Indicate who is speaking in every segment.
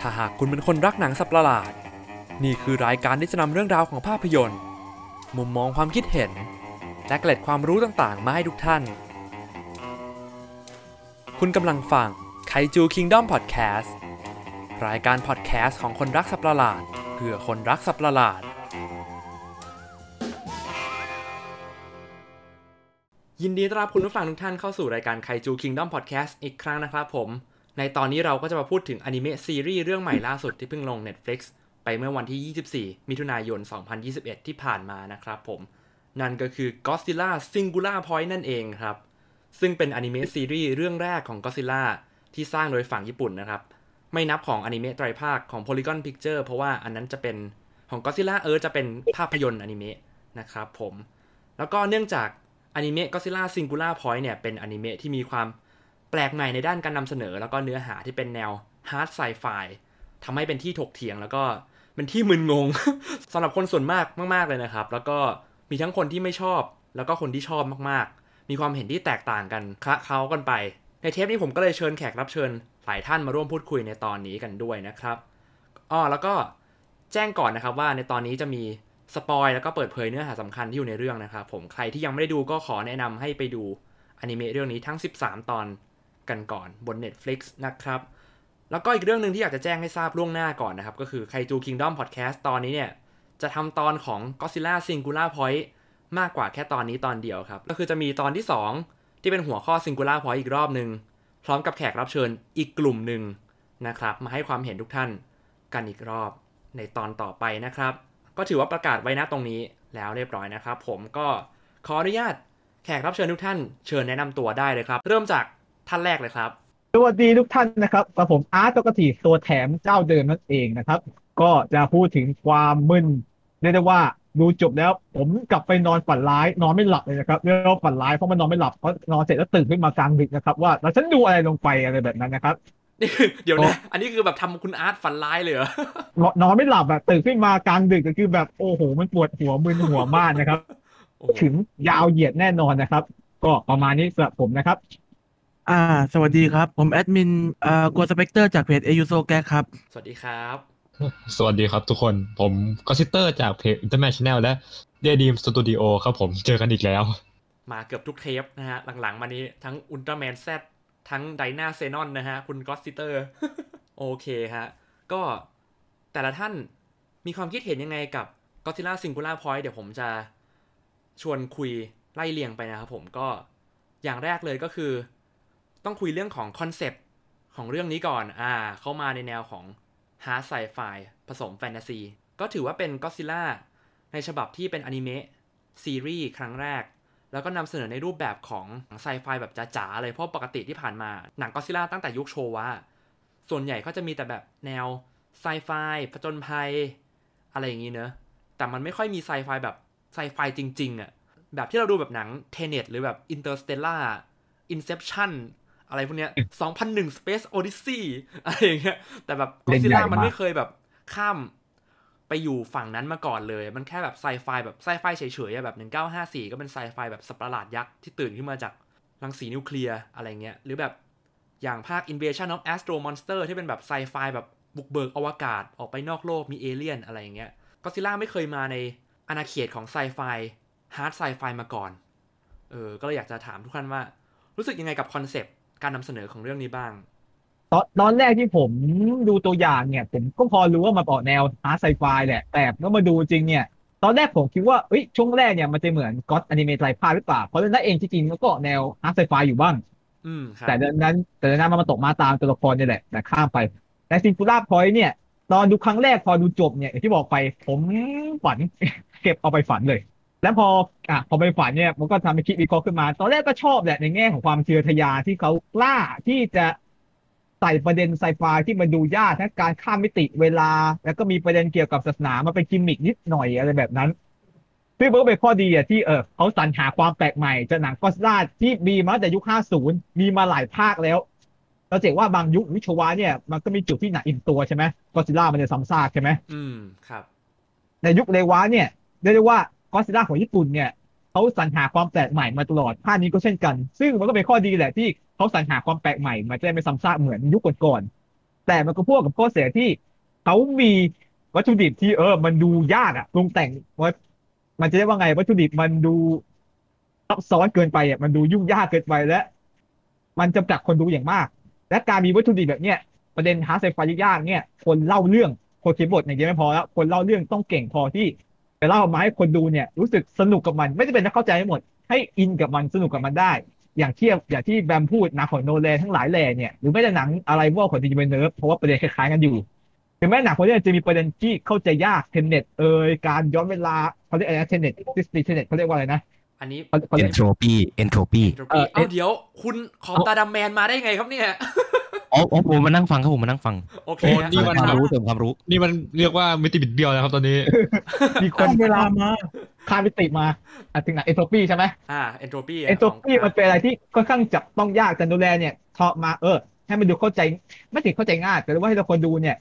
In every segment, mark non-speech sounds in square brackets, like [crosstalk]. Speaker 1: ถ้าหากคุณเป็นคนรักหนังสัตว์ประหลาด นี่คือรายการที่จะนำเรื่องราวของภาพยนตร์ มุมมองความคิดเห็น และเกล็ดความรู้ต่างๆ มาให้ทุกท่าน คุณกำลังฟังไคจูคิงดอมพอดแคสต์รายการพอดแคสต์ของคนรักสัตว์ประหลาดเพื่อคนรักสัตว์ประหลาด ยินดีต้อนรับคุณผู้ฟังทุกท่านเข้าสู่รายการไคจูคิงดอมพอดแคสต์อีกครั้งนะครับผม ในตอนนี้เราก็จะมาพูดถึงอนิเมะซีรีส์เรื่องใหม่ล่าสุดที่เพิ่งลง Netflix ไปเมื่อวันที่ 24 มิถุนายน 2021 ที่ผ่านมานะครับผม นั่นก็คือ Godzilla Singular Point นั่นเองครับ ซึ่งเป็นอนิเมะซีรีส์เรื่องแรกของ Godzilla ที่สร้างโดยฝั่งญี่ปุ่นนะครับ ไม่นับของอนิเมะไตรภาคของ Polygon Picture เพราะว่าอันนั้นจะเป็นของ Godzilla เออจะเป็นภาพยนตร์อนิเมะนะครับผม แล้วก็เนื่องจากอนิเมะ Godzilla Singular Point เนี่ยเป็นอนิเมะที่มีความแปลกใหม่ในด้านการนำเสนอ แล้วก็เนื้อหาที่เป็นแนว hard sci-fi ทำให้เป็นที่ถกเถียงแล้วก็เป็นที่มึนงง [laughs] สำหรับคนส่วนมากมากๆเลยนะครับ แล้วก็มีทั้งคนที่ไม่ชอบ แล้วก็คนที่ชอบมากๆ มีความเห็นที่แตกต่างกันคละเคล้ากันไป ในเทปนี้ผมก็เลยเชิญแขกรับเชิญหลายท่านมาร่วมพูดคุยในตอนนี้กันด้วยนะครับอ้อแล้วก็ แจ้งก่อนนะครับว่าในตอนนี้จะมีสปอยแล้วก็เปิดเผยเนื้อหาสำคัญที่อยู่ในเรื่องนะครับผมใครที่ยังไม่ได้ดูก็ขอแนะนำให้ไปดูอนิเมะเรื่องนี้ทั้ง 13 ตอนกันก่อนบน Netflix นะครับ แล้วก็อีกเรื่องหนึ่งที่อยากจะแจ้งให้ทราบล่วงหน้าก่อนนะครับ ก็คือไคจู Kingdom Podcast ตอนนี้เนี่ย จะทำตอนของ Godzilla Singular Point มากกว่าแค่ตอนนี้ตอนเดียวครับ ก็คือจะมีตอนที่ 2 ที่เป็นหัวข้อ Singular Point อีกรอบหนึ่งพร้อมกับแขกรับเชิญอีกกลุ่มหนึ่งนะครับ มาให้ความเห็นทุกท่านกันอีกรอบในตอนต่อไปนะครับ ก็ถือว่าประกาศไว้นะตรงนี้แล้วเรียบร้อยนะครับ ผมก็ขออนุญาตแขกรับเชิญทุกท่านเชิญแนะนำตัวได้เลยครับ เริ่มจากท่านแรกเลยครับ [laughs]
Speaker 2: สวัสดีทุกท่านนะครับกับผมอาร์ตตกติตัวแถมเจ้าเดิมนั่นเองนะครับ ก็จะพูดถึงความมึนเรียกได้ว่าดูจบแล้ว ผมกลับไปนอนฝันร้ายนอนไม่หลับเลยนะครับเรียกว่าฝันร้ายเพราะมันนอนไม่หลับเพราะนอนเสร็จแล้วตื่นขึ้นมากลางดึกนะครับว่าแล้วฉันดูอะไรลงไปอะไรแบบนั้นนะครับ
Speaker 1: นี่คือเดี๋ยว
Speaker 2: อ๋
Speaker 1: นะ
Speaker 2: อ
Speaker 1: อันนี้คือแบบทำคุณอาร์ตฝันร้ายเลยเหรอ
Speaker 2: นอนไม่หลับอะตื่นขึ้นมากลางดึกก็คือแบบโอ้โหมันปวดหัวมึนหัวมากนะครับ
Speaker 1: [laughs] โอ้โห
Speaker 2: ถึงยาวเหยียดแน่นอนนะครับ ก็ประมาณนี้สำหรับผมนะครับ
Speaker 3: อ่า สวัสดีครับ ผมแอดมินอ่ากลัวสเปกเตอร์จากเพจเอยูโซแกครับ
Speaker 1: สวัสดีครับ
Speaker 4: สวัสดีครับทุกคนผมก็ซิสเตอร์จากเพจ International และเดดีมสตูดิโอครับผมเจอกันอีกแล้ว
Speaker 1: มาเกือบทุกเทปนะฮะ หลังๆ มานี้ทั้งอุลตร้าแมนแซทั้งไดนาเซนอนนะฮะ คุณก็อตซิเตอร์ [laughs] โอเคฮะ ก็แต่ละท่านมีความคิดเห็นยังไงกับก็ d z ิล่าซิงคูล่าพอยต์เดี๋ยวผมจะชวนคุยไล่เรียงไปนะครับผมก็อย่างแรกเลยก็คือ ต้องคุยเรื่องของคอนเซปต์ของเรื่องนี้ก่อน อ่า เข้ามาในแนวของฮาร์ดไซไฟผสมแฟนตาซีก็ถือว่าเป็นก็ d z ิล่าในฉบับที่เป็นอนิเมะซีรีส์ครั้งแรก แล้วก็นำเสนอในรูปแบบของไซไฟแบบจ๋าๆเลยเพราะปกติที่ผ่านมา หนังก็ซิล่าตั้งแต่ยุคโชวะส่วนใหญ่ก็จะมีแต่แบบแนวไซไฟผจญภัย อะไรอย่างนี้เนอะ แต่มันไม่ค่อยมีไซไฟแบบไซไฟจริงๆอะแบบที่เราดูแบบหนังเทเนตหรือแบบอินเตอร์สเตล่าอินเซปชั่นอะไรพวกเนี้ย2001 Space Odyssey [laughs] อะไรอย่างเงี้ยแต่แบบก็
Speaker 2: เล่น
Speaker 1: ซิ
Speaker 2: ให
Speaker 1: ล่าม
Speaker 2: ญ่าก
Speaker 1: มันไม่เคยแบบข้ามไปอยู่ฝั่งนั้นมาก่อนเลย มันแค่แบบไซไฟแบบไซไฟเฉยๆอะแบบ1954 ก็เป็นไซไฟแบบสัตว์ประหลาดยักษ์ที่ตื่นขึ้นมาจากรังสีนิวเคลียร์อะไรเงี้ยหรือแบบอย่างภาค Invasion of Astro Monster ที่เป็นแบบไซไฟแบบบุกเบิกอวกาศออกไปนอกโลกมีเอเลี่ยนอะไรอย่างเงี้ย ก็ซิล่าไม่เคยมาในอาณาเขตของไซไฟฮาร์ดไซไฟมาก่อน เออ ก็เลยอยากจะถามทุกท่านว่า รู้สึกยังไงกับคอนเซปต์การนำเสนอของเรื่องนี้บ้าง
Speaker 2: ตอนตอนแรกที่ผมดูตัวอย่างเนี่ยผมก็พอรู้ว่ามันออกแนวฮาร์ดไซไฟแหละ แต่ก็มาดูจริงเนี่ย ตอนแรกผมคิดว่าเอ้ยช่วงแรกเนี่ยมันจะเหมือนก็อตอนิเมะไตรภาคหรือเปล่า เพราะเรื่องนั้นเองจริงๆมันก็ออกแนวฮาร์ดไซไฟอยู่บ้าง
Speaker 1: อืมครับ
Speaker 2: แต่เรื่องนั้นแต่เรื่องนั้นมันมาตกมาตามตัวละครเนี่ยแหละแต่ข้ามไปแต่ซิงคูล่าพอยต์เนี่ย ตอนดูครั้งแรกพอดูจบเนี่ยอย่างที่บอกไปผมฝัน [laughs] เก็บเอาไปฝันเลย แล้วพออ่ะพอไปฝันเนี่ยมันก็ทำให้คิดวิเคราะห์ขึ้นมา ตอนแรกก็ชอบแหละในแง่ของความเชื่อทะยานที่เขากล้าที่จะใส่ประเด็นไซไฟที่มันดูยากทั้งการข้ามมิติเวลา แล้วก็มีประเด็นเกี่ยวกับศาสนามาเป็นกิมมิกนิดหน่อยอะไรแบบนั้น ซึ่งมันก็เป็นข้อดีอะที่เออเขาสรรหาความแปลกใหม่จากหนังก็อดซิลล่าที่มีมาตั้งแต่ยุค 50 มีมาหลายภาคแล้ว เราจะเห็นว่าบางยุควิชวะเนี่ยมันก็มีจุดที่หนักอิ่มตัวใช่ไหมก็อดซิลล่ามันจะซ้ำซากใช่ไหม
Speaker 1: อืมครับ
Speaker 2: ในยุคเรวะเนี่ยเรียกได้ว่าก็อดซิลล่าของญี่ปุ่นเนี่ยเขาสรรหาความแปลกใหม่มาตลอดภาคนี้ก็เช่นกัน ซึ่งมันก็เป็นข้อดีแหละที่เขาสรรหาความแปลกใหม่มาจะได้ไม่ซ้ำซากเหมือนยุคก่อน แต่มันก็พ่วงกับข้อเสียที่เขามีวัตถุดิบที่เออ มันดูยากอะปรุงแต่งว่ามันจะเรียกว่าไงวัตถุดิบมันดูซับซ้อนเกินไปอะมันดูยุ่งยากเกินไปและ มันจำกัดคนดูอย่างมาก และการมีวัตถุดิบแบบเนี้ยประเด็นฮาร์ดไซไฟยากๆเนี่ย คนเล่าเรื่องคนเขียนบทอย่างเดียวไม่พอแล้วคนเล่าเรื่องต้องเก่งพอที่จะเล่ามาให้คนดูเนี่ย รู้สึกสนุกกับมัน ไม่ได้เป็นนักเข้าใจให้หมด ให้อินกับมันสนุกกับมันได้ อย่างเทียบอย่างที่แบมพูดหนังของโนแลนทั้งหลายแหล่เนี่ยหรือแม้แต่หนังอะไรพวกของดีเวนเนิร์ฟเพราะว่าประเด็นคล้ายๆกันอยู่ถึงแม้หนังพวกนี้จะมีประเด็นที่เข้าใจยากเทนเน็ตเอ่ยการย้อนเวลาเขาเรียกอะไรนะเทนเน็ตดิสตีเทนเน็ตเขาเรียกว่าอะไรนะ
Speaker 1: อันนี้
Speaker 2: เขาเขา
Speaker 5: เอ
Speaker 2: เรีย
Speaker 5: น
Speaker 2: ก
Speaker 5: โทรปีเอนโทรปี
Speaker 1: เ
Speaker 2: เอ่อ
Speaker 1: อ้าเดี๋ยว คุณขอบตาดำแมนมาได้ไงครับเนี่ย
Speaker 5: อ๋ออ๋อผมมานั่งฟังครับผมมานั่งฟัง
Speaker 1: โอเค
Speaker 4: โอ้
Speaker 1: ฮะ
Speaker 4: นี่
Speaker 5: เส
Speaker 4: วั
Speaker 5: ริม
Speaker 4: น
Speaker 5: ค
Speaker 4: นั้
Speaker 5: วา
Speaker 4: น
Speaker 5: มรู้เสริมความรู้
Speaker 4: นี่มันเรียกว่ามิติบิดเบี้ยวนะครับตอนนี้
Speaker 2: มีค [laughs]
Speaker 3: ข้าน มเวลามา
Speaker 2: ข้ามมิติมาอ่ะถึงไหนเอนโทรปีใช่ไหม
Speaker 1: อ่าเอนโทรปี
Speaker 2: เอนโทรปีมันเป็นอะไรที่ค่อนข้างจับต้องยากแต่ดูแลเนี่ยเทาะมาเออ ให้มันดูเข้าใจไม่ถึงเข้าใจง่าย แต่ว่าให้เราคนดูเนี่ย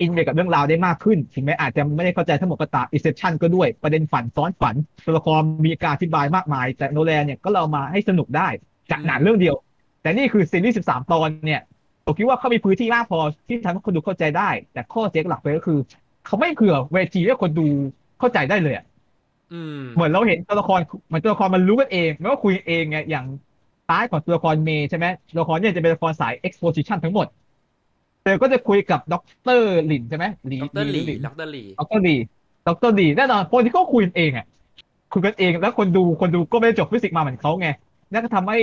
Speaker 2: อินไปกับเรื่องราวได้มากขึ้น ถึงแม้อาจจะไม่ได้เข้าใจทั้งหมดก็ตามอิเซชันก็ด้วยประเด็นฝันซ้อนฝันตัวละครมีการอธิบายมากมาย แต่โนแลนเนี่ยก็เรามาให้สนุกได้จากหนังเรื่องเดียว แต่นี่คือซีรีส์13 ตอนเนี่ยผมคิดว่าเขามีพื้นที่มากพอที่ทำให้คนดูเข้าใจได้ แต่ข้อเสียหลักเลยก็คือ เขาไม่เผื่อเวทีให้คนดูเข้าใจได้เลยอะ
Speaker 1: อืม
Speaker 2: เหมือนเราเห็นตัวละครเหมือนตัวละครมันรู้กันเองมันก็คุยเองไงอย่างซ้ายของตัวละครเมย์ใช่ไหมตัวละครเนี่ยจะเป็นตัวละครสาย exposition ทั้งหมดเธอก็จะคุยกับด็อกเตอร์หลินใช่ไหมหลี
Speaker 1: ดรหลี
Speaker 2: หลิน
Speaker 1: ดรหลี
Speaker 2: ด็อกเตอร์หลีด็อกเตอร์หลีแน่นอนคนที่เขาคุยกันเองอ่ะคุยกันเองแล้วคนดูคนดูก็ไม่ได้จบฟิสิกส์มาเหมือนเขาไงนั่นก็ทำให้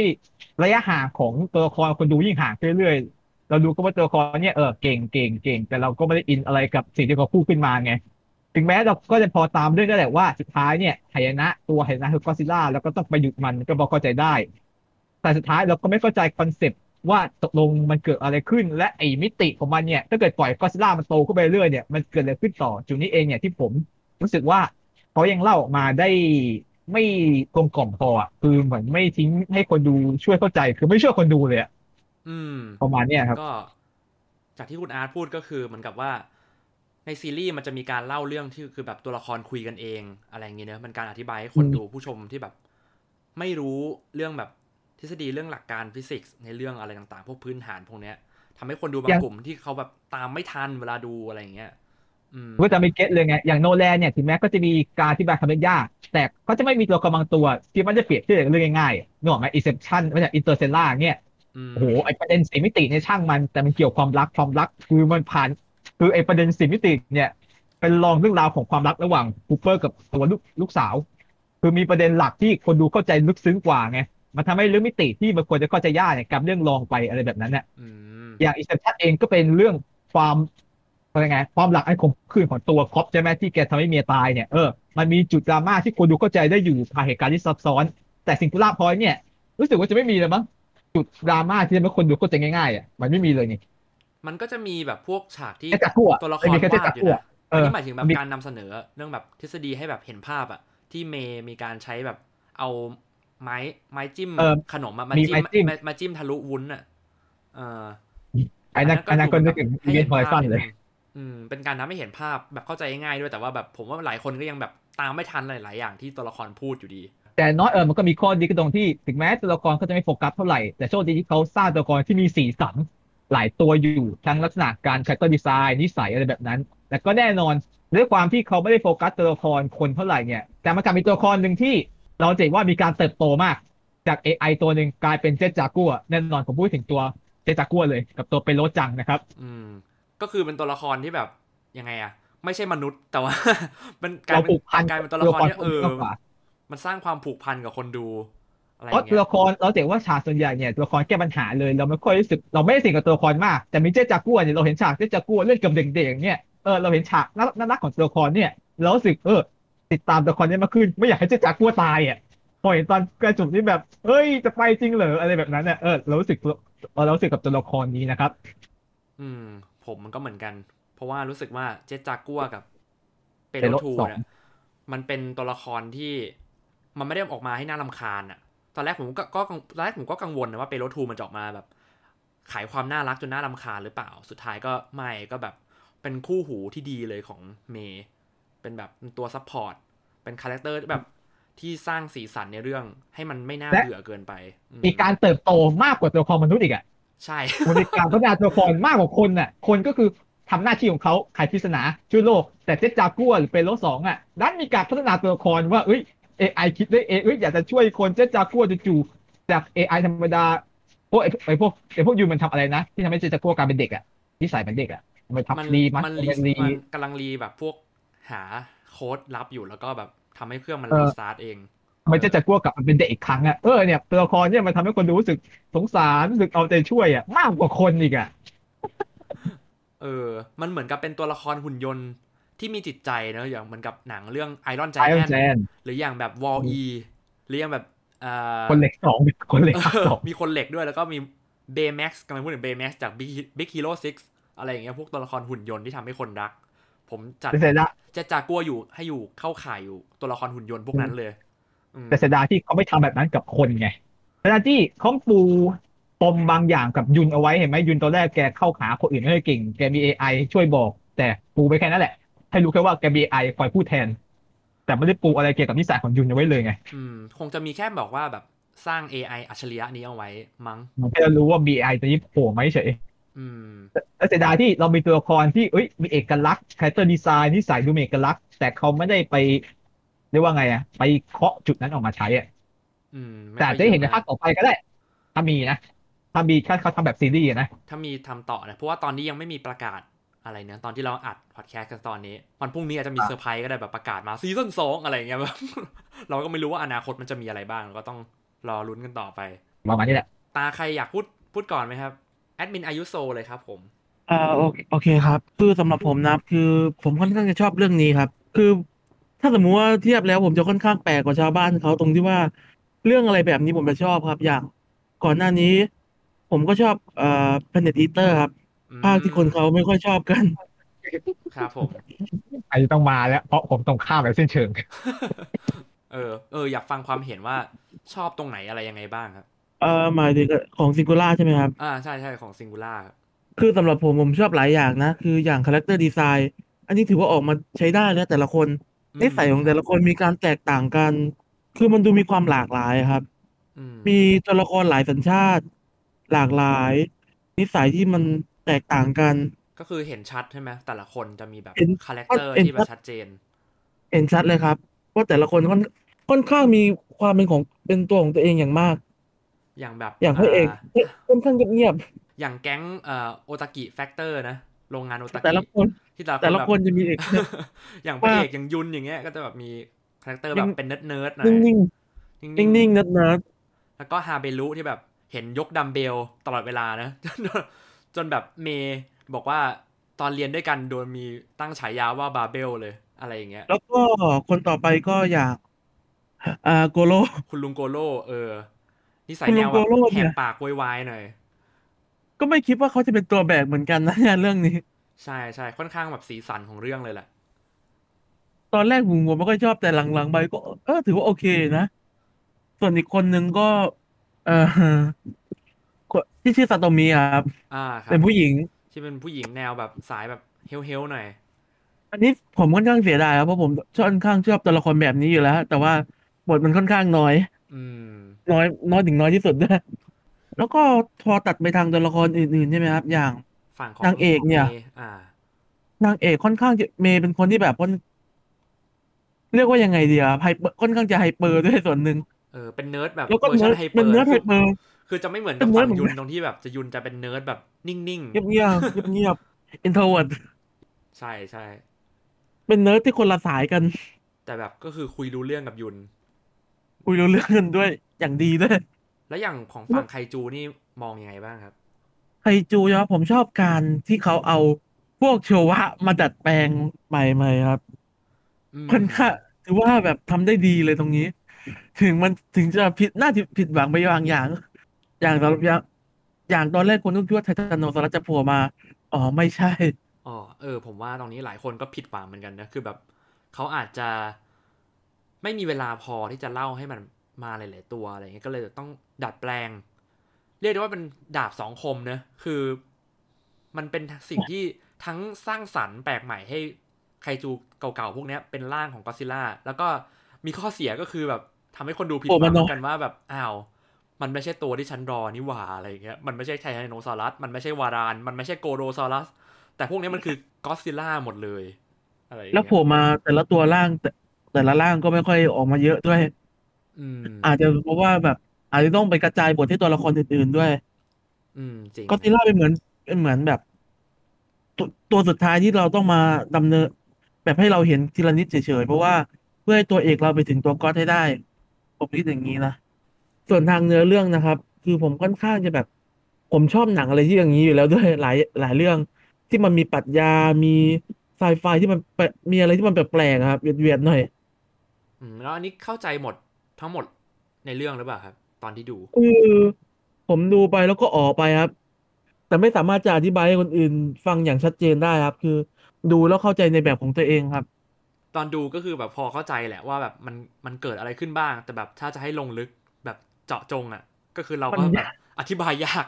Speaker 2: ระยะห่างของตัวละครคนดูยิ่งห่างเรื่อยๆเราดูก็ว่าตัวละครเนี่ยเออเก่งเก่งเก่งแต่เราก็ไม่ได้อินอะไรกับสิ่งที่เขาพูดขึ้นมาไง ถึงแม้เราก็จะพอตามเรื่องได้แหละว่าสุดท้ายเนี่ยหายนะตัวหายนะคือกอซิล่าแล้วก็ต้องไปหยุดมันก็บอกเข้าใจได้ แต่สุดท้ายเราก็ไม่เข้าใจคอนเซปต์ว่าตกลงมันเกิดอะไรขึ้น และไอ้มิติของมันเนี่ยถ้าเกิดปล่อยกอซิล่ามันโตขึ้นไปเรื่อยเนี่ยมันเกิดอะไรขึ้นต่อจุดนี้เองเนี่ยที่ผมรู้สึกว่าเขายังเล่าออกมาได้ไม่กลมกล่อมพออะคือเหมือนไม่ทิ้งให้คนดูช่วยเข้าใจ คือไม่ช่วยคนดูเลยอะ
Speaker 1: อืม
Speaker 2: ประมาณเนี้ยครับ
Speaker 1: ก็จากที่คุณอาร์ตพูดก็คือเหมือนกับว่า ในซีรีส์มันจะมีการเล่าเรื่องที่คือแบบตัวละครคุยกันเอง อะไรอย่างเงี้ยเนอะมันการอธิบายให้คน
Speaker 2: อืม
Speaker 1: ดูผู้ชมที่แบบ ไม่รู้เรื่องแบบทฤษฎีเรื่องหลักการฟิสิกส์ในเรื่องอะไรต่างๆ พวกพื้นฐานพวกเนี้ยทำให้คนดูบางกลุ่มที่เขาแบบตามไม่ทันเวลาดูอะไรอย่างเงี้ยอืม
Speaker 2: ก็จะไม่เก็ตเลยไง อย่างโนแลนเนี่ย ถึงแม้ก็จะมีการอธิบายคำเป็นยาก แต่ก็จะไม่มีตัวกำลังตัว ที่มันจะเปรียบเทียบกับเรื่องง่ายๆนึกออกไหมอิเซปชันไม่ใช่อินเตอร์เซล่าเนี่ย
Speaker 1: อืม
Speaker 2: โอ้โห ไอประเด็นสีมิติในยช่างมัน แต่มันเกี่ยวความรัก ความรัก คือมันผ่าน คือไอประเด็นสีมิติเนี่ย เป็นรองเรื่องราวของความรักระหว่างคูเปอร์กับตัวลูกลูกสาว คือมีประเด็นหลักที่คนดูเข้าใจลึกซึ้งกว่าไง มันทำให้เรื่องมิติที่มันควรจะเข้าใจยากเนี่ยกลายเป็นเรื่องรองไปอะไรแบบนั้นน่ะ
Speaker 1: อืม
Speaker 2: อย่างอิสระชัดเองก็เป็นเรื่องความอะไรไง ความหลักไอ้ข่มขืนของตัวครอปใช่ไหมที่แกทำให้เมียตายเนี่ยเออมันมีจุดดราม่าที่คนดูเข้าใจได้อยู่ผ่านเหตุการณ์ที่ซับซ้อน แต่สิ่งที่ล่าพอยเนี่ย รู้สึกว่าจะไม่มีเลยมั้งจุดดราม่าที่ทำให้คนดูเข้าใจง่ายๆอ่ะมันไม่มีเลยนี่
Speaker 1: มันก็จะมีแบบพวกฉากที่
Speaker 2: แค่จับคู่อะ
Speaker 1: ตัวละค
Speaker 2: ไม่
Speaker 1: ร
Speaker 2: มีแค่
Speaker 1: วาด
Speaker 2: จับ
Speaker 1: อยู่
Speaker 2: คู่
Speaker 1: นะ
Speaker 2: อะเออ
Speaker 1: นี่หมายถึงแบบ
Speaker 2: มี
Speaker 1: การนำเสนอเรื่องแบบทฤษฎีให้แบบเห็นภาพอะที่เมย์มีการใช้แบบเอาไม้ไม้จิ้ม
Speaker 2: เออ
Speaker 1: ขนมอะมา
Speaker 2: มี
Speaker 1: จิ้ม
Speaker 2: ไม้จิ้ม
Speaker 1: มามาจิ้มทะลุวุ้นอะเออ
Speaker 2: ไอ้นั่นไอ้นั่นก็นึกถึง
Speaker 1: ให้
Speaker 2: เรีย
Speaker 1: ห็
Speaker 2: นพอย
Speaker 1: ภาพ
Speaker 2: สั้นเลย
Speaker 1: ดงอืมเป็นการทำให้เห็นภาพแบบเข้าใจง่ายๆด้วยแต่ว่าแบบผมว่าหลายคนก็ยังแบบตามไม่ทันหลาย ๆ อย่างที่ตัวละครพูดอยู่ดี
Speaker 2: แต่น้อยเออมันก็มีข้อดีก็ตรงที่ถึงแม้ตัวละครเขาจะไม่โฟกัสเท่าไหร่ แต่โชคดีที่เขาสร้างตัวละครที่มีสีสันหลายตัวอยู่ทั้งลักษณะการคาแรคเตอร์ดีไซน์นิสัยอะไรแบบนั้น แต่ก็แน่นอนด้วยความที่เขาไม่ได้โฟกัสตัวละครคนเท่าไหร่เนี่ย แต่มันกลับมีตัวละครหนึ่งที่เราจะเห็นว่ามีการเติบโตมาก จาก AI ตัวหนึ่งกลายเป็นเจจากัวแน่นอนผมพูดถึงตัวเจจากัวเลย กับตัวเป็นโรจังนะครับ
Speaker 1: อืม ก็คือเป็นตัวละครที่แบบยังไงอะไม่ใช่มนุษย์แต่ว่า [laughs] มันกลาย
Speaker 2: เรา
Speaker 1: เป็
Speaker 2: ผู
Speaker 1: น
Speaker 2: กพัน
Speaker 1: กลายเป็นตัวละครที่เออ
Speaker 2: มากกว่า
Speaker 1: มันสร้างความผูกพันกับคนดูอะไรอ
Speaker 2: เพราะ
Speaker 1: ย่าง
Speaker 2: ตัว
Speaker 1: เงี้ย
Speaker 2: ละครเราเห็นว่าฉากส่วนใหญ่เนี่ยตัวละครแก้ปัญหาเลยเราไม่ค่อยรู้สึกเราไม่ได้สิ่งกับตัวละครมาก แต่มีเจ๊จากัวเนี่ยเราเห็นฉากเจ๊จากัวเล่นกับเด็กๆอย่างเนี่ยเออเราเห็นฉากน่าน่ารักของตัวละครเนี่ยเรารู้สึกเออติดตามตัวละครเนี้มากขึ้น ไม่อยากให้เจ๊จากัวตายอ่ะพอเห็นตอนกระจุกนี่แบบเฮ้ยจะไปจริงเหรออะไรแบบนั้นเนี่ยเออเรารู้สึกเออเรารู้สึกกับตัวละครนี้นะครับ
Speaker 1: อืม ผมมันก็เหมือนกัน เพราะว่ารู้สึกว่าเจจากัวกับเป
Speaker 2: เป
Speaker 1: โร
Speaker 2: โร
Speaker 1: ทู
Speaker 2: สอง
Speaker 1: เนี่ยมันเป็นตัวละครที่มันไม่ได้ออกมาให้น่ารำคาญอะตอนแรกผมก็ก็กังตอนแรกผมก็กังวลนะว่าเปโรทูมันจะออกมาแบบ ขายความน่ารักจนน่ารำคาญหรือเปล่า สุดท้ายก็ไม่ก็แบบเป็นคู่หูที่ดีเลยของเมย์เป็นแบบเป็นตัวซัพพอร์ตเป็นคาแรคเตอร์แบบที่สร้างสีสันในเรื่องให้มันไม่น่าเบื่อเกินไปม
Speaker 2: มีการเติบโตมากกว่าตัวละครมนุษย์อีกอ่ะ
Speaker 1: ใช่
Speaker 2: บริการพัฒนาตัวละครมากกว่าคนน่ะ คนก็คือทำหน้าที่ของเขาไขปริศนาช่วยโลก แต่เจ็ดจากัวหรือเปโลสองอ่ะดันมีการพัฒนาตัวละครว่าเอ้ย AI คิดได้เองเอ้ยอยากจะช่วยคนเจ็ดจากัวจู่ๆจาก AI ธรรมดาพวกไอ้ไอ้พวกไอ้พวกยูมันทำอะไรนะ ที่ทำให้เจ็ดจากัวกลายเป็นเด็กอ่ะนิสัยเป็นเด็กอ่ะมันทับ
Speaker 1: มัน
Speaker 2: รีมั
Speaker 1: มัน
Speaker 2: น
Speaker 1: รี
Speaker 2: รี
Speaker 1: มันกำลังรีแบบพวกหาโค้ดลับอยู่แล้วก็แบบทำให้เครื่องมัน
Speaker 2: เออ
Speaker 1: รีสตาร์ทเอง
Speaker 2: มันจะจะกลัวกลับมาเป็นเด็กอีกครั้งอ่ะเออเนี่ยตัวละครเนี่ยมันทำให้คนดูรู้สึกสงสารรู้สึกเอาใจช่วยอ่ะมากกว่าคนอีกอ่ะ
Speaker 1: เออ มันเหมือนกับเป็นตัวละครหุ่นยนต์ที่มีจิตใจเนอะอย่างเหมือนกับหนังเรื่องไอรอน i จ
Speaker 2: Iron
Speaker 1: แ
Speaker 2: Giant
Speaker 1: หรืออย่างแบบวอลอีหรืออย่างแบบอ่า
Speaker 2: คนเหล็กสองคนเหล็กภาคสอง
Speaker 1: มีคนเหล็กด้วยแล้วก็มีเบย์แม็กซ์กำลังพูดถึงเบย์แม็กซ์จากบิ๊กฮีโร่ซิกอะไรอย่างเงี้ยพวกตัวละครหุ่นยนต์ที่ทำให้คนรัก ผมจัด
Speaker 2: แต่เสียดาย
Speaker 1: จะจากลัวอยู่ให้อยู่เข้าข่ายอยู่ตัวละครหุ่นยนต์พวกนั้นเลยอืม
Speaker 2: แต่เสียดายที่เขาไม่ทำแบบนั้นกับคนไงเวลาที่เขาปูปมบางอย่างกับยุนเอาไว้เห็นไหมยุนตอนแรกแกเข้าหาคนอื่นไม่ได้เก่งแกมี AI ช่วยบอก แต่ปูไปแค่นั้นแหละ ให้รู้แค่ว่าแกมี AI คอยพูดแทน แต่ไม่ได้ปูอะไรเกี่ยวกับนิสัยของยุนเอาไว้เลยไง
Speaker 1: อืมคงจะมีแค่บอกว่าแบบสร้าง AI อัจฉริยะนี้เอาไว้มั้ง
Speaker 2: มันแค่รู้ว่า BI ตัวนี้โผล่มาเฉย
Speaker 1: อืม
Speaker 2: ๆแล้วเสียดายที่เรามีตัวละครที่เอ้ยมีเอกลักษณ์คาแรคเตอร์ดีไซน์นิสัยดูมีเอกลักษณ์แต่เขาไม่ได้ไปเรียกว่าไงอะไปเคาะจุดนั้นออกมาใช้อะ
Speaker 1: อืมไม่
Speaker 2: แต่
Speaker 1: ค่อย
Speaker 2: จะได้เห็นใน
Speaker 1: ยอะ
Speaker 2: ภาคต่อไปก็ได้ ถ้ามีนะ ถ้ามีถ้าเขาทำแบบซีรีส์อะนะ
Speaker 1: ถ้ามีทำต่อนะ เพราะว่าตอนนี้ยังไม่มีประกาศอะไรเนะตอนที่เราอัดพอดแคสต์กันตอนนี้ วันพรุ่งนี้อาจจะมีเซอร์ไพรส์ก็ได้แบบประกาศมาซีซั่นสองอะไรอย่างเงี้ยแบบ [laughs] เราก็ไม่รู้ว่าอนาคตมันจะมีอะไรบ้างเราก็ต้องรอลุ้นกันต่อไป
Speaker 2: ประมาณนี้แหละ [laughs]
Speaker 1: ตาใครอยากพูดพูดก่อนไหมครับแอดมินอายุโซเลยครับผม
Speaker 3: อ่าโอเคโอเคครับ คือสำหรับผมนะครับคือผมค่อนข้างจะชอบเรื่องนี้ครับ คือ ถ้าสมมุติว่าเทียบแล้วผมจะค่อนข้างแปลกกว่าชาวบ้านเขาตรงที่ว่าเรื่องอะไรแบบนี้ผมจะชอบครับ อย่างก่อนหน้านี้ ผมก็ชอบเอ่อ Planet Eater ครับ
Speaker 1: อืม
Speaker 3: ภาคที่คนเขาไม่ค่อยชอบกัน
Speaker 1: ครับผม [laughs]
Speaker 2: อาจจะต้องมาแล้ว เพราะผมตรงข้ามแบบสิ้นเชิง
Speaker 1: เออเอออยากฟังความเห็นว่าชอบตรงไหนอะไรยังไงบ้างครับ
Speaker 3: เอ่อหมายถึงของซิงคูล่าใช่ไหมครับ
Speaker 1: อ่าใช่ใช่ของซิงคูล่า
Speaker 3: คือสำหรับผมผมชอบหลายอย่างนะ คืออย่างคาแรคเตอร์ดีไซน์อันนี้ถือว่าออกมาใช้ได้แล้วแต่ละคน นิสัยของแต่ละคนมีการแตกต่างกัน คือมันดูมีความหลากหลายครับ
Speaker 1: อื
Speaker 3: มีตัวละครหลายสัญชาติ หลากหลาย นิสัยที่มันแตกต่างกัน
Speaker 1: ก็คือเห็นชัดใช่ไหมแต่ละคนจะมีแบบ
Speaker 3: เห็น
Speaker 1: คาแรคเตอร์
Speaker 3: เห็น
Speaker 1: ที่แบบชัดเจน
Speaker 3: เห็นชัดเลยครับว่าแต่ละคนค่อนค่อนข้างมีความเป็นของเป็นตัวของตัวเองอย่างมาก
Speaker 1: อย่างแบบ
Speaker 3: อย่างพระเอก
Speaker 1: อ่า
Speaker 3: ค่อนข้างเงียบ
Speaker 1: อย่างแก๊งเอ่อโอตากิแฟกเตอร์นะ โรงงานโอตา
Speaker 3: ๆ
Speaker 1: กิ
Speaker 3: แต่ละคน
Speaker 1: ที่
Speaker 3: แต่ละคน
Speaker 1: บบ
Speaker 3: จะมีเอก [laughs]
Speaker 1: [laughs] อย่างพระเอกอย่างยุนอย่างเงี้ยก็จะแบบมีคาแรคเตอร์แบ
Speaker 3: ยั
Speaker 1: บ
Speaker 3: ง
Speaker 1: เป็นเนิร์ดเนิร์ดๆหน่อย
Speaker 3: นิ่งๆ
Speaker 1: ๆ
Speaker 3: นิ่งๆเนิร์ด
Speaker 1: แล้วก็ฮาเบรุที่แบบเห็นยกดัมเบลตลอดเวลานะ [laughs] จนจนแบบเมย์บอกว่าตอนเรียนด้วยกันโดนมีตั้งฉายาว่าบาเบลเลยอะไรอย่างเงี้ย
Speaker 3: ๆแล้วก็คนต่อไปก็อย่างอ่าโกโล [laughs]
Speaker 1: คุณลุงโกโล่เออนิสัย
Speaker 3: คุณลุ
Speaker 1: แน
Speaker 3: ง
Speaker 1: วแบบ
Speaker 3: โกโล่
Speaker 1: แห
Speaker 3: เนี่ย
Speaker 1: กปากโวยวายหน่อย
Speaker 3: ก็ไม่คิดว่าเขาจะเป็นตัวแบกเหมือนกันนะ เรื่องนี้
Speaker 1: ใช่ใช่ค่อนข้างแบบสีสันของเรื่องเลยแหละ
Speaker 3: ตอนแรกผมผมไม่ค่อยชอบแต่หลังๆไปก็เออถือว่าโอเคนะ ส่วนอีกคนนึงก็ เออ [laughs] คนที่ชื่อซาโตมิอะครับ
Speaker 1: อ่าครับ
Speaker 3: เป็นผู้หญิง
Speaker 1: ที่เป็นผู้หญิงแนวแบบสายแบบเฮลเฮลหน่อย
Speaker 3: อันนี้ผมค่อนข้างเสียดายครับเพราะผมชอบค่อนข้างชอบตัวละครแบบนี้อยู่แล้ว แต่ว่าบทมันค่อนข้างน้อย
Speaker 1: อืม
Speaker 3: น้อย น้อยถึงน้อยที่สุดด้วย [laughs] แล้วก็พอตัดไปทางตัวละครอื่นๆใช่ไหมครับ อย่าง
Speaker 1: ฝั่งของ
Speaker 3: นางเอกเนี่ย
Speaker 1: มอ่า
Speaker 3: นางเอกค่อนข้างจะเมย์เป็นคนที่แบบค่อนเรียกว่ายังไงดีอะไฮเปอร์ค่อนข้างจะไฮเปอร์ด้วยส่วนหนึ่ง
Speaker 1: เออเป็นเนิร์ดแบบ
Speaker 3: แล้วก็
Speaker 1: วอร์ชันไฮเปอ
Speaker 3: เป็น
Speaker 1: ร์
Speaker 3: เนิร์ดไฮเปอร์
Speaker 1: คือจะไม่เหมือน
Speaker 3: เป็
Speaker 1: กับ
Speaker 3: นเนิร์
Speaker 1: ฝั่
Speaker 3: ด
Speaker 1: ง
Speaker 3: เหมือน
Speaker 1: ยุนตรงที่แบบจะยุนจะเป็นเนิร์ดแบบนิ่ง
Speaker 3: เงียบเงียบเงียบเอนโทรเวิร์ด
Speaker 1: ๆ ใช่ใช่
Speaker 3: เป็นเนิร์ดที่คนละสายกัน
Speaker 1: แต่แบบก็คือคุยรู้เรื่องกับยุน
Speaker 3: คุยรู้เรื่องกันด้วยอย่างดีด้วย
Speaker 1: แล้วอย่างของฝั่งไคจูนี่มองยังไงบ้างครับ
Speaker 3: ไฮจูยะผมชอบการที่เขาเอาพวกโชวะมาดัดแปลงใหม่ๆครับ
Speaker 1: อืม
Speaker 3: ค่อนข้างถือว่าแบบทำได้ดีเลยตรงนี้ ถึงมันถึงจะผิดน่าจะผิดหวังไปบางอย่าง อย่างตอนอย่างอย่างตอนแรกคนก็คิดว่าไททานโนซอรัสจะโผล่มา อ๋อไม่ใช่
Speaker 1: อ๋อเออ ผมว่าตรงนี้หลายคนก็ผิดหวังเหมือนกันนะคือแบบเขาอาจจะ ไม่มีเวลาพอที่จะเล่าให้มันมาหลาย ๆ ตัวอะไรเงี้ยก็เลยต้องดัดแปลง เรียกได้ว่าเป็นดาบสองคมนะคือมันเป็นสิ่งที่ทั้งสร้างสรรค์แปลกใหม่ให้ไคจูเก่า ๆ พวกเนี้ยเป็นร่างของก็อดซิลล่าแล้วก็มีข้อเสียก็คือแบบทำให้คนดูผิดหวังเหมือนกันว่าแบบอ้าว มันไม่ใช่ตัวที่ฉันรอนี่หว่าอะไรอย่างเงี้ยมันไม่ใช่ไทแรนโนซอรัส มันไม่ใช่วาราน มันไม่ใช่โกโดซอรัส แต่พวกนี้มันคือกอสซิล่าหมดเลยอะไรอย่าง
Speaker 3: แล้ว
Speaker 1: เงี้ย
Speaker 3: โผล่มาแต่ละตัวร่างแต่แต่ละร่างก็ไม่ค่อยออกมาเยอะด้วย
Speaker 1: อืม
Speaker 3: อาจจะเพราะว่าแบบอาจจะต้องไปกระจายบทให้ตัวละครอื่นๆด้วย
Speaker 1: อืมจริง
Speaker 3: ก็อดซิลล่าเป็นเหมือนเป็นเหมือนแบบตัวตัวสุดท้ายที่เราต้องมาดำเนิน แบบให้เราเห็นทีละนิดเฉยๆ เพราะว่าเพื่อให้ตัวเอกเราไปถึงตัวก็อดให้ได้ ผมคิดอย่างนี้นะ ส่วนทางเนื้อเรื่องนะครับ คือผมค่อนข้างจะแบบ ผมชอบหนังอะไรที่อย่างนี้อยู่แล้วด้วย [laughs] หลายหลายเรื่อง ที่มันมีปรัชญา มีไซไฟที่มันแปลมีอะไรที่มันแปลกๆอะครับเวียดๆหน่อย
Speaker 1: อืมแล้วอันนี้เข้าใจหมดทั้งหมดในเรื่องหรือเปล่าครับ ตอนที่ดู
Speaker 3: เออผมดูไปแล้วก็ออกไปครับ แต่ไม่สามารถจะอธิบายให้คนอื่นฟังอย่างชัดเจนได้ครับ คือดูแล้วเข้าใจในแบบของตัวเองครับ
Speaker 1: ตอนดูก็คือแบบพอเข้าใจแหละว่าแบบมันมันเกิดอะไรขึ้นบ้าง แต่แบบถ้าจะให้ลงลึกแบบเจาะจงอ่ะ ก็คือเราก็
Speaker 3: มัน
Speaker 1: แบ
Speaker 3: ยา
Speaker 1: บ
Speaker 3: ก
Speaker 1: อธิบายยาก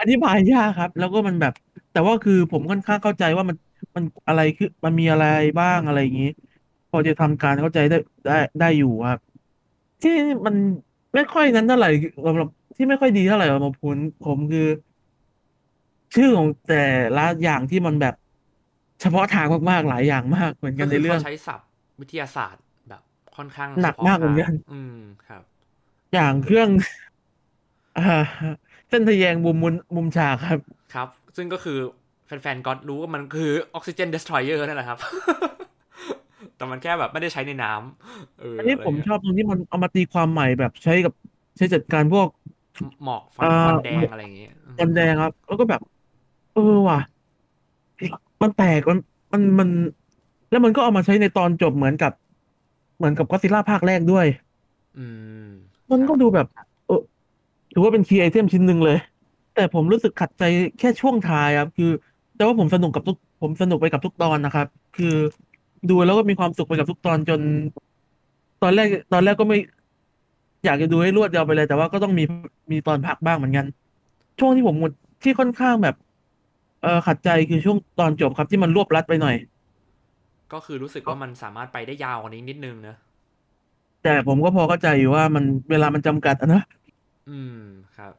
Speaker 3: อธิบายยากครับ แล้วก็มันแบบ แต่ว่าคือผมค่อนข้างเข้าใจว่ามันมันอะไรคือมันมีอะไรบ้างอะไรอย่างนี้ พอจะทำการเข้าใจได้ได้ได้อยู่ครับ ที่มันไม่ค่อยนั้นเท่าไหร่สำหรับที่ไม่ค่อยดีเท่าไหร่สำหรับผมผมคือ ชื่อของแต่ละอย่างที่มันแบบ เฉพาะทางมากๆหลายอย่างมากเหมือนกั
Speaker 1: ก็
Speaker 3: น
Speaker 1: คื
Speaker 3: ใน
Speaker 1: อ
Speaker 3: เรื่อ
Speaker 1: [laughs] เขา
Speaker 3: ง
Speaker 1: ใช้ศัพท์วิทยาศาสตร์แบบค่อนข้าง
Speaker 3: หนัก
Speaker 1: ฉพะ
Speaker 3: มากเหมือนกัน
Speaker 1: ทางอืมครับ
Speaker 3: อย่างเครื่อง [laughs] อ่าเส้นทะแยงมุมมุมมุมฉากครับ
Speaker 1: ครับ ซึ่งก็คือแฟนๆก็อตรู้ว่ามันคือออกซิเจนเดสทรอยเออร์นั่นแหละครับ [laughs] แต่มันแค่แบบไม่ได้ใช้ในน้ำเออ
Speaker 3: อั
Speaker 1: อั
Speaker 3: นนี้ผมชอบตรงที่มันเอามาตีความใหม่แบบใช้กับใช้จัดการพวก
Speaker 1: หมอกฟัน
Speaker 3: อ่า
Speaker 1: ควันแดงอะไรอย่างเงี้ย
Speaker 3: กันแดงครับ แล้วก็แบบ เออว่ะ มันแปลกมันมันมัน แล้วมันก็เอามาใช้ในตอนจบเหมือนกับ เหมือนกับก็อดซิลล่าภาคแรกด้วย
Speaker 1: อืม
Speaker 3: มันก็ดูแบบ เออถือว่าเป็นคีย์ไอเทมชิ้นหนึ่งเลย แต่ผมรู้สึกขัดใจแค่ช่วงท้ายครับ คือ แต่ว่าผมสนุกกับทุก ผมสนุกไปกับทุกตอนนะครับ คือดูแล้วก็มีความสุขไปกับทุกตอนจน ตอนแรก ตอนแรกก็ไม่ อยากจะดูให้รวดเดียวไปเลย แต่ว่าก็ต้องมีมีตอนพักบ้างเหมือนกัน ช่วงที่ผมหมดที่ค่อนข้างแบบ เออขัดใจคือช่วงตอนจบครับที่มันรวบรัดไปหน่อย
Speaker 1: ก็คือรู้สึกว่ามันสามารถไปได้ยาวกว่านี้นิดนึงนะ
Speaker 3: แต่ผมก็พอเข้าใจอยู่ว่ามันเวลามันจำกัดอะนะ
Speaker 1: อืมครับ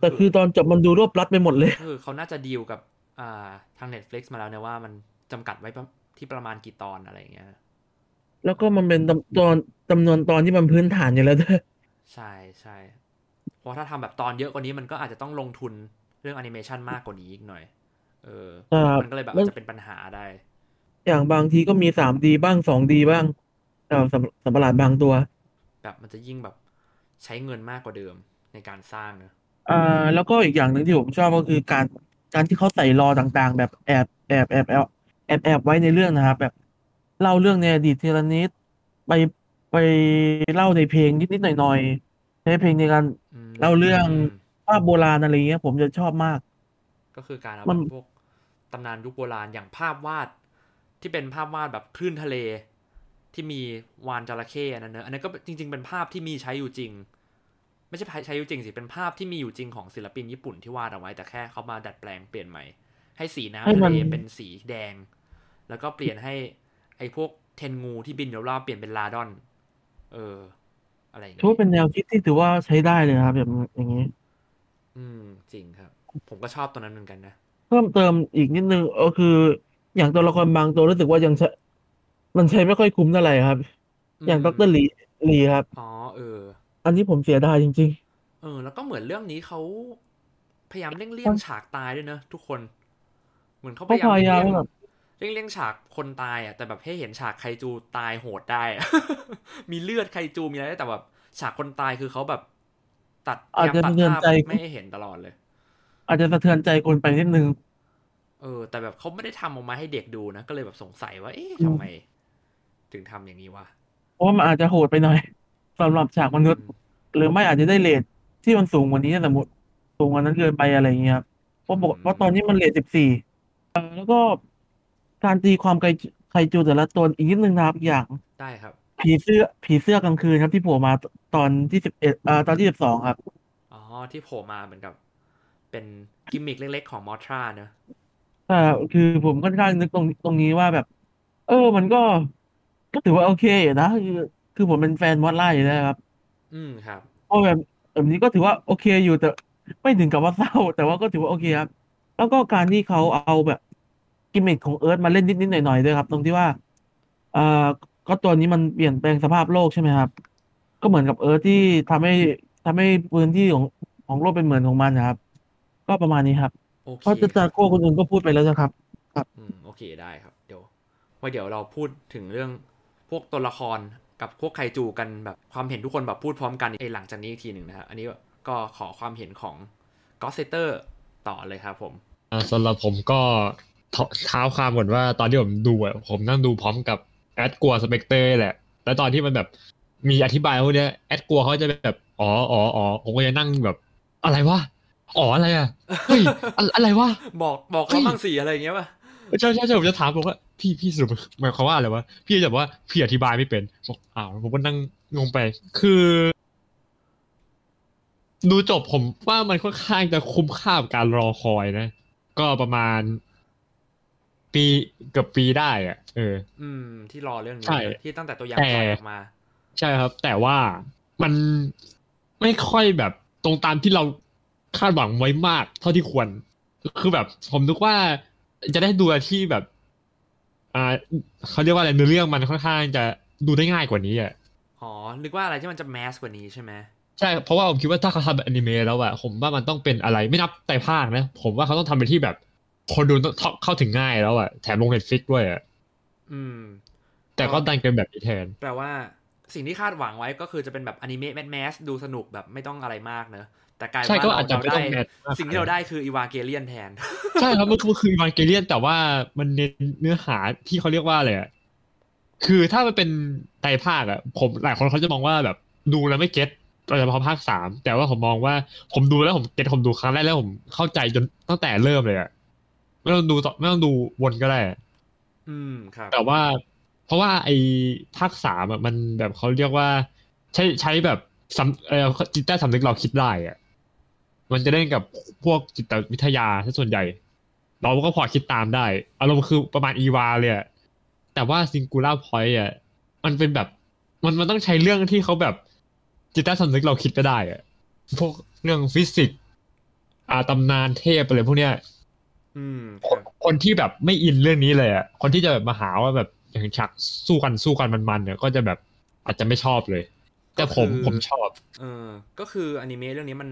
Speaker 3: แต่คือตอนจบมันดูรวบรัดไปหมดเลย
Speaker 1: ก็คือเขาน่าจะดีลกับอ่าทาง Netflix มาแล้วนะว่ามันจำกัดไว้ประที่ประมาณกี่ตอนอะไรอย่างเงี้ย
Speaker 3: แล้วก็มันเป็นตำตอนจำนวนตอนที่มันพื้นฐานอยู่แล้ว [laughs] ด้วย
Speaker 1: ใช่ใช่เพราะถ้าทำแบบตอนเยอะกว่านี้มันก็อาจจะต้องลงทุนเรื่องแอนิเมชันมากกว่านี้อีกหน่อย เออ
Speaker 3: ครับ
Speaker 1: มันก็เลยแบบอาจจะเป็นปัญหาได้
Speaker 3: อย่างบางทีก็มีสามดีบ้างสองดีบ้างแต่สำสำหรับบางตัว
Speaker 1: แบบมันจะยิ่งแบบใช้เงินมากกว่าเดิมในการสร้างเนอะ
Speaker 3: อ่าแล้วก็อีกอย่างหนึ่งที่ผมชอบก็คือการการที่เขาใส่รอต่างๆ แบบแอบแอบแอบแอบแอบแอบไว้ในเรื่องนะครับแบบเล่าเรื่องในอดีตทีละนิดไปไปเล่าในเพลงนิดๆหน่อยๆใช้เพลงในการ
Speaker 1: อืม
Speaker 3: เล่าเรื่อง
Speaker 1: ม
Speaker 3: ภาพโบราณอะไรเงี้ยผมจะชอบมาก
Speaker 1: ก็คือการเอา
Speaker 3: มั
Speaker 1: แบ
Speaker 3: น
Speaker 1: บพวกตำนานยุคโบราณอย่างภาพวาด ที่เป็นภาพวาดแบบคลื่นทะเล ที่มีวานจระเข้อันนั้นเนอะอันนั้นก็จริง ๆ เป็นภาพที่มีใช้อยู่จริง ไม่ใช่ใช้อยู่จริงสิเป็นภาพที่มีอยู่จริงของศิลปินญี่ปุ่นที่วาดเอาไว้แต่แค่เขามาดัดแปลงเปลี่ยนใหม่ ให้สี
Speaker 3: ให้
Speaker 1: น้ำทะ
Speaker 3: มัน
Speaker 1: เลเป็นสีแดง แล้วก็เปลี่ยนให้ไอ้พวกเทนงูที่บินอยู่รอบๆเปลี่ยนเป็นลาดอน เออ อะไรอย่าง
Speaker 3: ถือ
Speaker 1: เงี้
Speaker 3: ว่าย เป็นแนวคิดที่ถือว่าใช้ได้เลยนะครับ แบบอย่างนี้
Speaker 1: อืมจริงครับ ผมก็ชอบตัวนั้นเหมือนกันนะ
Speaker 3: เพิ่มเติมอีกนิดนึงก็คือ อย่างตัวละครบางตัวรู้สึกว่ายังใช้มันใช้ไม่ค่อยคุ้มเท่าไหร่ครับ
Speaker 1: อืม
Speaker 3: อย่างดรลีลีครับ
Speaker 1: อ๋อเออ
Speaker 3: อันนี้ผมเสียดายจริง
Speaker 1: เออ แล้วก็เหมือนเรื่องนี้เขาพยายามเลี่ยงเลี่ยงฉากตายด้วยเนอะทุกคน เหมือนเขาพยายาม
Speaker 3: เขาพยายาม
Speaker 1: เลี่ยง
Speaker 3: แบบ
Speaker 1: เลี่ยงเลี่ยงฉากคนตายอ่ะแต่แบบให้เห็นฉากไคจูตายโหดได้อะ [laughs] มีเลือดไคจูมีอะไรได้แต่แบบฉากคนตายคือเขาแบบ ตัดพยายามตัดภาพไม่ให้เห็นตลอดเลย
Speaker 3: ๆ อาจจะสะเทือนใจคนไปนิดนึง
Speaker 1: เออ แต่แบบเขาไม่ได้ทำออกมาให้เด็กดูนะก็เลยแบบสงสัยว่า เอ๊ะทำไม ถึงทำอย่างนี้วะ
Speaker 3: เพราะว่ามันอาจจะโหดไปหน่อย [laughs] สำหรับฉากมนุษย์
Speaker 1: อืม
Speaker 3: หรือไม่อาจจะได้เรทที่มันสูงกว่านี้สมมติสูงกว่านั้นเกินไปอะไรอย่างเงี้ยครับเพราะบอก
Speaker 1: อืม
Speaker 3: เพราะตอนนี้มันเรทสิบสี่แล้วก็การตีความไกลไคจูแต่ละตัวอีกนิดนึงนะครับอย่าง
Speaker 1: ได้ครับ
Speaker 3: ผีเสื้อผีเสื้อกลางคืนครับที่โผล่มาตอนที่สิบเอ็ดอ่าตอนที่สิบสองครับ
Speaker 1: อ๋อที่โผล่มาเหมือนกับ เป็นกิมมิคเล็กๆของมอทราเนอะ
Speaker 3: แต่คือผมค่อนข้างนึกตรงตรงนี้ว่าแบบ เออ มันก็ ก็ถือว่าโอเคอยู่นะคือคือผมเป็นแฟนมอสไล่อยู่แล้วครับ
Speaker 1: อืมครับ
Speaker 3: เพราะแบบเอ แบบนี้ก็ถือว่าโอเคอยู่แต่ไม่ถึงกับว่าเศร้า [laughs] แต่ว่าก็ถือว่าโอเคครับ แล้วก็การที่เขาเอาแบบกิมมิคของเอิร์ธมาเล่นนิดๆหน่อยๆด้วยครับ ตรงที่ว่าเอ่อก็ตัวนี้มันเปลี่ยนแปลงสภาพโลกใช่ไหมครับ ก็เหมือนกับเอิร์ธที่ทำให้ทำให้พื้นที่ของของโลกเป็นเหมือนของมันนะครับ ก็ประมาณนี้ครับ
Speaker 1: โอเค
Speaker 3: เพราะจะจากโก้คนอื่นก็พูดไปแล้วนะครับ
Speaker 1: อืมโอเคได้ครับ เดี๋ยวไว่าเดี๋ยวเราพูดถึงเรื่องพวกตัวละครกับพวกไคจูกันแบบความเห็นทุกคนแบบพูดพร้อมกันไอ้หลังจากนี้อีกทีหนึ่งนะฮะอันนี้ก็ขอความเห็นของก็อตเซเตอร์ต่อเลยครับผม
Speaker 4: [laughs] อ่าสำหรับผมก็เทเท้าความก่อนว่าตอนที่ผมดูอะผมนั่งดูพร้อมกับแอดกลัวสเปกเตอร์แหละ แล้วตอนที่มันแบบมีอธิบายพวกเนี้ยแอดกลัวเขาจะแบบอ๋ออ๋ออ๋อผมก็จะนั่งแบบ อะไรวะอ๋ออะไรอ่ะเฮ้ย [laughs] อะอะไรวะ
Speaker 1: บอกบอก
Speaker 4: เฮ้
Speaker 1: เขา
Speaker 4: ย
Speaker 1: บ้างสิอะไรอย่างเงี้ยป่ะ
Speaker 4: ใช่ใช่ใช่ผมจะถามผมว่าพี่พี่สรุปหมายความว่าอะไรวะพี่จะแบบว่าพี่อธิบายไม่เป็นบอกอ้าวผมก็นั่งงงไป คือ ดูจบผมว่ามันค่อนข้างจะคุ้มค่ากับการรอคอยนะ ก็ประมาณ ปีเกือบปีได้อะเออ
Speaker 1: อืม ที่รอเรื่องนี้
Speaker 4: ใช่
Speaker 1: ที่ตั้งแต่ตัวอย่าง
Speaker 4: แต่
Speaker 1: ปล่อยออกมา
Speaker 4: ใช่ครับ แต่ว่ามันไม่ค่อยแบบตรงตามที่เราคาดหวังไว้มาก เท่าที่ควร คือแบบ ผมนึกว่าจะได้ดูอะไรที่แบบ อ่าเขาเรียกว่าอะไรเนื้อเรื่องมันค่อนข้างจะดูได้ง่ายกว่านี้อ่ะ
Speaker 1: อ๋อ นึกว่าอะไรที่มันจะแมสกว่านี้ใช่ไหม
Speaker 4: ใช่เพราะว่าผมคิดว่าถ้าเขาทำแบบอนิเมะแล้วอะผมว่ามันต้องเป็นอะไรไม่นับไต่ภาคนะ ผมว่าเขาต้องทำเป็นที่แบบ คนดูต้องเข้าถึงง่ายแล้วอะแถมลงเน็ตฟิกด้วยอะ
Speaker 1: อืม
Speaker 4: แต่ก็ดันเป็นแบบนี้แทน
Speaker 1: แปลว่าสิ่งที่คาดหวังไว้ก็คือจะเป็นแบบอนิเมะแมสแมสดูสนุกแบบไม่ต้องอะไรมากเนอะแต่กลาย
Speaker 4: ใช่
Speaker 1: ว่า
Speaker 4: ก็
Speaker 1: เรา
Speaker 4: อาจจะ
Speaker 1: เรา
Speaker 4: ไม่ต้
Speaker 1: ได้
Speaker 4: องแมสมาก
Speaker 1: สิ่งที่เราได้คืออีวาเกเลียนแทน [laughs]
Speaker 4: ใช่ครับมันมันคือมันเกเลียนแต่ว่ามันเน้นเนื้อหาที่เขาเรียกว่าอะไรอะคือถ้ามันเป็นไตรภาคอะผมหลายคนเขาจะมองว่าแบบดูแล้วไม่เก็ตโดยเฉพาะภาคสามแต่ว่าผมมองว่าผมดูแล้วผมเก็ตผมดูครั้งแรกแล้วผมเข้าใจจนตั้งแต่เริ่มเลยอะไม่ต้องดูต่อไม่ต้องดูวนก็ได้อะ
Speaker 1: อืมครับ
Speaker 4: แต่ว่า เพราะว่าไอ้ภาคสามอะมันแบบเขาเรียกว่า ใช้ใช้แบบสำเอ่อจิตใต้สำนึกเราคิดได้อะมันจะเล่นกับพวกจิตวิทยาซะส่วนใหญ่ เราก็พอคิดตามได้ อารมณ์คือประมาณอีวาเลยอะแต่ว่าซิงคูล่าพอยต์อะมันเป็นแบบ มันมันต้องใช้เรื่องที่เขาแบบจิตใต้สำนึกเราคิดไปได้อะพวกเรื่องฟิสิกส์อ่าตำนานเทพอะไรพวกเนี้ย
Speaker 1: อืมค
Speaker 4: ค
Speaker 1: รั
Speaker 4: น
Speaker 1: บ
Speaker 4: คนที่แบบไม่อินเรื่องนี้เลยอ่ะ คนที่จะแบบมาหาว่าแบบอย่างฉากสู้กันสู้กันมันๆเนี่ย ก็จะแบบอาจจะไม่ชอบเลย แต่ผม
Speaker 1: ก็คือ
Speaker 4: ผมชอบ
Speaker 1: เออก็คืออนิเมะเรื่องนี้มัน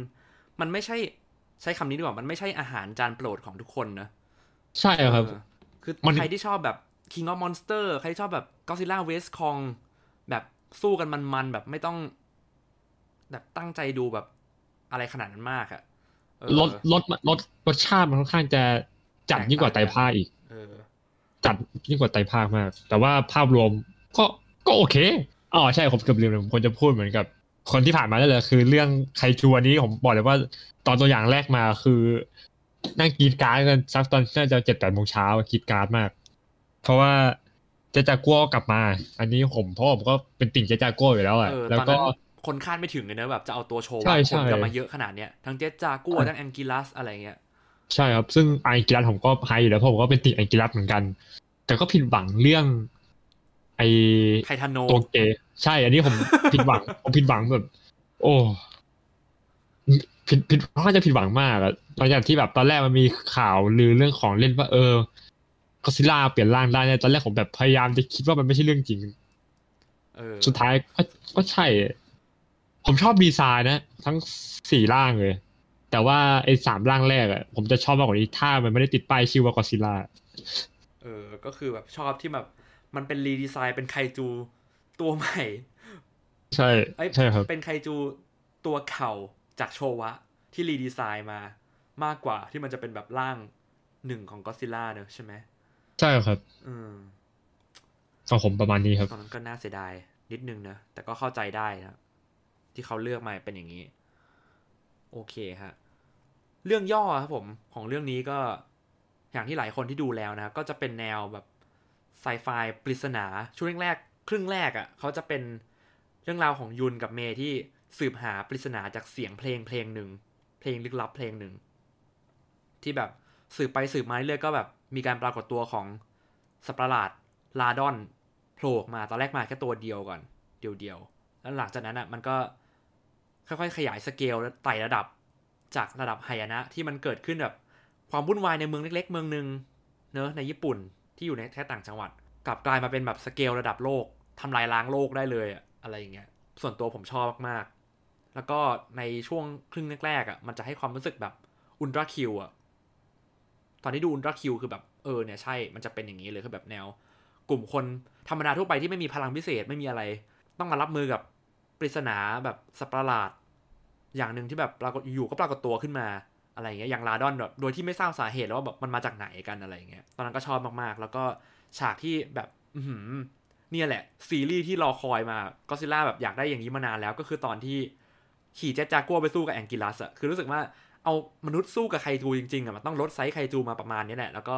Speaker 1: มันไม่ใช่ใช้คำนี้ดีกว่ามันไม่ใช่อาหารจานโปรดของทุกคนนะ
Speaker 4: ใช่ครับ
Speaker 1: เออคือ
Speaker 4: มัน
Speaker 1: ใครที่ชอบแบบ King of Monster ใครที่ชอบแบบ Godzilla vs Kong แบบสู้กันมันๆ แบบไม่ต้อง แบบตั้งใจดูแบบอะไรขนาดนั้นมากอะเออ
Speaker 4: รสรสรสรสชาติมันค่อนข้างจะจัด
Speaker 1: แตก
Speaker 4: ยิ่งกว่า
Speaker 1: ต่าง
Speaker 4: ไตรภาคอีก
Speaker 1: เออ
Speaker 4: จัดยิ่งกว่าไตรภาคมาก แต่ว่าภาพรวมก็ก็โอเคอ๋อใช่ผมเกือบลืมเลยผมควรจะพูดเหมือนกับ คนที่ผ่านมาได้เลย คือเรื่องไคจูอันนี้ผมบอกเลยว่าตอนตัวอย่างแรกมาคือนั่งกรีดการ์ดกันซักตอนน่าจะเจ็ดแปดโมงเช้ากรีดการ์ดมาก เพราะว่าเจจากัวกลับมา อันนี้ผมเพราะผมก็เป็นติ่งเจจากัวอยู่แล้วอะ
Speaker 1: เออ
Speaker 4: แล้ว
Speaker 1: ตอน
Speaker 4: ก็
Speaker 1: นั้นคนคาดไม่ถึงเลยเนอะแบบจะเอาตัวโชว์
Speaker 4: ใช่
Speaker 1: ว่า
Speaker 4: ใช่
Speaker 1: คนจะมาเยอะขนาดเนี้ย ทั้งเจสจากัวทั้งแองกิลัสอะไรเงี้ย
Speaker 4: ใช่ครับ ซึ่งไองกิรัสผมก็ไฮอยู่แล้วเพราะผมก็เป็นติ่งไองกิรัสเหมือนกัน แต่ก็ผิดหวังเรื่อง ไอ
Speaker 1: ไททานโน
Speaker 4: โอเค ใช่ อันนี้ผม [laughs] ผิดหวังผมผิดหวังแบบ โอ้ผิดผิดเขาจะผิดหวังมากอะหลังจากที่แบบตอนแรกมันมีข่าวลือเรื่องของเล่นว่า เออก็ซิล่าเปลี่ยนร่างได้เนี่ยตอนแรกผมแบบพยายามจะคิดว่ามันไม่ใช่เรื่องจริง
Speaker 1: เออ
Speaker 4: สุดท้ายก็ก็ใช่ ผมชอบดีไซน์นะ ทั้งสี่ร่างเลย แต่ว่าไอ้สามร่างแรกอะผมจะชอบมากกว่านี้ถ้ามันไม่ได้ติดป้ายชื่อว่ากอซิล่า
Speaker 1: เออ ก็คือแบบชอบที่แบบ มันเป็นรีดีไซน์เป็นไคจูตัวใหม่
Speaker 4: ใช่
Speaker 1: เอ้ย
Speaker 4: ใช่ครับ
Speaker 1: เป็นไคจูตัวเข่าจากโชวะ ที่รีดีไซน์มามากกว่าที่มันจะเป็นแบบร่างหนึ่งของก็ซิล่าเนอะใช่ไหม
Speaker 4: ใช่ครับ
Speaker 1: อืม
Speaker 4: ของผมประมาณนี้ครับ
Speaker 1: ตอนนั้นก็น่าเสียดายนิดนึงเนอะแต่ก็เข้าใจได้นะที่เขาเลือกมาเป็นอย่างนี้ โอเคฮะเรื่องย่อครับผมของเรื่องนี้ก็อย่างที่หลายคนที่ดูแล้วนะครับก็จะเป็นแนวแบบไซไฟปริศนาช่วงแรกๆครึ่งแรกอะ่ะเขาจะเป็นเรื่องราวของยุนกับเมย์ที่สืบหาปริศนาจากเสียงเพลงเพลงหนึ่งเพลงลึกลับเพลงหนึ่ง ที่แบบสืบไปสืบมาเรื่อยๆก็แบบมีการปรากฏตัวของสัตว์ประหลาดลาดอนโผล่ออกมาตอนแรกมาแค่ตัวเดียวก่อน เดียวๆแล้วหลังจากนั้นอ่ะมันก็ ค่อยๆ ขยายสเกลและไต่ระดับจากระดับหายนะที่มันเกิดขึ้นแบบความวุ่นวายในเมืองเล็ก ๆ เมืองหนึ่งเนอะในญี่ปุ่นที่อยู่ในแค่ต่างจังหวัด กลับกลายมาเป็นแบบสเกลระดับโลกทำลายล้างโลกได้เลยอะอะไรอย่างเงี้ยส่วนตัวผมชอบมากๆ แล้วก็ในช่วงครึ่งแรกๆอ่ะมันจะให้ความรู้สึกแบบอุลตร้าคิวอ่ะตอนที่ดูอุลตร้าคิวคือแบบเออเนี่ยใช่มันจะเป็นอย่างนี้เลยคือแบบแนว กลุ่มคนธรรมดาทั่วไปที่ไม่มีพลังพิเศษไม่มีอะไร ต้องมารับมือกับปริศนาแบบสัตว์ประหลาด อย่างหนึ่งที่แบบปรากฏอยู่ๆก็ปรากฏตัวขึ้นมาอะไรอย่างเงี้ยอย่างลาดอนแบบโดยที่ไม่ทราบสาเหตุแล้วว่าแบบมันมาจากไหนกันอะไรอย่างเงี้ยตอนนั้นก็ชอบมากๆ แล้วก็ฉากที่แบบอือหือเนี่ยแหละ ซีรีส์ที่รอคอยมาก็ซิล่าแบบอยากได้อย่างนี้มานานแล้วก็คือตอนที่ขี่เจ็ตจากัวไปสู้กับแองกิลัสอะคือรู้สึกว่าเอามนุษย์สู้กับไคจูจริงๆอะมันต้องลดไซส์ไคจูมาประมาณเนี้ยแหละแล้วก็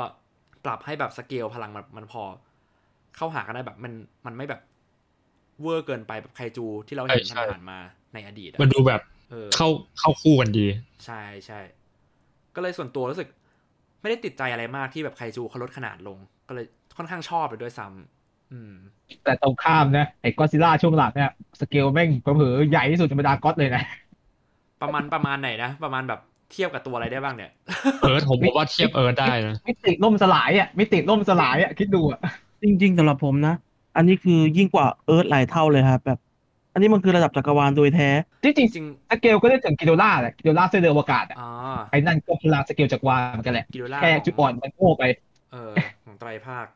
Speaker 1: ปรับให้แบบสเกลพลังมันมันพอ เข้าหากันได้แบบมันมันไม่แบบเวอร์เกินไปแบบไคจูที่เราเห็น
Speaker 4: ใช่ใช่
Speaker 1: ผ่านๆมาในอดีตอะ
Speaker 4: มันดูแบบ
Speaker 1: เออ
Speaker 4: เข้าเข้าคู่กันดี
Speaker 1: ใช่ใช่ก็เลยส่วนตัวรู้สึก ไม่ได้ติดใจอะไรมากที่แบบไคจูเขาลดขนาดลง ก็เลยค่อนข้างชอบเลยด้วยซ้ำอืม
Speaker 2: แต่ตรงข้ามนะไอ้ก็ซิล่าช่วงหลังเนี่ยสเกลแม่งเผลอๆใหญ่ที่สุดในบรรดาก็อตเลยนะ
Speaker 1: ประมาณประมาณไหนนะ ประมาณแบบเทียบกับตัวอะไรได้บ้างเนี่ย
Speaker 4: เอิร์ธผมบอกว่าเทียบเอิร์ธได้นะ
Speaker 2: มิติล่มสลายอ่ะมิติล่มสลายอ่ะคิดดูอ่ะ
Speaker 3: จริงๆสำหรับผมนะ อันนี้คือยิ่งกว่าเอิร์ธหลายเท่าเลยครับแบบ อันนี้มันคือระดับจักรวาลโดยแท้
Speaker 2: จริงจริง
Speaker 1: จริง
Speaker 2: ๆสเกลก็ได้ถึงกิโดล่าแหละกิโดล่าเสื้อเดือวกาศอ่ะ
Speaker 1: อ๋อ
Speaker 2: ไอ้นั่นก็พลาสเกลจักรวาลเหมือนกันแหละ
Speaker 1: กิโดล่า
Speaker 2: แค่
Speaker 1: ของ
Speaker 2: จุดอ่อนมันโง่ไป
Speaker 1: เออของไตรภาค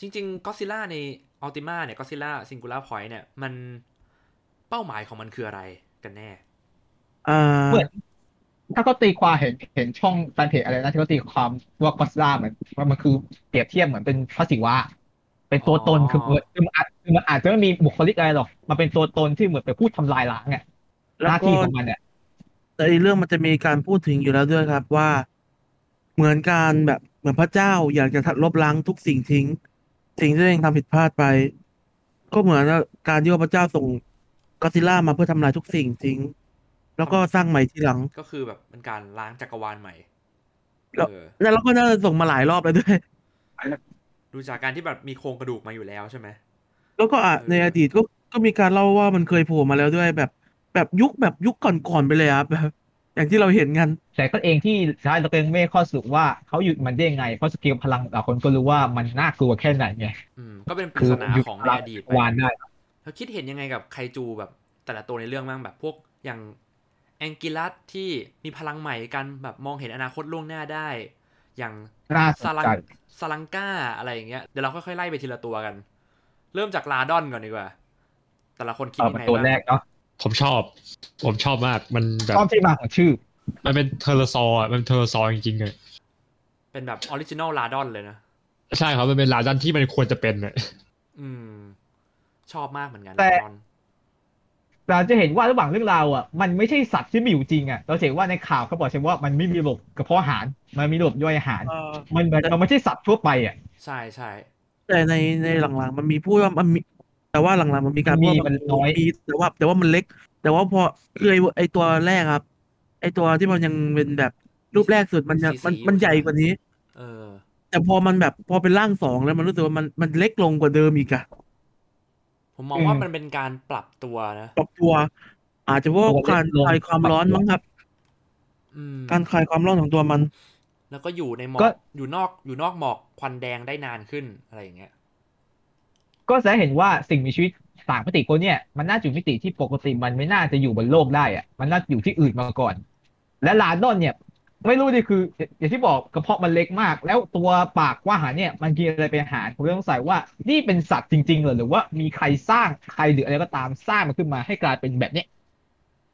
Speaker 1: จริง ๆ ก็ซิล่าในอัลติมาเนี่ยก็ซิล่าซิงคูล่าพอยต์เนี่ย มันเป้าหมายของมันคืออะไรกันแน่
Speaker 3: อ่า
Speaker 2: เหมือน ถ้าเขาตีความเห็นเห็นช่องแฟนเพจอะไรนะที่เขาตีความว่าก็สล่าเหมือนว่ามันคือเปรียบเทียบเหมือนเป็นพระศิวะเป็นตัวตน
Speaker 1: อ๋อ
Speaker 2: คือเหมือนคือมันอาจคือมันอาจจะไม่มีบุคลิกอะไรหรอกมันเป็นตัวตนที่เหมือนไปพูดทำลายล้างอ่ะห
Speaker 3: แล้วก็
Speaker 2: น้าที่ของมันอ่ะ
Speaker 3: แต่อีกเรื่องมันจะมีการพูดถึงอยู่แล้วด้วยครับว่า เหมือนการแบบเหมือนพระเจ้าอยากจะลบล้างทุกสิ่งทิ้ง สิ่งที่ตัวเองทำผิดพลาดไป ก็เหมือนการที่ว่าพระเจ้าส่งก็อดซิลล่ามาเพื่อทำลายทุกสิ่งทิ้ง แล้วก็สร้างใหม่ทีหลัง
Speaker 1: ก็คือแบบเป็นการล้างจักรวาลใหม่
Speaker 3: แล้ว
Speaker 1: เออ
Speaker 3: แล้วเราก็น่าจะส่งมาหลายรอบแล้วด้วย
Speaker 1: ดูจากการที่แบบมีโครงกระดูกมาอยู่แล้วใช่ไหม
Speaker 3: แล้วก็อ่ะ
Speaker 1: เออ
Speaker 3: ในอดีตก็ก็มีการเล่าว่ามันเคยโผล่มาแล้วด้วยแบบ แบบยุคแบบยุคก่อนๆไปเลยครับ [laughs] แบบอย่างที่เราเห็นกัน
Speaker 2: แต่ก็เองที่สุดท้ายเราก็ยังไม่ได้ข้อสรุปว่าเขาหยุดมันได้ยังไงเพราะสเกลพลังแต่ละคนก็รู้ว่ามันน่ากลัวแค่ไหนไง
Speaker 1: อืมก็เป็นปริ
Speaker 2: คือ
Speaker 1: ศนา
Speaker 2: หยุด
Speaker 1: ของ
Speaker 2: พ
Speaker 1: ใน
Speaker 2: ลัง
Speaker 1: อดีต
Speaker 2: จัก
Speaker 1: ไป
Speaker 2: รวาลได้
Speaker 1: แล้วคิดเห็นยังไงกับไคจูแบบแต่ละตัวในเรื่องบ้างแบบพวกอย่างแองกิลัสที่มีพลังใหม่กันแบบมองเห็นอนาคตล่วงหน้าได้ อย่าง
Speaker 2: น่าส
Speaker 1: ซาน ลัง
Speaker 2: ใจ
Speaker 1: ซาลังกาอะไรอย่างเงี้ยเดี๋ยวเราค่อยๆไล่ไปทีละตัวกัน เริ่มจากลาดอนก่อนดีกว่า แต่ละคนคิด
Speaker 2: ต่อ
Speaker 1: ยัง
Speaker 2: เป็น
Speaker 1: ไง
Speaker 2: ตัว
Speaker 1: บ้าง
Speaker 2: แรกเนาะ
Speaker 4: ผมชอบ ผมชอบมากมันแบบ
Speaker 2: ชอบที่มาของชื่อ
Speaker 4: มันเป็นเทอร์ซอร์อะมันเทอร์ซอร์จริงๆเลย
Speaker 1: เป็นแบบออริจินอลลาดอนเลยนะ
Speaker 4: ใช่ครับมันเป็นลาดันที่มันควรจะเป็นอะ
Speaker 1: อืม ชอบมากเหมือนกัน
Speaker 2: แต่
Speaker 1: ลาดอน
Speaker 2: เราจะเห็นว่าระหว่างเรื่องราวอ่ะมันไม่ใช่สัตว์ที่มีอยู่จริงอ่ะเราจะเห็นว่าในข่าวเขาบอกใช่ไหมว่ามันไม่มีระบบกระเพาะอาหาร มันมีระบบย่อยอาหาร มันมันมันไม่ใช่สัตว์ทั่วไปอ่ะ
Speaker 1: ใช่ใช่
Speaker 3: แต่ในในหลังๆ มันมีพูดว่ามันมีแต่ว่าหลังๆมันมีการพูดว่า
Speaker 2: มันมีมันน้อย
Speaker 3: มีแต่ว่า แต่ว่ามันเล็ก แต่ว่าพอคือไอไอตัวแรกครับ ไอตัวที่มันยังเป็นแบบรูปแรกสุดมันยังมันมันใหญ่กว่านี้
Speaker 1: เออ
Speaker 3: แต่พอมันแบบพอเป็นร่างสองแล้วมันรู้สึกว่ามันมันเล็กลงกว่าเดิมอีกอะ
Speaker 1: ผมมองว่า
Speaker 2: อืม
Speaker 1: มันเป็นการปรับตัวนะ
Speaker 3: ปรับตัว อาจจะเพราะว่า
Speaker 2: ตัวเล็ก
Speaker 3: การ
Speaker 2: ลง
Speaker 3: คลายความร้อน
Speaker 2: ปรับตัว
Speaker 3: มั้งครับ
Speaker 1: อืม
Speaker 3: การคลายความร้อนของตัวมัน
Speaker 1: แล้วก็อยู่ในหมอก
Speaker 2: ก็
Speaker 1: อยู่นอกอยู่นอกหมอกควันแดงได้นานขึ้นอะไรอย่างเงี้ย
Speaker 2: ก็จะเห็นว่าสิ่งมีชีวิตต่างมิติคนเนี่ย มันน่าจะอยู่มิติที่ปกติมันไม่น่าจะอยู่บนโลกได้อ่ะมันน่าจะอยู่ที่อื่นมาก่อน และลาดอนเนี่ย ไม่รู้ดิคืออย่างที่บอกกระเพาะมันเล็กมาก แล้วตัวปากว่าอาหารเนี่ยมันกินอะไรเป็นอาหารผมเลยสงสัยว่านี่เป็นสัตว์จริงๆเหรอหรือว่ามีใครสร้างใครหรืออะไรก็ตามสร้างมันขึ้นมาให้กลายเป็นแบบเนี้ย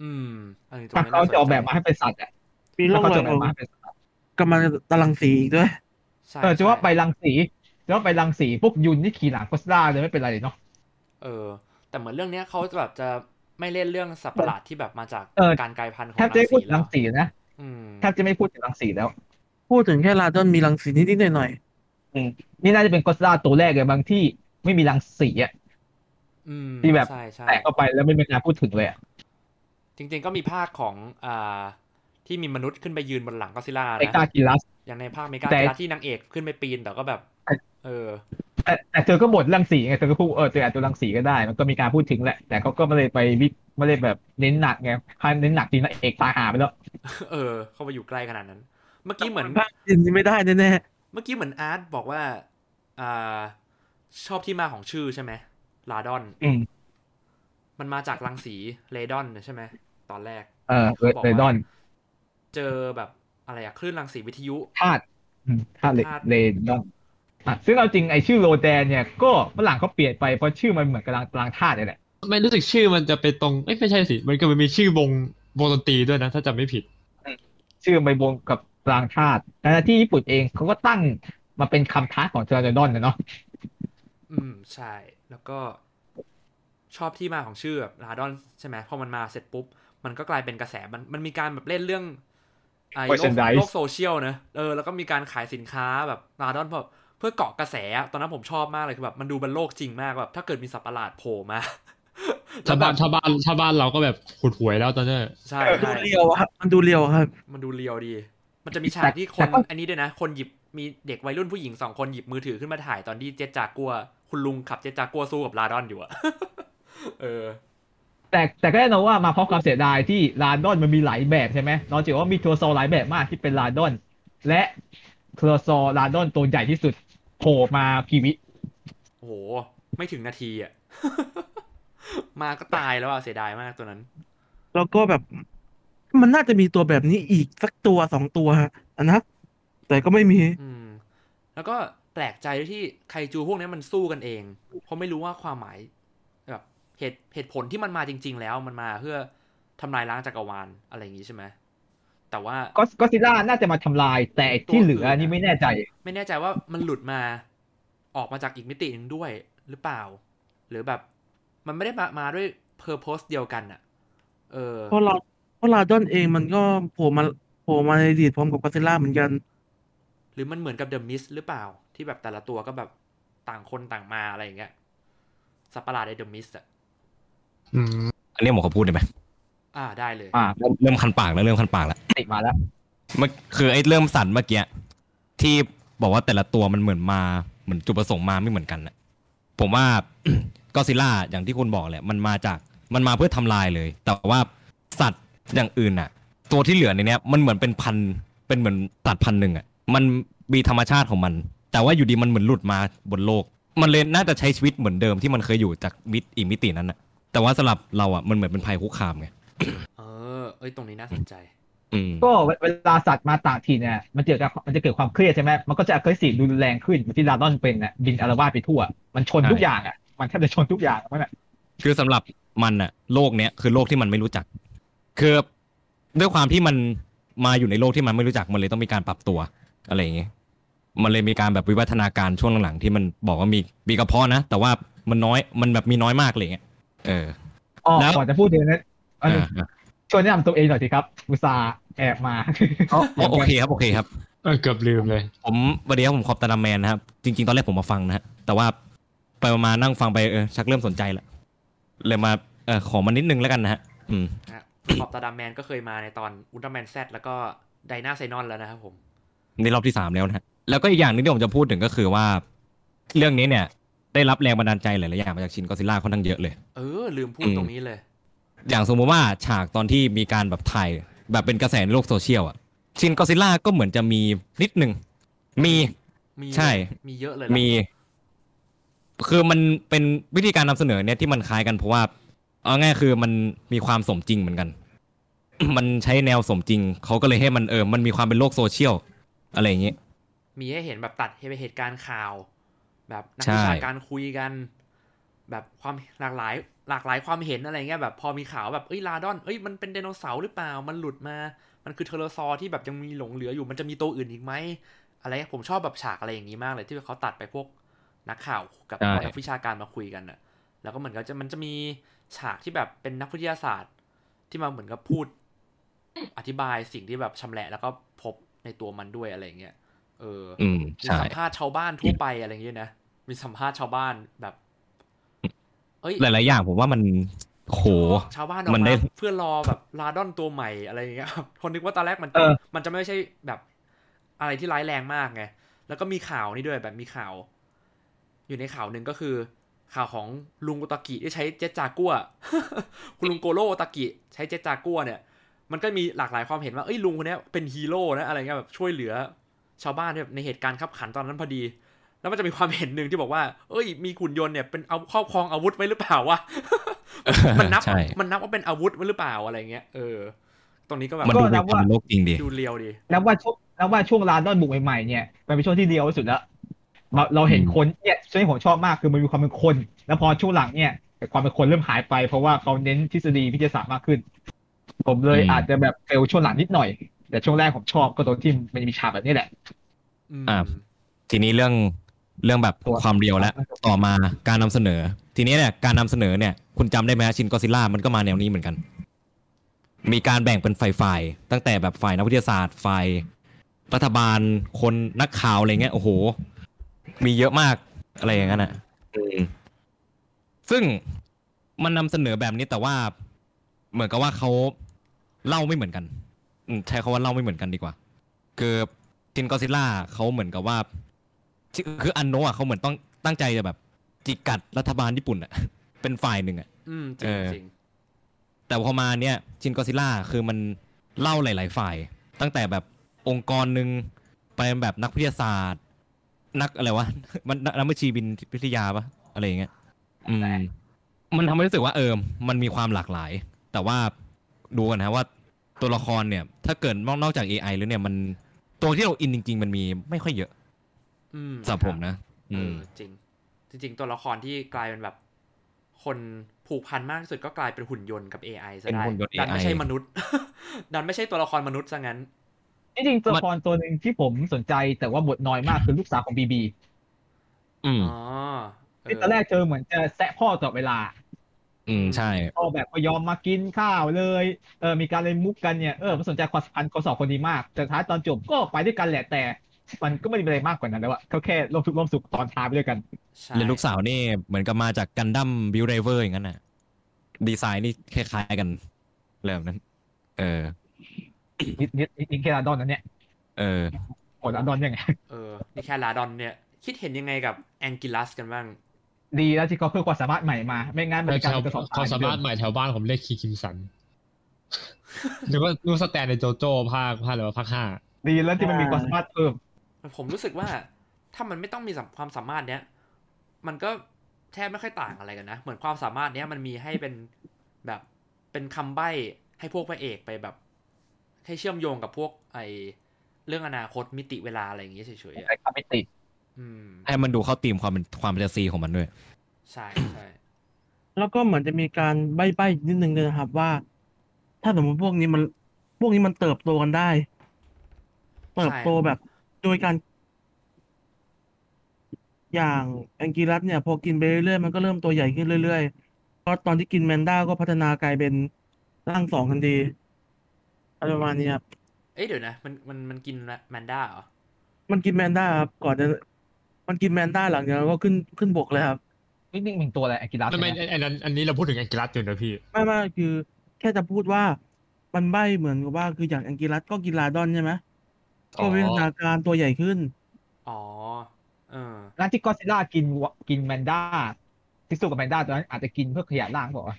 Speaker 1: อืมอันนี้ตรง
Speaker 2: ถ้า
Speaker 1: นี้
Speaker 2: เขา
Speaker 1: น่สน
Speaker 2: จะออกแบบมาให้เป็นสัตว์อ่ะ
Speaker 3: มีร่
Speaker 2: ถ้า
Speaker 3: อ
Speaker 2: เขา
Speaker 3: งร
Speaker 2: จะ
Speaker 3: อ
Speaker 2: อย อก
Speaker 3: ข
Speaker 2: แบบ
Speaker 3: อง
Speaker 2: มาให้เป็นสัตว์
Speaker 3: กำลังตารังสีอีกด้วย
Speaker 1: ใช่
Speaker 2: เออจะ
Speaker 1: ใช่
Speaker 2: ว่าไปรังสีจะว่าไปรังสีพวกยุนที่ขี่หลังก็สตาเลยไม่เป็นไรเลยเนาะ
Speaker 1: เออ แต่เหมือนเรื่องเนี้ยเขาจะแบบจะไม่เล่นเรื่องสัตว์ประหลาดที่แบบมาจาก
Speaker 2: เออ
Speaker 1: การกลายพันธุ์ของ
Speaker 2: แทบจะไม่พูดถึง
Speaker 1: รั
Speaker 2: รั
Speaker 1: ง
Speaker 2: ง
Speaker 1: สี
Speaker 2: สีนะ
Speaker 1: อืม
Speaker 2: แทบจะไม่พูดถึงรังสีแล้ว
Speaker 3: พูดถึงแค่ลาดอนมีรังสีนิดๆหน่อย
Speaker 2: นี่น่าจะเป็นก็สตาตัวแรกเลยบางที่ไม่มีรังสีอ่ะ
Speaker 1: อืม
Speaker 2: ที่แบบ
Speaker 1: ใช่ใช่
Speaker 2: แตะเข้าไปแล้วไม่มีการพูดถึงเลยอะ
Speaker 1: จริง ๆ ก็มีภาคของอ่าที่มีมนุษย์ขึ้นไปยืนบนหลังก็อดซิลล่า
Speaker 2: ไอ้
Speaker 1: นะ
Speaker 2: กากิลัส
Speaker 1: อย่างในภาคเมกา
Speaker 2: แต่
Speaker 1: เวลาที่นางเอกขึ้นไปปีนแต่ก็แบบ
Speaker 2: ไอ้
Speaker 1: เออ
Speaker 2: แต่แต่เธอก็หมดรังสีไงเธอก็พูดเออเธออาจจะรังสีก็ได้ มันก็มีการพูดถึงแหละ แต่เขาก็ไม่เลยไปวิไม่เลยแบบเน้นหนักไงถ้าเน้นหนักจริงนะเอกตายหาไปแล้ว
Speaker 1: เออ เข้าไปอยู่ใกล้ขนาดนั้น เมื่อกี้เหมือน
Speaker 3: ภาคอื่นนี่ไม่ได้แน่
Speaker 1: เมื่อกี้เหมือนอาร์ตบอกว่าอ่าชอบที่มาของชื่อใช่ไหมลาดอน
Speaker 2: อืม
Speaker 1: มันมาจากรังสีเรดอนใช่ไหมตอนแรก
Speaker 2: เออเออเรดอน
Speaker 1: เจอแบบอะไรอะคลื่นรังสีวิทยุ
Speaker 2: ธาตุอืมธาตุเหล็ก
Speaker 1: ธาตุ
Speaker 2: เรดอนอ่ะซึ่งเอาจริงไอชื่อโรแดนเนี่ยก็ฝรั่งเขาเปลี่ยนไปเพราะชื่อมันเหมือนกำลังกลางธาตุเลยแหละ
Speaker 4: ไม่รู้สึกชื่อมันจะไปตรงเอ้ยไม่ใช่สิ มันก็มันมีชื่อวงวงดนตรีด้วยนะ ถ้าจำไม่ผิด
Speaker 2: ชื่อไปบวงกับกลางธาตุแต่ที่ญี่ปุ่นเองเขาก็ตั้งมาเป็นคำท้าของเจอร์เรดอนนะเนาะ
Speaker 1: อืมใช่ แล้วก็ชอบที่มาของชื่อแบบลาดอนใช่ไหมพอมันมาเสร็จปุ๊บ มันก็กลายเป็นกระแสมันมันมีการแบบเล่นเรื่องไอ้โลก
Speaker 2: Merchandise
Speaker 1: โลกโซเชียลนะเออแล้วก็มีการขายสินค้าแบบลาดอนแบบเพื่อเกาะกระแสอะตอนนั้นผมชอบมากเลยคือแบบมันดูเป็นโลกจริงมากแบบถ้าเกิดมีสัตว์ประหลาดโผล่มา
Speaker 4: [laughs] ชาวบ้า
Speaker 1: แล้ว
Speaker 4: น
Speaker 1: แบบ
Speaker 4: ชาวบ้านชาวบ้านเราก็แบบขุดหวยแล้วตอนนี้น
Speaker 1: ใช่
Speaker 3: ๆดู
Speaker 1: ใช่
Speaker 3: เรียวอะครับมันดูเรียวครับ
Speaker 1: มันดูเรียวดี มันจะมีฉากที่คนอันนี้ด้วยนะ คนหยิบมีเด็กวัยรุ่นผู้หญิงสองคนหยิบมือถือขึ้นมาถ่ายตอนที่เจดจากัว คุณลุงขับเจดจากัวสู้กับลาดอนอยู่อะ เออ
Speaker 2: แต่แต่ก็แน่นอนว่ามาพร้อมความเสียดายที่ลาดอนมันมีหลายแบบใช่ไหมเราจะว่ามีโทรซอลหลายแบบมากที่เป็นลาดอน และโทรซอลลาดอนตัวใหญ่ที่สุดโผล่มาพีวิ
Speaker 1: โอ้โห ไม่ถึงนาทีอ่ะ [laughs] มาก็ตายแล้วอ่ะ เสียดายมากตัวนั้น
Speaker 3: แล้วก็แบบ มันน่าจะมีตัวแบบนี้อีกสักตัวสองตัวอะนะแต่ก็ไม่มี
Speaker 1: อืม แล้วก็แปลกใจด้วยที่ไคจูพวกนี้มันสู้กันเอง เพราะไม่รู้ว่าความหมายแบบเหตุเหตุผลที่มันมาจริง ๆ แล้วมันมาเพื่อทำลายล้างจักรวาลอะไรอย่างนี้ใช่ไหม แต่ว่า
Speaker 2: ก็ก็ซิล่าน่าจะมาทำลายแต่ที่เหลือนี่ไม่แน่ใจ
Speaker 1: ไม่แน่ใจว่ามันหลุดมาออกมาจากอีกมิติหนึ่งด้วยหรือเปล่า หรือแบบมันไม่ได้มามาด้วยเพอร์โพสเดียวกันอ่ะ เออ
Speaker 3: เพราะเราเพราะลาดอนเองมันก็โผล่มาโผล่มาในอดีตพร้อมกับกัสซิลล่าเหมือนกัน
Speaker 1: หรือมันเหมือนกับเดอะมิสหรือเปล่า ที่แบบแต่ละตัวก็แบบต่างคนต่างมาอะไรอย่างเงี้ยสัตว์ประหลาดในเดอะมิสอ่ะ
Speaker 4: อืม
Speaker 5: อันนี้หมอเขาพูดได้ไหม
Speaker 1: อ่าได้เลย
Speaker 2: อ่า
Speaker 5: เริ่มเริ่มคันปากแล้วเริ่มคันปากแล้ว
Speaker 2: ติดมาแล้ว
Speaker 5: มันคือไอ้เริ่มสั่นเมื่อกี้ที่บอกว่าแต่ละตัวมันเหมือนมาเหมือนจุดประสงค์มาไม่เหมือนกันนะผมว่า [coughs] ก็ซิล่าอย่างที่คุณบอกแหละมันมาจากมันมาเพื่อทำลายเลย แต่ว่าสัตว์อย่างอื่นน่ะ ตัวที่เหลือในเนี้ยมันเหมือนเป็นพันเป็นเหมือนสัตว์พันหนึ่งอ่ะมันมีธรรมชาติของมัน แต่ว่าอยู่ดีมันเหมือนหลุดมาบนโลก มันเลยน่าจะใช้ชีวิตเหมือนเดิมที่มันเคยอยู่จากมิติอีกมิตินั้นน่ะ แต่ว่าสำหรับเราอ่ะมันเหมือนเป็นภัยคุกคามไง
Speaker 1: เออ เอ้ยตรงนี้น่าสนใจ
Speaker 5: อืม
Speaker 2: ก็เวเวลาสัตว์มาต่างถิ่นเนี่ยมันเจอกับมันจะเกิดความเครียดใช่ไหมมันก็จะเครียดรุนแรงขึ้นเหมือนที่ลาดอนเป็นน่ะบินอารวาสไปทั่ว มันชนทุก
Speaker 5: ใช่
Speaker 2: อย่างอ่ะมันแทบจะชนทุกอย่างมันอ่ะ
Speaker 5: คือสำหรับมันอะโลกเนี้ยคือโลกที่มันไม่รู้จัก คือด้วยความที่มันมาอยู่ในโลกที่มันไม่รู้จักมันเลยต้องมีการปรับตัวอะไรอย่างเงี้ยมันเลยมีการแบบวิวัฒนาการช่วงหลังๆที่มันบอกว่ามีมีกระเพาะนะ แต่ว่ามันน้อยมันแบบมีน้อยมากเลยางเงี้ยเออ
Speaker 2: อ๋อ
Speaker 5: แล้ว
Speaker 2: ก่อนจะพูดถึงนั้นอันนี้
Speaker 5: อ่าอ่า
Speaker 2: ชวนแนะนำตัวเองหน่อยสิครับอุตส่าห์แอบมา
Speaker 5: อ๋อโอเคครับโอเคครับ
Speaker 4: เออเกือบลืมเลย
Speaker 5: ผมวันนี้ครับผมขอบตาดาแมนนะครับ จริง ๆ ตอนแรกผมมาฟังนะฮะแต่ว่าไปมานั่งฟังไปเออชักเริ่มสนใจละเลยมาเออขอมานิดนึงแล้วกันนะฮะอืม
Speaker 1: นะฮะขอบตาดำแมนก็เคยมาในตอนอุลตร้าแมนแซดแล้วก็ไดนาไซนอนแล้วนะครับผม
Speaker 5: ในรอบที่สามแล้วนะฮะแล้วก็อีกอย่างหนึงที่ผมจะพูดถึงก็คือว่า เรื่องนี้เนี่ย ได้รับแรงบันดาลใจหลายๆอย่างมาจากชินกอซิล่าค่อนข้างเยอะเลย
Speaker 1: เออ ลืมพูดตรงนี้เลย
Speaker 5: อย่างสมมติว่าฉากตอนที่มีการแบบถ่ายแบบเป็นกระแสในโลกโซเชียลอ่ะชินกอซิล่าก็เหมือนจะมีนิดหนึ่งมี
Speaker 1: มี
Speaker 5: ใช่
Speaker 1: มีเยอะเลยเหรอ
Speaker 5: มี คือมันเป็นวิธีการนำเสนอเนี่ยที่มันคล้ายกันเพราะว่าเอาง่ายคือมันมีความสมจริงเหมือน [coughs] กัน มันใช้แนวสมจริงเขาก็เลยให้มันเออมันมีความเป็นโลกโซเชียลอะไรอย่างเงี้ย
Speaker 1: มีให้เห็นแบบตัดให้ไปเหตุการณ์ข่าว แบบนัก
Speaker 5: ใช่
Speaker 1: วิชาการคุยกัน แบบความหลากหลาย หลากหลายความเห็นอะไรเงี้ยแบบพอมีข่าวแบบเอ้ยลาดอนเอ้ยมันเป็นไดโนเสาร์หรือเปล่ามันหลุดมา มันคือเทอโรซอร์ที่แบบยังมีหลงเหลืออยู่มันจะมีตัวอื่นอีกไหมอะไรเงี้ยผมชอบแบบฉากอะไรอย่างนี้มากเลยที่เขาตัดไปพวกนักข่าวกับ
Speaker 5: ใช่
Speaker 1: นักวิชาการมาคุยกันน่ะ แล้วก็เหมือนกับจะมันจะมีฉากที่แบบเป็นนักวิทยาศาสตร์ ที่มาเหมือนกับพูด อธิบายสิ่งที่แบบชำแหละแล้วก็พบในตัวมันด้วยอะไรเงี้ยเออ
Speaker 5: อืม
Speaker 1: มี
Speaker 5: ใช่
Speaker 1: สัมภาษณ์ชาวบ้านทั่วไปอะไรอย่างเงี้ยนะ มีสัมภาษณ์ชาวบ้านแบบ เอ้ย
Speaker 5: หลาย ๆ อย่างผมว่ามันโห
Speaker 1: ชาวบ้านออก
Speaker 5: มันได้
Speaker 1: มาเพื่อรอแบบลาดอนตัวใหม่อะไรอย่างเงี้ยครับ [laughs] คนนึกว่าตอนแรกมัน
Speaker 2: เออ
Speaker 1: มันจะไม่ใช่แบบอะไรที่ร้ายแรงมากไง แล้วก็มีข่าวนี่ด้วยแบบมีข่าว อยู่ในข่าวหนึ่งก็คือ ข่าวของลุงโอตากิที่ใช้เจ็ตจากัว [laughs] คุณลุงโกโร่โอตากิใช้เจ็ตจากัวเนี่ย มันก็มีหลากหลายความเห็นว่าเอ้ยลุงคนเนี้ยเป็นฮีโร่นะอะไรเงี้ยแบบช่วยเหลือ ชาวบ้านแบบในเหตุการณ์ขับขันตอนนั้นพอดี แล้วมันจะมีความเห็นหนึ่งที่บอกว่า เอ้ย มีขุนยนต์เนี่ยเป็นเอาครอบครองอาวุธไว้หรือเปล่าวะ มันนับ
Speaker 5: ใช่
Speaker 1: มันนับว่าเป็นอาวุธไว้หรือเปล่าอะไรเงี้ยเออ ตรงนี้ก็แบบ
Speaker 5: มันดูเป็
Speaker 2: นั
Speaker 5: น
Speaker 2: บ
Speaker 5: ควา
Speaker 2: ว่า
Speaker 5: มโลกจริงดิ
Speaker 1: ดูเรียวดี
Speaker 2: นับว่าช่วงนับว่าช่วงร้านด้อนบุกใหม่ๆเนี่ยมันเป็นช่วงที่เดียวที่สุดแล้วเราเราเห็น
Speaker 5: อืม
Speaker 2: คนเนี่ยช่วงที่ผมชอบมากคือมันมีความเป็นคน แล้วพอช่วงหลังเนี่ยความเป็นคนเริ่มหายไป เพราะว่าเขาเน้นทฤษฎีวิทยาศาสตร์มากขึ้น ผมเลยอาจจะแบบเฟลช่วงหลังนิดหน่อย แต่ช่วงแรกผมชอบก็ตรงที่มันมีฉากแบบนี้แหละ
Speaker 1: อืม
Speaker 5: อ่า ทีนี้เรื่องเรื่องแบบ
Speaker 2: ตัว
Speaker 5: ความเรียวแล้ว
Speaker 2: ครับ
Speaker 5: ต่อมาการนำเสนอ ทีนี้เนี่ยการนำเสนอเนี่ย คุณจำได้ไหมชินก็ซิล่ามันก็มาแนวนี้เหมือนกัน มีการแบ่งเป็นฝ่ายฝ่ายๆตั้งแต่แบบฝ่ายนักวิทยาศาสตร์ฝ่ายรัฐบาลคนนักข่าวอะไรเงี้ยโอ้โห มีเยอะมากอะไรอย่างนั้นอ่ะอืมซึ่งมันนำเสนอแบบนี้แต่ว่า เหมือนกับว่าเขาเล่าไม่เหมือนกันอืมใช้คาว่าเล่าไม่เหมือนกันดีกว่า คือจินกอซิล่าเขาเหมือนกับว่า คืออันโนะอะเขาเหมือนต้องตั้งใจจะแบบ จิกกัดรัฐบาลญี่ปุ่นอ่ะ [laughs] เป็นฝ่ายหนึ่งอ่ะ
Speaker 1: อืมจริง
Speaker 5: เออ
Speaker 1: จริง
Speaker 5: แต่พอมาเนี่ยชินกอซิล่าคือมันเล่าหลาย ๆ ฝ่าย ตั้งแต่แบบองค์กรหนึ่งไปแบบนักวิทยาศาสตร์ นักอะไรวะ [laughs] มันนักนักวิชีบินวิทยาปะอะไรอย่างเงี้ยอืมมันทำให้รู้สึกว่าเออมันมีความหลากหลาย แต่ว่าดูกันนะว่าตัวละครเนี่ย ถ้าเกิดนอกจาก AI แล้วเนี่ยมันตัวที่เราอินจริง ๆ มันมีไม่ค่อยเยอะ
Speaker 1: อืม
Speaker 5: สำหรับผมนะ
Speaker 1: เอ
Speaker 5: อืม
Speaker 1: อจริง จริง ๆ ตัวละครที่กลายเป็นแบบ คนผูกพันมากที่สุดก็กลายเป็นหุ่นยนต์กับ AI ซะ
Speaker 5: เป็น
Speaker 1: ได้
Speaker 5: หุ่นยนต์
Speaker 1: ดันไม่
Speaker 5: AI
Speaker 1: ใช่มนุษย์ [laughs] ดันไม่ใช่ตัวละครมนุษย์ซะงั้น
Speaker 2: จริงๆตัวละครตัวหนึ่งที่ผมสนใจแต่ว่าบทน้อยมากคือลูกสาวของบีบี
Speaker 5: อืม
Speaker 1: อ๋อเอ
Speaker 2: ที่
Speaker 1: อ
Speaker 2: ตอนแรกเจอเหมือนจะแซะพ่อตลอดเวลา
Speaker 5: อืมใช่
Speaker 2: พ่อแบบก็ยอมมากินข้าวเลยเออมีการเล่นมุกกันเนี่ยเออผมสนใจความสัมพันธ์ของสองคนนี้มากแต่ท้ายตอนจบก็ไปด้วยกันแหละแต่ มันก็ไม่ได้มีอะไรมากกว่านั้นแล้วอะเขาแค่ร่วมทุกข์ร่วมสุขตอนท้ายไปด้วยกัน
Speaker 1: ใช่
Speaker 5: และลูกสาวนี่เหมือนกับมาจากกันดั้มบิวเรเวอร์อย่างนั้นน่ะ ดีไซน์นี่คล้ายๆกันเรื่องนั้น เออ
Speaker 2: นิดนิดนิดนิดแค่ลาดอนนั้นเนี่ย
Speaker 5: เออ
Speaker 2: โหดลาดอนยังไง [laughs]
Speaker 1: เออนี่แค่ลาดอนเนี่ย คิดเห็นยังไงกับแองกิลัสกันบ้าง
Speaker 2: ดีแล้วที่เขาเพิ่มความสามารถใหม่มา ไม่งั้นมันจะกลายเป็นกระสอบท
Speaker 4: ความ
Speaker 2: ย
Speaker 4: สามารถใหม่แถวบ้านผมเรียกคีคิมสันหรือว่านูสแตนในโจโจ้ภาคภาคอะไรวะภาคห้า
Speaker 2: ดีแล้วที่มันมีความสามารถเพิ่ม
Speaker 1: ผมรู้สึกว่า ถ้ามันไม่ต้องมีสัมความสามารถเนี้ยมันก็แทบไม่ค่อยต่างอะไรกันนะ เหมือนความสามารถเนี้ยมันมีให้เป็นแบบเป็นคำใบ้ให้พวกพระเอกไปแบบ ให้เชื่อมโยงกับพวกไอเรื่องอนาคตมิติเวลาอะไรอย่างเงี้ยเฉยๆอะ
Speaker 2: ไอ้คำไม่ติด
Speaker 1: อืม
Speaker 5: ให้มันดูเข้าธีมความเป็นความแฟนตาซีของมันด้วย
Speaker 1: ใช่ใช่
Speaker 3: แล้วก็เหมือนจะมีการใบ้ๆนิดนึงด้วยนะครับว่า ถ้าสมมติพวกนี้มันพวกนี้มันเติบโตกันได้ เติบโตแบบโดยการ อย่างแองกิรัสเนี่ย พอกินไปเรื่อยๆมันก็เริ่มตัวใหญ่ขึ้นเรื่อยๆเพราะตอนที่กินแมนด้าก็พัฒนากลายเป็นร่างสองทันทีอะไรประมาณนี้ครับ
Speaker 1: เอ้ยเดี๋ยวนะ มันมันมันกินแมนด้าเหรอ
Speaker 3: มันกินแมนด้าครับก่อนจะมันกินแมนด้าหลังจากนั้นก็ขึ้นขึ้นบกเลยครับ
Speaker 2: นิดนิดหนึ่งตัวอะไรไอ้กีฬา
Speaker 4: ไม่ไม่อันนั้นอันนี้เราพูดถึงแองกิลัสอยู่นะพี่
Speaker 3: ไม่ไม่คือ แค่จะพูดว่ามันใบ้เหมือนกับว่าคืออย่างอังกิรัสก็กินลาดอนใช่ไหม
Speaker 4: อ๋
Speaker 3: ก็
Speaker 4: อ
Speaker 3: วิวัฒนาการตัวใหญ่ขึ้น
Speaker 1: อ๋อเออ
Speaker 2: ร้านที่ก็อดซิลล่ากินวะกินแมนด้าที่สู้กับแมนด้าตอนนั้นอาจจะกินเพื่อขยะร่างบอกว่าวะ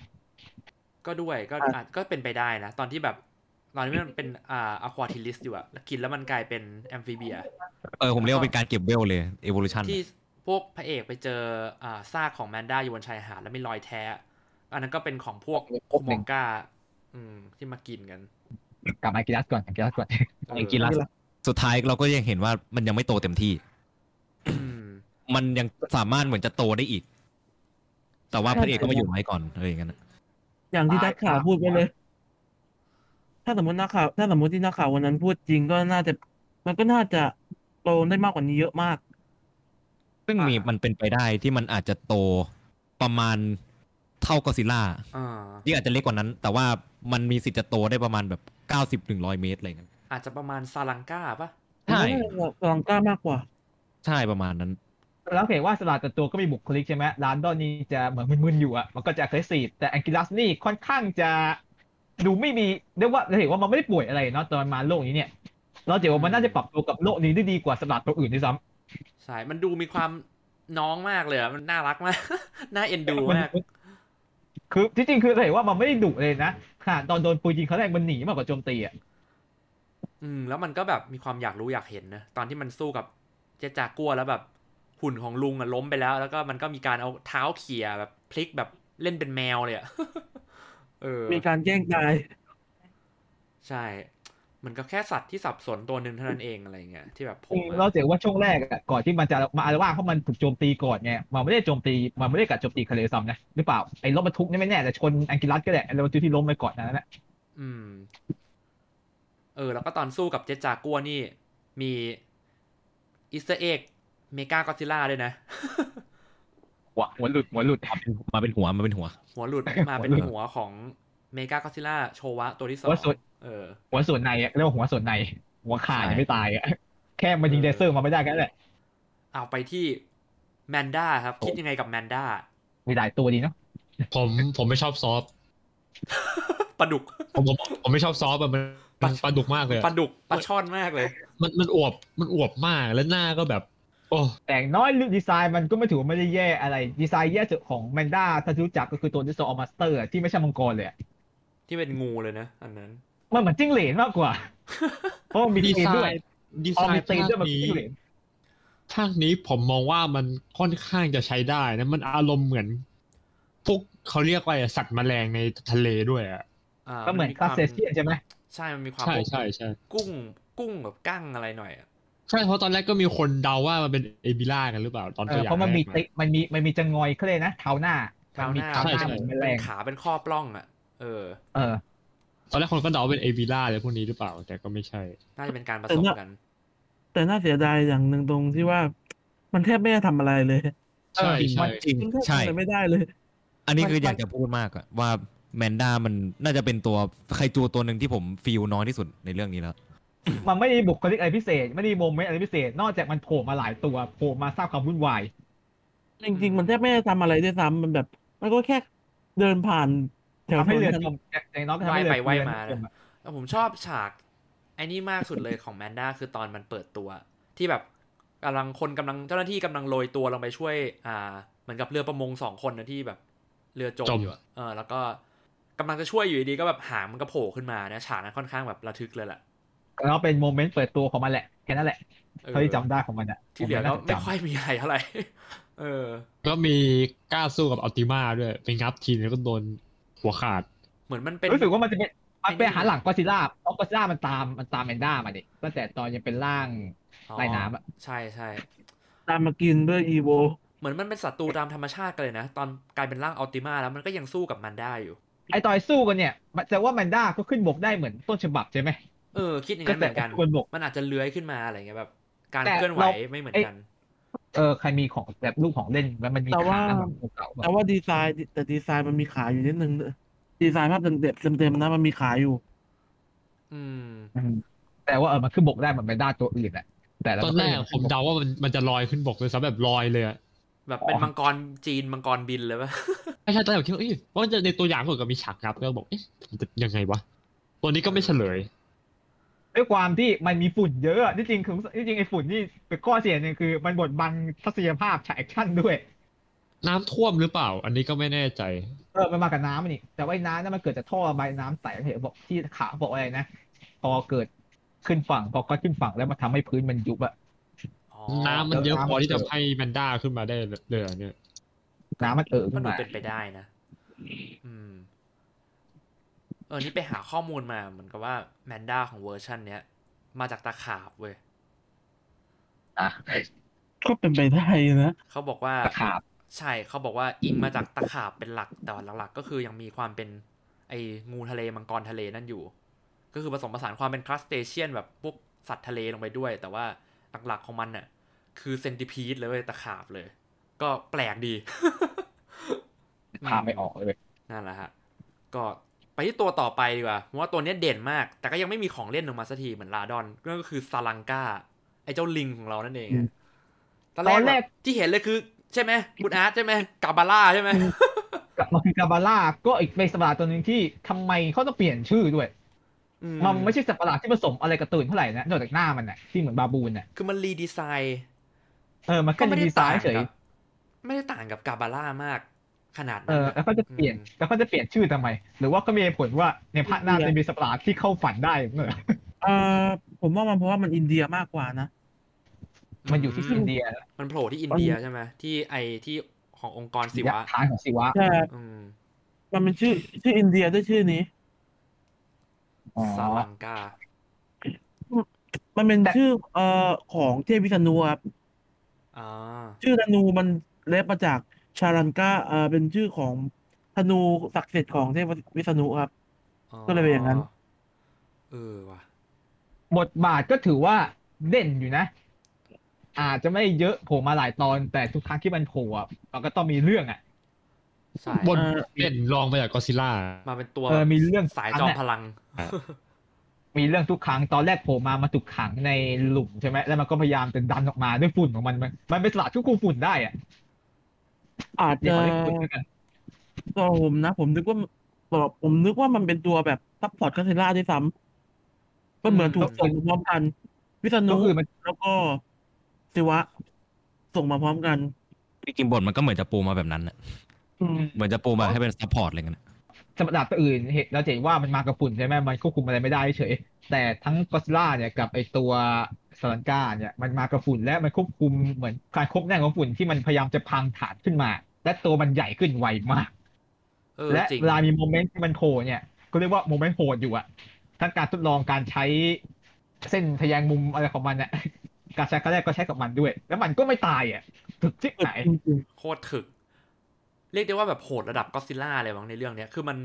Speaker 1: ก็ด้วยก็อาจก็เป็นไปได้นะ ตอนที่แบบ ตอนนี้มันเป็นอ่าอะควาทิลิสอยู่อะแล้วกินแล้วมันกลายเป็นแอมฟิเบีย
Speaker 5: เออ ผมเรียกว่าเป็นการเก็บเวลเลย evolution
Speaker 1: ที่พวกพระเอกไปเจออ่าซากของแมนด้าอยู่บนชายหาดแล้วมีรอยแท้ อันนั้นก็เป็นของพวกคุมองกาอืม ที่มากินกัน
Speaker 2: กลับมาไอ้กีฬาก่อนไอ้กีฬาก่อน
Speaker 1: เออ
Speaker 5: ไอ้กีฬาสุดท้ายเราก็ยังเห็นว่ามันยังไม่โตเต็มที่
Speaker 1: อืม
Speaker 5: มันยังสามารถเหมือนจะโตได้อีก แต่ว่าพระเอกก็มาอยู่ไว้ก่อนอะไรอย่างนั้นน่ะ
Speaker 3: อย่างที่
Speaker 2: ตาย
Speaker 3: นักข่าว
Speaker 2: ครับ
Speaker 3: พูดไปเลย ถ้าสมมตินักข่าวถ้าสมมติที่นักข่าววันนั้นพูดจริงก็น่าจะ มันก็น่าจะโตได้มากกว่านี้เยอะมาก
Speaker 5: ซึ่งมีมันเป็นไปได้ที่มันอาจจะโตประมาณเท่ากอซิล่า
Speaker 1: อ่า
Speaker 5: ที่อาจจะเล็กกว่านั้น แต่ว่ามันมีสิทธิ์จะโตได้ประมาณแบบเก้าสิบถึงร้อยเมตรอะไรอย่างเงี้ย
Speaker 1: อาจจะประมาณซาลังกาปะ
Speaker 5: ใช่
Speaker 3: กำลังกล้ามากกว่า
Speaker 5: ใช่ประมาณนั้น
Speaker 2: แล้วเห็นว่าสลัดแต่ตัวก็มีบุคลิกใช่ไหมร้านดอนนี่จะเหมือนมึนๆอยู่อ่ะ มันก็จะเคยสีดแต่แองกิลัสนี่ค่อนข้างจะดูไม่มีเรียกว่าเราเห็นว่ามันไม่ได้ป่วยอะไรเนาะตอนมาโลกนี้เนี่ย เราเห็นว่ามันน่าจะปรับตัวกับโลกนี้ได้ดีกว่าสลัดตัวอื่นด้วยซ้
Speaker 1: ใช่ มันดูมีความ น้องมากเลยอะมันน่ารักมาก [laughs] น่าเอ็นดูมาก
Speaker 2: คือจริงๆคือเห็นว่ามันไม่ได้ดุเลยนะขนาดตอนโดนปืนยิงครั้งแรกมันหนีมากกว่าโจมตีอ่ะ
Speaker 1: อืมแล้วมันก็แบบมีความอยากรู้อยากเห็นนะตอนที่มันสู้กับเจจากัวแล้วแบบหุ่นของลุงอะล้มไปแล้ว แล้วก็มันก็มีการเอาเท้าเขี่ยแบบพลิกแบบเล่นเป็นแมวเลยอะ [laughs] เออ
Speaker 3: มีการแกล้งตาย
Speaker 1: ใช่ มันก็แค่สัตว์ที่สับสนตัวหนึ่งเท่านั้นเองอะไรเงี้ยที่แบบผม
Speaker 2: เราเจ๋งว่าช่วงแรกอะก่อนที่มันจะมาอารวาสเพราะมันถูกโจมตีก่อนไงมันไม่ได้โจมตีมันไม่ได้กัดโจมตีคาเลซัมนะหรือเปล่าไอ้รถบรรทุกนี่ไม่แน่แต่ชนอังกิรัสก็แหละไอ้รถบรรทุกที่ล้มไปก่อนนั้นแหละ
Speaker 1: อืม เออ แล้วก็ตอนสู้กับเจจากัวนี่ มีอิสเตอร์เอ็กเมกากอซิล่าด้วยนะ [laughs]
Speaker 2: หัวหัวหลุดหัวหลุด
Speaker 5: มาเป็นหัวมาเป็นหัว
Speaker 1: หัวหลุด มาเป็นหัวของเมกากอซิล่าโชวะตัวที่สอง
Speaker 2: หัวสุด
Speaker 1: เออ
Speaker 2: หัวส่วนในอะเรียกว่าหัวส่วนใน หัวขาด
Speaker 1: ใช่
Speaker 2: ยังไม่ตายอะแค่มันยิงเลเซอร์มาไม่ได้แค่นั้นแหละ
Speaker 1: เอาไปที่แมนด้าครับ คิดยังไงกับแมนด้า
Speaker 2: มีหลายตัวดีเนาะ
Speaker 4: ผมผมไม่ชอบซอฟต์
Speaker 1: ปลาดุก
Speaker 4: ผมผมผมไม่ชอบซอฟต์อะมันมันปลาดุกมากเลยอะ
Speaker 1: ปลาดุกปลาช่อนมากเลย
Speaker 4: มันมันอวบมันอวบมากแล้วหน้าก็แบบ โอ้
Speaker 2: แต่น้อยดีไซน์มันก็ไม่ถือว่าไม่ได้แย่อะไร ดีไซน์แย่สุดของแมนด้าถ้ารู้จักก็คือตัวดิสโซอมาสเตอร์ที่ไม่ใช่มังกรเลยอะ
Speaker 1: ที่เป็นงูเลยนะ อันนั้น
Speaker 2: มันเหมือนจิ้งเหลนมากก
Speaker 4: [laughs]
Speaker 2: ว่า เพราะมันมี
Speaker 4: ดี
Speaker 2: ตีน
Speaker 4: ไซ
Speaker 2: ด้วย
Speaker 4: น์ดี
Speaker 2: พ
Speaker 4: ไซ
Speaker 2: อมี
Speaker 4: น์
Speaker 2: ตีน
Speaker 4: ภาค
Speaker 2: ด้วยมันเป็น
Speaker 4: นี้
Speaker 2: จิ้งเหลน
Speaker 4: ภาคนี้ผมมองว่ามันค่อนข้างจะใช้ได้นะมันอารมณ์เหมือนพวกเขาเรียกว่าอะไรอะสัตว์แมลงในทะเลด้วยอ่ะ
Speaker 1: อ่า
Speaker 2: ก็เหมือนคลาสเซเชียนใช่ไหม
Speaker 1: ใช่ มันมีความ
Speaker 4: ใช่ใช่ใช่
Speaker 1: กุ้ง กุ้งแบบกั้งอะไรหน่อยอะ
Speaker 4: ใช่เพราะตอนแรกก็มีคนเดาว่ามันเป็นเอบิล่ากันหรือเปล่าตอน
Speaker 2: เอ
Speaker 4: ตัว
Speaker 2: อ
Speaker 4: อย่า
Speaker 2: เพ
Speaker 4: ง
Speaker 2: ราะมันมี
Speaker 4: แรก
Speaker 2: ติมันมีมันมีจะงอยเขาเลยนะเท้าหน้า
Speaker 1: คราวหน้า
Speaker 2: เท้าหน้า
Speaker 4: ใช่
Speaker 2: เห
Speaker 4: ใช่
Speaker 2: มือนแมล
Speaker 1: เป็น
Speaker 2: ง
Speaker 1: ขาเป็นข้อปล้องอ่ะ เออ
Speaker 2: เออ
Speaker 4: ตอนแรกคนก็เดาว่าเป็นเอบิล่าอะไรพวกนี้หรือเปล่า แต่ก็ไม่ใช่
Speaker 1: น่าจะเป็นการผ
Speaker 3: เอ
Speaker 1: สม
Speaker 3: อน่ะ
Speaker 1: กัน
Speaker 3: แต่น่าเสียดายอย่างหนึ่งตรงที่ว่า มันแทบไม่ได้ทำอะไรเลย
Speaker 4: ใช่ใช่
Speaker 5: จริง
Speaker 3: มันแทบ
Speaker 5: ใช่
Speaker 3: ทำอะไรไม่ได้เลย
Speaker 5: อันนี้คือ
Speaker 1: มัน
Speaker 5: อยากจะพูดมากอะว่าแมนด้ามันน่าจะเป็นตัวไคจูตัวหนึ่งที่ผมฟีลน้อยที่สุดในเรื่องนี้แล้ว
Speaker 2: มันไม่ได้บุคลิกอะไรพิเศษ ไม่ได้โมเมนต์อะไรพิเศษ นอกจากมันโผล่มาหลายตัวโผล่มาสร้างความวุ่นวาย
Speaker 3: จริง ๆ มันแทบไม่ได้ทำอะไรด้วยซ้ำมันแบบ มันก็แค่เดินผ่านแถว
Speaker 2: ทำให้เรือจ
Speaker 3: ถนน
Speaker 2: มอย่างน้อยก็ทำให้เรื
Speaker 1: ว่า
Speaker 2: อ
Speaker 1: ยไปว่ายมา
Speaker 2: เรือจอะ
Speaker 1: แล้วผมชอบฉากไอ้นี่มากสุดเลยของแมนด้าคือตอนมันเปิดตัว ที่แบบกำลังคนกำลังเจ้าหน้าที่กำลังโรยตัวลงไปช่วย อ่า เหมือนกับเรือประมงสองคนนะที่แบบ เรือจม
Speaker 4: จม
Speaker 1: อยู่อะเออ แล้วก็กำลังจะช่วยอยู่ดีๆก็แบบหางมันก็โผล่ขึ้นมานะฉากนั้นค่อนข้างแบบระทึกเลยแหละ
Speaker 2: แล้วเป็นโมเมนต์เปิดตัวของมันแหละ แค่นั้นแหละ
Speaker 1: ออ
Speaker 2: เท่าที่จำได้ของมันอะ
Speaker 1: ที่เหลือก็
Speaker 2: ผ
Speaker 1: ไม่
Speaker 2: จำ
Speaker 1: ค่อยมีอะไรเท่าไห [laughs] ร่ เออ
Speaker 4: ก็มีกล้าสู้กับอัลติมาด้วยไปงับทีนึงแล้วก็โดนหัวขาด
Speaker 1: เหมือนมันเป็น
Speaker 2: รู้สึกว่ามันจะเป็นมันเป็น
Speaker 1: ไอ้นี่
Speaker 2: หาหลังกอซิล่าเพราะกอซิล่ามันตามมันตามแมนด้ามาดิตั้งแต่ตอนยังเป็นร่าง
Speaker 1: อ๋อ
Speaker 2: ใต้น้ำอะ
Speaker 1: ใช่ใช่
Speaker 3: ตามมากินด้วยอีโว
Speaker 1: เหมือนมันเป็นศัตรูตามธรรมชาติกันเลยนะ ตอนกลายเป็นร่างอัลติมาแล้วมันก็ยังสู้กับมันได้อยู่
Speaker 2: ไอตอยสู้กันเนี่ยมันจะว่าแมนด้าก็ขึ้นบกได้เหมือนต้นฉบับใช่ไหม
Speaker 1: เออ คิดอย่าง
Speaker 2: ก็
Speaker 1: นั้นเหมื
Speaker 2: แต่
Speaker 1: อนกัน
Speaker 2: บนบก
Speaker 1: มันอาจจะเลื้อยขึ้นมาอะไรเงี้ยแบบ การ
Speaker 2: แต่
Speaker 1: เคลื่อนไหว
Speaker 2: เรา
Speaker 1: ไม่เหมือนกัน
Speaker 2: เออใครมีของแบบรูปของเล่นแล้วมันมี
Speaker 3: แต่ว่า
Speaker 2: ขาแบบเก่าๆแบบ
Speaker 3: แต่ว่าดีไซน์แต่ดีไซน์มันมีขาอยู่นิดนึงดีไซน์ภาพเต็มๆเต็มๆนะมันมีขาอยู่
Speaker 1: อืม
Speaker 2: อืมแต่ว่าเออมันขึ้นบกได้เหมือนแมนด้าตัวอื่นอะแต่ละ
Speaker 4: ตอนแรกผมเดาว่ามันมันจะลอยขึ้นบกเลยซ้ำแบบลอยเลยอะ
Speaker 1: แบบเป็นมังกรจีนมังกรบินเลยปะ
Speaker 4: ไม่ใช่ตอนแรกผมคิดว่าเอ้ยว่ามันจะในตัวอย่างก่อนก็มีฉากงับแล้วบอกเอ๊ะมันจะยังไงวะตัวนี้ก็ไม่เฉลย
Speaker 2: ด้วยความที่มันมีฝุ่นเยอะอะที่จริงคือที่จริงไอฝุ่นนี่เป็นข้อเสียหนึ่งคือ มันบดบังทัศนียภาพฉากแอคชั่นด้วย
Speaker 4: น้ำท่วมหรือเปล่า อันนี้ก็ไม่แน่ใจ
Speaker 2: เออ มันมากับน้ำอะนี่ แต่ว่าไอ้น้ำนั่นมันเกิดจากท่อระบายน้ำใสเห็นบอกที่ขาวบอกอะไรนะ พอเกิดขึ้นฝั่ง พอก็ขึ้นฝั่งแล้วมันทำให้พื้นมันยุบอะ
Speaker 1: อ๋อ
Speaker 4: น้ำมันเยอะพอที่จะ
Speaker 2: เออ
Speaker 4: ให้แมนด้าขึ้นมาได้เลยเหรอเนี่ย
Speaker 2: น้ำมันเอ่อ
Speaker 1: ก็
Speaker 2: ขึ้น
Speaker 1: ดู
Speaker 2: มา
Speaker 1: เป็นไปได้นะ อืม เออ นี่ไปหาข้อมูลมาเหมือนกับว่าแมนด้าของเวอร์ชันเนี้ย มาจากตาขาบเว้ย
Speaker 2: อ่ะ
Speaker 3: ก็เป็นไปได้นะ
Speaker 1: เขาบอกว่า
Speaker 2: ตะขาบ
Speaker 1: ใช่เขาบอกว่าอิงมาจากตะขาบเป็นหลักแต่ว่าหลักๆ ก็คือยังมีความเป็น ไอ้งูทะเลมังกรทะเลนั่นอยู่ ก็คือผสมผสานความเป็นครัสเตเชียนแบบพวกสัตว์ทะเลลงไปด้วย แต่ว่าหลักๆของมันน่ะ คือเซนติพีดเลยเว้ยตะขาบเลย ก็แปล
Speaker 2: [laughs]
Speaker 1: กดี
Speaker 2: ตะขาบไม่ออกเลยเว้ย
Speaker 1: นั่นแหละฮะ ก็ไปที่ตัวต่อไปดีกว่าเพราะว่าตัวเนี้ยเด่นมาก แต่ก็ยังไม่มีของเล่นออกมาสักทีเหมือนลาดอนนั่นก็คือซาลังกาไอ้เจ้าลิงของเรานั่นเองอะตอนแรกที่เห็นเลยคือใช่ไหมคุณอาร์ตใช่ไหมกาบาร่าใช่ไหม
Speaker 2: กับมันคือกาบาร่าก็อีกเป็นสัตว์ประหลาดตัวหนึ่งที่ทำไมเขาต้องเปลี่ยนชื่อด้วย
Speaker 1: อื
Speaker 2: มันไม่ใช่สัตว์ประหลาดที่ผสมอะไรกับตัวอื่นเท่าไหร่นะนอกจากหน้ามันน่ะที่เหมือนบาบูนน่ะ
Speaker 1: คือมันรีดีไซน์
Speaker 2: เออมันแค่ดีไซน์เฉย
Speaker 1: กับ ไม่ได้ต่างกับกาบาร่ามากขนาด
Speaker 2: เอ
Speaker 1: นั้น
Speaker 2: อ
Speaker 1: อะ
Speaker 2: แล้วก็จะเปลี่ยนแล้วก็จะเปลี่ยนชื่อทำไม หรือว่าก็มีเหตุผลว่าในพระนามจะมีสัตว์ประหลาดที่เข้าฝันได้เนอะ
Speaker 3: เอ่อผมว่ามันเพราะว่ามันอินเดียมากกว่านะ
Speaker 2: มันอยู่ที่อินเดีย
Speaker 1: มันโผล่ที่อินเดียใช่ไหมที่ไอที่ขององค์กรศิวะ
Speaker 2: ยักษ์ท้ายของศิวะ
Speaker 3: ใช่
Speaker 1: อืม
Speaker 3: มันเป็นชื่อชื่ออินเดียด้วยชื่อนี้
Speaker 2: อ๋อ
Speaker 1: สาลังกา
Speaker 3: มันเป็น
Speaker 2: แต่
Speaker 3: ชื่อเอ่อของเทพวิษณุครับ
Speaker 1: อ่า
Speaker 3: ชื่อธนูมันเล็บมาจากชารันกาเอ่อเป็นชื่อของธนูศักดิ์สิทธิ์ของเทพวิษณุครับ
Speaker 1: อ๋อ
Speaker 3: ก็เลยเป็นอย่างนั้น
Speaker 1: เออว่ะ
Speaker 2: บทบาทก็ถือว่าเด่นอยู่นะ อาจจะไม่เยอะโผล่มาหลายตอนแต่ทุกครั้งที่มันโผล่อะมันก็ต้องมีเรื่องอ่ะ
Speaker 1: ใช่
Speaker 4: บน
Speaker 3: เอ่อ
Speaker 4: เด่นรองมาจากกอซิล่า
Speaker 1: มาเป็นตัว
Speaker 2: เออมีเรื่อง
Speaker 1: สาย
Speaker 2: อัน
Speaker 1: จอม
Speaker 2: น่ะ
Speaker 1: พลัง
Speaker 2: มีเรื่องทุกครั้งตอนแรกโผล่มามาถูกขังในหลุมใช่ไหมแล้วมันก็พยายามจะดันออกมาด้วยฝุ่นของมันมันมันเป็นสลัดที่ควบคุมฝุ่นได้อ่ะ
Speaker 3: อาจ
Speaker 2: เดี๋ยว
Speaker 3: จะ
Speaker 2: ขอเรียกฝุ่นแล้วกัน
Speaker 3: ตอนผมนะ ผมนึกว่าตอนผมนึกว่ามันเป็นตัวแบบซัพพอร์ตคาเซล่าด้วยซ้ำก็เหมือนถูกส่งมาพร้อมกัน วิษณุ
Speaker 2: ก็คือมัน
Speaker 3: แล้วก็ศิวะ ส่งมาพร้อมกัน
Speaker 5: จริงๆบทมันก็เหมือนจะปูมาแบบนั้นน่ะ
Speaker 3: อืม
Speaker 5: เหมือนจะปูมาให้เป็นซัพพอร์ตอะไรเงี้ยนะ
Speaker 2: สำหรับตัวอื่นเห็นเราจะเห็นว่ามันมากับฝุ่นใช่ไหมมันควบคุมอะไรไม่ได้เฉย แต่ทั้งก d ซิล่าเนี่ยกับไอตัวสลันกาเนี่ยมันมากับฝุ่นและมันควบคุมเหมือนการควบแน่นของฝุ่นที่มันพยายามจะพังฐานขึ้นมา และตัวมันใหญ่ขึ้นไวมาก
Speaker 1: เออ
Speaker 2: และ
Speaker 1: จริง
Speaker 2: เวลามีโมเมนต์ที่มันโผล่เนี่ย ก็เรียกว่าโมเมนต์โหดอยู่อะทั้งการทดลองการใช้เส้นทะแยงมุมอะไรของมันเนี่ย [laughs] การใช้ครั้งแรกก็ใช้กับมันด้วย แล้วมันก็ไม่ตายอะถึกจิ๊กไหน
Speaker 1: โคตรถึก เรียกได้ว่าแบบโหดระดับก็อดซิลล่าเลยมั้งในเรื่องเนี้ย คือมัน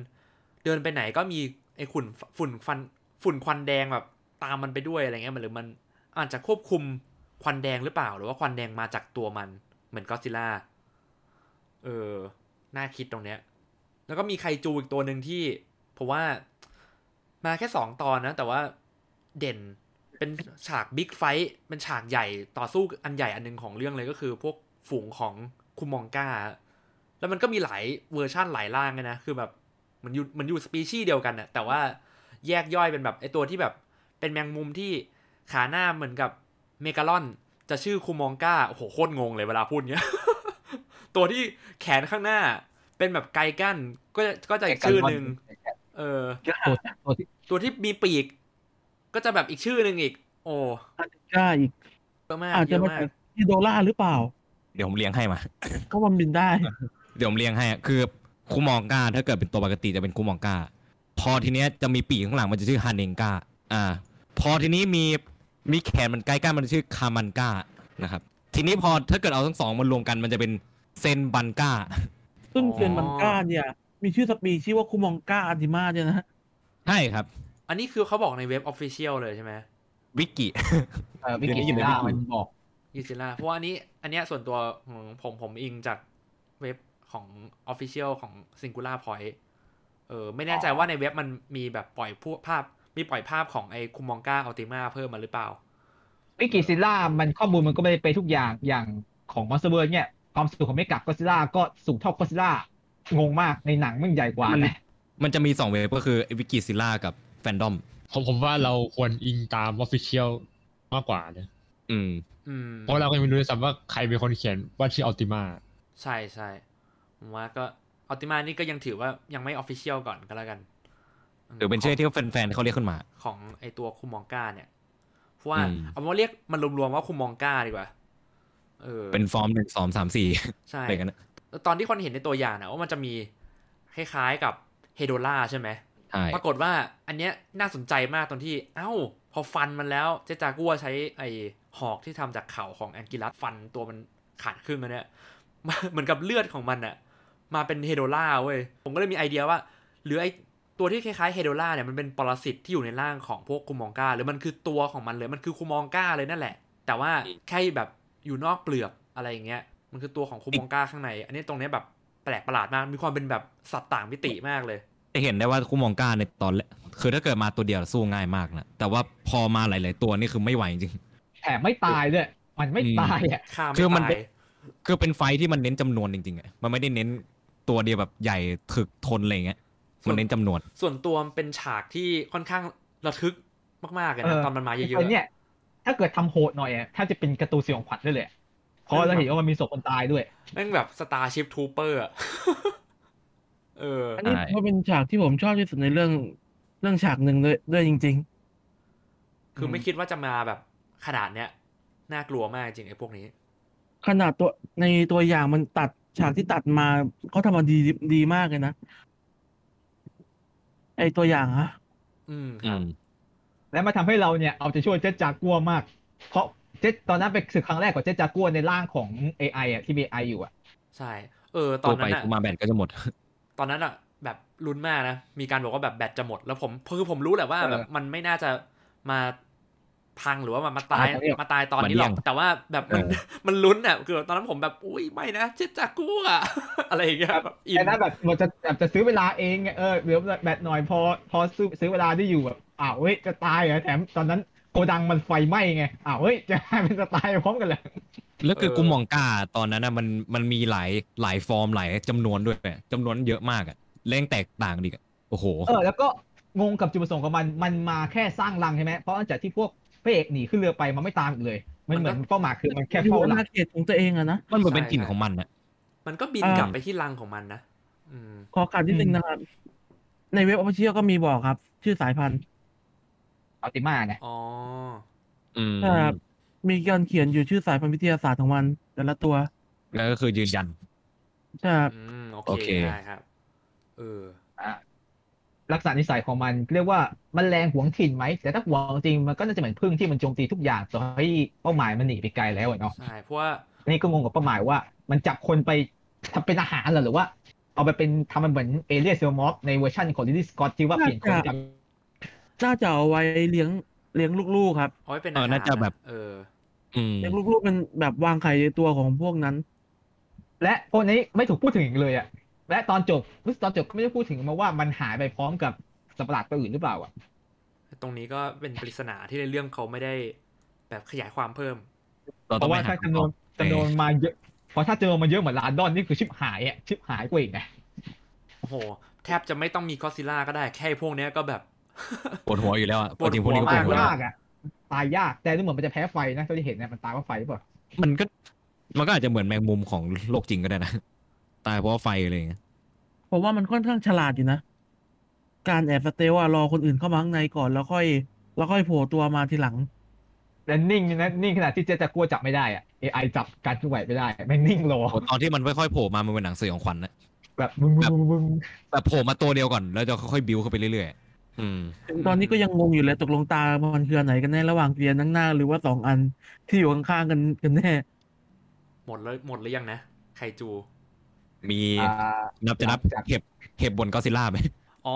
Speaker 1: เดินไปไหนก็มีไอ้ฝุ่นฝุ่นควันฝุ่นควันแดงแบบตามมันไปด้วยอะไรเงี้ยมันหรือมันอาจจะควบคุมควันแดงหรือเปล่า หรือว่าควันแดงมาจากตัวมัน เหมือนก็อดซิลล่า เออ น่าคิดตรงเนี้ย แล้วก็มีไคจูอีกตัวหนึ่งที่ผมว่ามาแค่สองตอนนะ แต่ว่าเด่นเป็นฉากบิ๊กไฟท์เป็นฉากใหญ่ต่อสู้อันใหญ่อันหนึงของเรื่องเลยก็คือพวกฝูงของคุมองก้า แล้วมันก็มีหลายเวอร์ชั่นหลายร่างเลยนะ คือแบบเหมันอยู่เหมันอยู่สปีชีส์เดียวกันนะแต่ว่าแยกย่อยเป็นแบบไอตัวที่แบบเป็นแมงมุมที่ขาหน้าเหมือนกับเมกาลอนจะชื่อคุมองก้าโอ้โหโคตรงงเลยเวลาพูดเงี้ย [laughs] ตัวที่แขนข้างหน้าเป็นแบบไกกั้นก็จะก็จะอีกชื่อหนึ่งเออ
Speaker 2: ตัวที่
Speaker 1: ตัวที่มีปีก ก็จะแบบอีกชื่อหนึ่งอีก โอ้
Speaker 3: กล้าอีก
Speaker 1: เยอะมาก
Speaker 3: อาจ
Speaker 1: เย
Speaker 3: จะ
Speaker 1: อะ
Speaker 3: มา
Speaker 1: มา
Speaker 3: จาก กที่โดล่าหรือเปล่า
Speaker 5: เดี๋ยวผมเลี้ยงให้มา
Speaker 3: ก็มันบินได้
Speaker 5: เดี๋ยวผมเรียงให้อะคือคูมองกาถ้าเกิดเป็นตัวปกติจะเป็นคูมองกาพอทีเนี้ยจะมีปีกข้างหลังมันจะชื่อฮานเองกาอ่า พอทีนี้มีมีแขนมันใกล้กันมันจะชื่อคามันกานะครับ ทีนี้พอถ้าเกิดเอาทั้งสองมารวมกันมันจะเป็นเซนบันกา
Speaker 3: ซึ่ง
Speaker 1: อ๋อ
Speaker 3: เซนบันก้าเนี่ย มีชื่อสปีชื่อว่าคุมองก้าอันติมาเนี่ยนะฮะ
Speaker 5: ใช่ครับ
Speaker 1: อันนี้คือเขาบอกในเว็บออฟฟิเชียลเลยใช่ไหม
Speaker 5: วิกิ
Speaker 2: เออวิกิพีเดามันบอก
Speaker 1: ยูซิล่าเพราะว่าอันนี้ อันเนี้ยส่วนตัวของผมผมอิงจากเว็บของออฟฟิเชียลของ Singular Point เออไม่แน่ใจว่าในเว็บมันมีแบบปล่อยพวกภาพ มีปล่อยภาพของไอ้คุมองก้าอัลติมาเพิ่มมาหรือเปล่า
Speaker 2: วิกิซิลล่ามันข้อมูลมันก็ไม่ได้ไปทุกอย่างอย่างของมอนสเตอร์เวิร์เนี่ยความสูงของเมกะก็ซิลล่าก็สูงเท่าก็ซิลล่างงมากในหนังมันใหญ่กว่า
Speaker 5: มัน
Speaker 2: แหละ
Speaker 5: [laughs] มันจะมีสองเวฟก็คือวิกิซิล่ากับแฟนดอม
Speaker 4: ผมผมว่าเราควรอิงตามออฟฟิเชียลมากกว่านะ
Speaker 5: อืม
Speaker 1: อืม
Speaker 4: เพราะเราก็ยังไม่รู้ด้วยซ้ำว่าใครเป็นคนเขียนว่าชื่ออัลติมา
Speaker 1: ใช่ใช่ผมว่าก็อัลติมานี่ก็ยังถือว่ายังไม่ออฟฟิเชียลก่อนก็แล้วกัน
Speaker 5: หรือเป็นชื่อที่แฟนๆเขาเรียกขึ้นมา
Speaker 1: ของไอตัวคุมองก้าเนี่ยเพราะว่า
Speaker 5: อืม
Speaker 1: เอามาเรียกมันรวมๆว่าคุมองก้าดีกว่า เออ
Speaker 5: เป็นฟอร์มหนึ่งสองสามสี่
Speaker 1: ใช่
Speaker 5: อะไรกันนะ
Speaker 1: แล้วตอนที่คนเห็นในตัวอย่างนะว่ามันจะมีคล้ายๆกับเฮโดล่าใช่ไหม
Speaker 5: ใช่
Speaker 1: ปรากฏว่าอันเนี้ยน่าสนใจมากตอนที่ เอ้า พอฟันมันแล้ว เจจากัวใช้ไอ้หอกที่ทำจากเข่าของแองกิลัสฟันตัวมันขาดครึ่งแล้วเนี่ย [laughs] มาเหมือนกับเลือดของมันอะมาเป็นเฮโดล่าเว้ย ผมก็เลยมีไอเดียว่า หรือไอตัวที่คล้ายๆเฮโดล่าเนี่ยมันเป็นปรสิตที่อยู่ในร่างของพวกคูมองก้า หรือมันคือตัวของมันเลยมันคือคูมองก้าเลยนั่นแหละ แต่ว่าแค่แบบอยู่นอกเปลือกอะไรอย่างเงี้ยมันคือตัวของคูมองก้าข้างใน อันนี้ตรงเนี้ยแบบแปลกประหลาดมากมีความเป็นแบบสัตว์ต่างมิติมากเลย
Speaker 5: จะเห็นได้ว่าคูมองกาในตอนแรกคือถ้าเกิดมาตัวเดียวสู้ง่ายมากนะแต่ว่าพอมาหลาย ๆ ตัวนี่คือไม่ไหวจริง
Speaker 2: แถมไม่ตายด้วย มันไม่ตายอ่ะ
Speaker 1: ฆ่าไม่
Speaker 5: คือมัน
Speaker 1: ตา
Speaker 5: เป็น
Speaker 1: ย
Speaker 5: คือเป็นไฟท์ที่มันเน้นจำนวนจริงๆอะมันไม่ได้เน้นตัวเดียวแบบใหญ่ถึกทนอะไรอย่างเงี้ย มันเน้นจำนวน
Speaker 1: ส่วนตัวมันเป็นฉากที่ค่อนข้างระทึกมากๆเลยนะตอนมันมาเยอะๆ
Speaker 2: ไเนี่ย ถ้าเกิดทำโหดหน่อยอะถ้าจะเป็นการ์ตูนสยองขวัญได้เลยอะ เพราะเราเห็นว่ามันมีศพคนตายด้วย
Speaker 1: แม่งแบบสตาร์ชิพทูเปอร์อะ [laughs] เออ
Speaker 3: อันนี้
Speaker 5: ใช่
Speaker 3: ก็เป็นฉากที่ผมชอบที่สุดในเรื่องเรื่องฉากหนึ่งด้วยด้วยจริง
Speaker 1: คือไม่คิดว่าจะมาแบบขนาดเนี้ย น่ากลัวมากจริงไอ้พวกนี้
Speaker 3: ๆ ขนาดตัวในตัวอย่างมันตัดฉากที่ตัดมาเขาทำมาดีดีมากเลยนะไอตัวอย่างฮะ
Speaker 1: อืมค
Speaker 5: อื
Speaker 1: รับ
Speaker 5: ม
Speaker 2: และมาทำให้เราเนี่ยเอาใจช่วยเจ๊จากัวมาก เพราะเจ๊ตอนนั้นเป็นศึกครั้งแรกของเจ๊จากัวในร่างของ AI อ่ะที่มี AI อยู่อ่ะ
Speaker 1: ใช่ เออ ต
Speaker 5: ตั
Speaker 1: อ
Speaker 5: วน ไป
Speaker 1: นั้นอะ
Speaker 5: กูมาแบนก็จะหมด
Speaker 1: ตอนนั้นอะแบบลุ้นมากนะ มีการบอกว่าแบบแบตจะหมด แล้วผมคือผมรู้แหละว่า
Speaker 2: เออ
Speaker 1: แบบมันไม่น่าจะมาพังหรือว่ามามาตาย
Speaker 2: มาเรียก
Speaker 1: มาตายตอนนี้หรอก
Speaker 5: มาเรียก
Speaker 1: แต่ว่าแบบมัน
Speaker 5: เออ
Speaker 1: มันลุ้นอะคือตอนนั้นผมแบบอุ้ยไม่นะเจ๊จากกลัว [laughs] อะไรอย่างเงี้ยแบบอิน
Speaker 2: ไอ้นั้นแบบมันจะแบบจะซื้อเวลาเองไงเออเหลือแบตหน่อยพอพอซื้อซื้อเวลาที่อยู่แบบอ้าวเฮ้ยจะตายเหรอแถมตอนนั้นโกดังมันไฟไหม้ไงอ้าวเฮ้ยจะให้มันจะตายพร้อมกันเลย
Speaker 5: แล้วคือ
Speaker 1: เออ
Speaker 5: กูมองกล้าตอนนั้นนะมันมันมีหลายหลายฟอร์มหลายจำนวนด้วยจำนวนเยอะมากอะแรงแตกต่างดิโอ้โห
Speaker 2: เออแล้วก็งงกับจุดประสงค์ของมันมันมาแค่สร้างรังใช่ไหมเพราะหลังจากที่พวกพระเอกหนีขึ้นเรือไปมันไม่ตามอีกเลย มันเหมือนเป้าหมายคือมันแค่
Speaker 3: อยู่
Speaker 2: เฝ้า
Speaker 3: ห
Speaker 2: รัง
Speaker 3: น้าเขตของตัวเองอะนะ
Speaker 5: มันเหมือนเป็น
Speaker 1: ใช่
Speaker 5: กลิ่น
Speaker 1: ใช่
Speaker 5: ของมันอะ
Speaker 1: มันก็บิน
Speaker 3: อ่า
Speaker 1: กลับไปที่รังของมันนะ อืม
Speaker 3: ขอกลับนิดนึงนะครับ ในเว็บออฟฟิเชียลก็มีบอกครับ ชื่อสายพันธุ์
Speaker 2: อัลติมาเนี่ย
Speaker 1: อ๋อ
Speaker 5: อืม
Speaker 3: ครับ มีการเขียนอยู่ชื่อสายพันธุ์วิทยาศาสตร์ของมัน แต่ละตัว
Speaker 5: แล้วก็คือยืนยัน
Speaker 3: ใช่ครับ
Speaker 1: อืม โอ
Speaker 5: โอ
Speaker 1: เค
Speaker 5: เค
Speaker 1: ได้ครับ เออ
Speaker 2: อ่ะลักษณะนิสัยของมันเรียกว่ามันแรงหวงถิ่นไหม แต่ถ้าหวงจริงมันก็น่าจะเหมือนพึ่งที่มันโจมตีทุกอย่างต่อให้เป้าหมายมันหนีไปไกลแล้วอะเนาะ
Speaker 1: ใช่ เพราะว่า
Speaker 2: อันนี่ก็งงกับเป้าหมายว่า มันจับคนไปทำเป็นอาหารเหรอหรือว่า เอาไปเป็นทำมันเหมือนเอเลียเซลมอฟในเวอร์ชันของลิลลี่สกอตที่ว่าเปลี่ยนคนจาก
Speaker 3: น่าจะเอาไว้เลี้ยงเลี้ยงลูกๆครับ
Speaker 1: เอาไว้เป็น
Speaker 5: เออน่า
Speaker 1: หร
Speaker 5: จะแบบ
Speaker 1: เออ
Speaker 5: อืม
Speaker 3: เลี้ยงลูกๆเป็นแบบวางไข่ในตัวของพวกนั้น
Speaker 2: และพวกนี้ไม่ถูกพูดถึงอีกเลยอะและตอนจบรู้สึกตอนจบก็ไม่ได้พูดถึงมาว่ามันหายไปพร้อมกับสัตว์ประหลาดตัวอื่นหรือเปล่าอะ
Speaker 1: ตรงนี้ก็เป็นปริศนาที่ในเรื่องเขาไม่ได้แบบขยายความเพิ่ม
Speaker 5: เรา
Speaker 2: เพ
Speaker 5: ต้อง
Speaker 2: ราะ
Speaker 5: ไป
Speaker 2: ว่า
Speaker 5: หา
Speaker 2: ถ้าจำนวนจำนวนมาเยอะเพราะถ้าจำนวนมาเยอะเหมือนลาดอนนี่คือชิบหายอ่ะชิบหายกว่าอีกนะ
Speaker 1: โอ้โห แทบจะไม่ต้องมีคอสซิลล่าก็ได้ แค่พวกเนี้ยก็แบบ
Speaker 5: ปวดหัวอยู่แล้วอะ
Speaker 1: ปวดหัว
Speaker 5: จริงๆพกนี้ก็ปวด
Speaker 2: ตาย
Speaker 5: หัวแล้ว
Speaker 2: ยากอ่ะตายยากแต่ดูเหมือนมันจะแพ้ไฟนะเท่าที่เห็นเนี่ยมันตายเพราะไฟหรือเปล่า
Speaker 5: มันก็มันก็อาจจะเหมือนแมงมุมของโลกจริงก็ได้นะ ตายเพราะว่าไฟอะไรอย่างเงี้ย
Speaker 3: ผมว่ามันค่อนข้างฉลาดอยู่นะ การแอบสเตลอะรอคนอื่นเข้ามาข้างในก่อนแล้วค่อย แล้วค่อยโผล่ตัวมาทีหลัง
Speaker 2: แต่นิ่งนะนิ่งขนาดที่เจจะกลัวจับไม่ได้อ่ะ AI จับการเคลื่อนไหวไม่ได้แม่งนิ่งรอ
Speaker 5: โอ้ตอนที่มันค่อยๆโผล่มามันเป็นหนังสือของขวัญนะ
Speaker 2: แบบมึงมึงมึงมึง
Speaker 5: แบบโผล่มาตัวเดียวก่อนแล้วจะค่อยๆบิ้วเข้าไปเรื่อยๆอืม
Speaker 3: ตอนนี้ก็ยังงงอยู่เลยตกลงตามันคืออันไหนกันแน่ระหว่างเกวียนข้างหน้า หรือว่าสองอันที่อยู่ข้างๆกันกันแน่
Speaker 1: หมดเลยหมดหรือยังนะ ไคจู
Speaker 5: มี
Speaker 2: อ่า
Speaker 5: นับจะนับ
Speaker 2: จับ
Speaker 5: เห็บเห็บบนก็อดซิลล่าไหม
Speaker 1: อ๋อ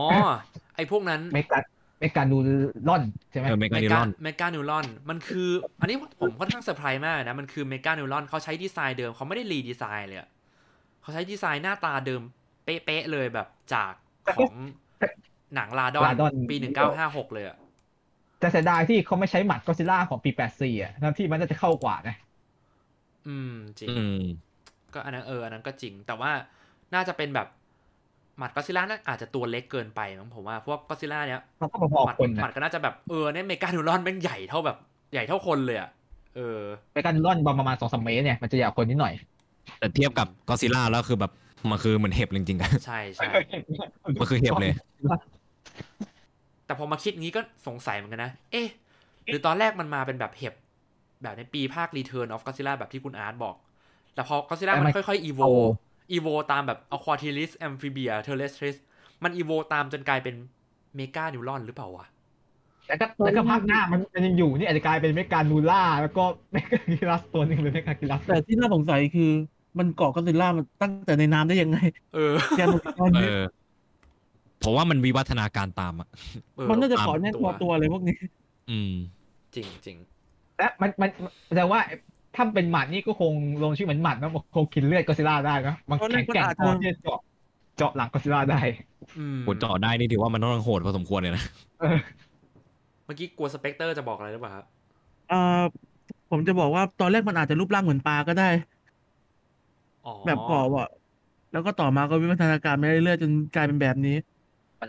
Speaker 1: ไอ้พวกนั้น
Speaker 2: เมกาเมกานูล่อนใช่ไหม
Speaker 5: เออเมกานิลอน
Speaker 1: เมกานิวรอน มันคือ อันนี้ผมค่อนข้างเซอร์ไพรส์มากนะ มันคือเมกานิวรอนเขาใช้ดีไซน์เดิมเขาไม่ได้รีดีไซน์เลยอะเขาใช้ดีไซน์หน้าตาเดิม เป๊ะๆเลยแบบจากของหนังลาดอน
Speaker 2: ลาดอน
Speaker 1: ปีหนึ่งเก้าห้าหกเลยอะ
Speaker 2: จะเสียดายที่เขาไม่ใช้หมัดก็ซิล่าของปี84อ่ะนะที่มันน่าจะเข้ากว่านะ
Speaker 1: อืม จริง
Speaker 5: อืม
Speaker 1: ก็อันนั้นเอออันนั้นก็จริง แต่ว่าน่าจะเป็นแบบหมัดก็อดซิลล่าน่าอาจจะตัวเล็กเกินไปมั้งผมว่าพวกก็อดซิลล่าเนี้ย
Speaker 2: มันก็พอ
Speaker 1: หมัด
Speaker 2: ๆคน
Speaker 1: หมัด
Speaker 2: นะ
Speaker 1: ก็น่าจะแบบเออเนี่ยเมกาโนรอนแม่งใหญ่เท่าแบบใหญ่เท่าคนเลยอ่ะเออ
Speaker 2: เมกานูล่อนประมาณสองสามเมตรเนี่ยมันจะยาวคนนิดหน่อย
Speaker 5: แต่เทียบกับก็อดซิลล่าแล้วคือแบบมันคือเหมือนเห็บจริงๆอะ [laughs]
Speaker 1: ใช่ใช่
Speaker 5: มันคือเห็บ
Speaker 2: [laughs]
Speaker 5: เลย
Speaker 1: แต่พอมาคิดงี้ก็สงสัยเหมือนกันนะ เอ๊ะ หรือตอนแรกมันมาเป็นแบบเห็บ แบบในปีภาค Return of Godzilla แบบที่คุณอาร์ตบอก แต่พอ Godzilla
Speaker 2: แต่
Speaker 1: มั
Speaker 2: มันน
Speaker 1: ค่อยๆ evolve อีโวตามแบบ a q u a t i l i s Amphibia t e r r e s t r i s มันอีโวตามจนกลายเป็นเมกานิวรอนหรือเปล่าวะ
Speaker 2: แล้วก็แล้วก็ภาคหน้ามันมันยังอยู่นี่อาจจะกลายเป็นเมกานูล่า แล้วก็เมกากิรัสตัวหนึ่งเป็นเมกากิรัส
Speaker 3: แต่ที่น่าสงสัยคือมันเกาะก็อดซิลล่ามันตั้งแต่ในน้ำได้ยังไง
Speaker 1: เออ
Speaker 3: ยันตอน
Speaker 5: เอ
Speaker 3: นี้
Speaker 5: อผมว่ามันวิวัฒนาการตามอ่ะ
Speaker 1: เออ
Speaker 3: มันน่าจะเกาะแน่นตัวตัวเลยพวกนี้
Speaker 5: อืม
Speaker 1: จริงจริง
Speaker 2: และมันมันแต่ว่าถ้าเป็นหมัดนี่ก็คงลงชื่อเหมือนหมัดนะคงกินเลือดก็อดซิลล่าได้นะมันแข็งแกร่งพอที่จะเจาะเจาะหลังก็อดซิลล่าได้
Speaker 1: อืม
Speaker 5: กดเจาะได้นี่ถือว่ามันต้องโหดพอสมควรเลยนะ
Speaker 2: เออ
Speaker 1: เมื่อกี้กลัวสเปกเตอร์จะบอกอะไรหรือเปล่าครับ
Speaker 3: เอ่อผมจะบอกว่าตอนแรกมันอาจจะรูปร่างเหมือนปลาก็ได้
Speaker 1: อ๋อ
Speaker 3: แบบเกาะอะแล้วก็ต่อมาก็วิวัฒนาการมาเรื่อยๆจนกลายเป็นแบบนี้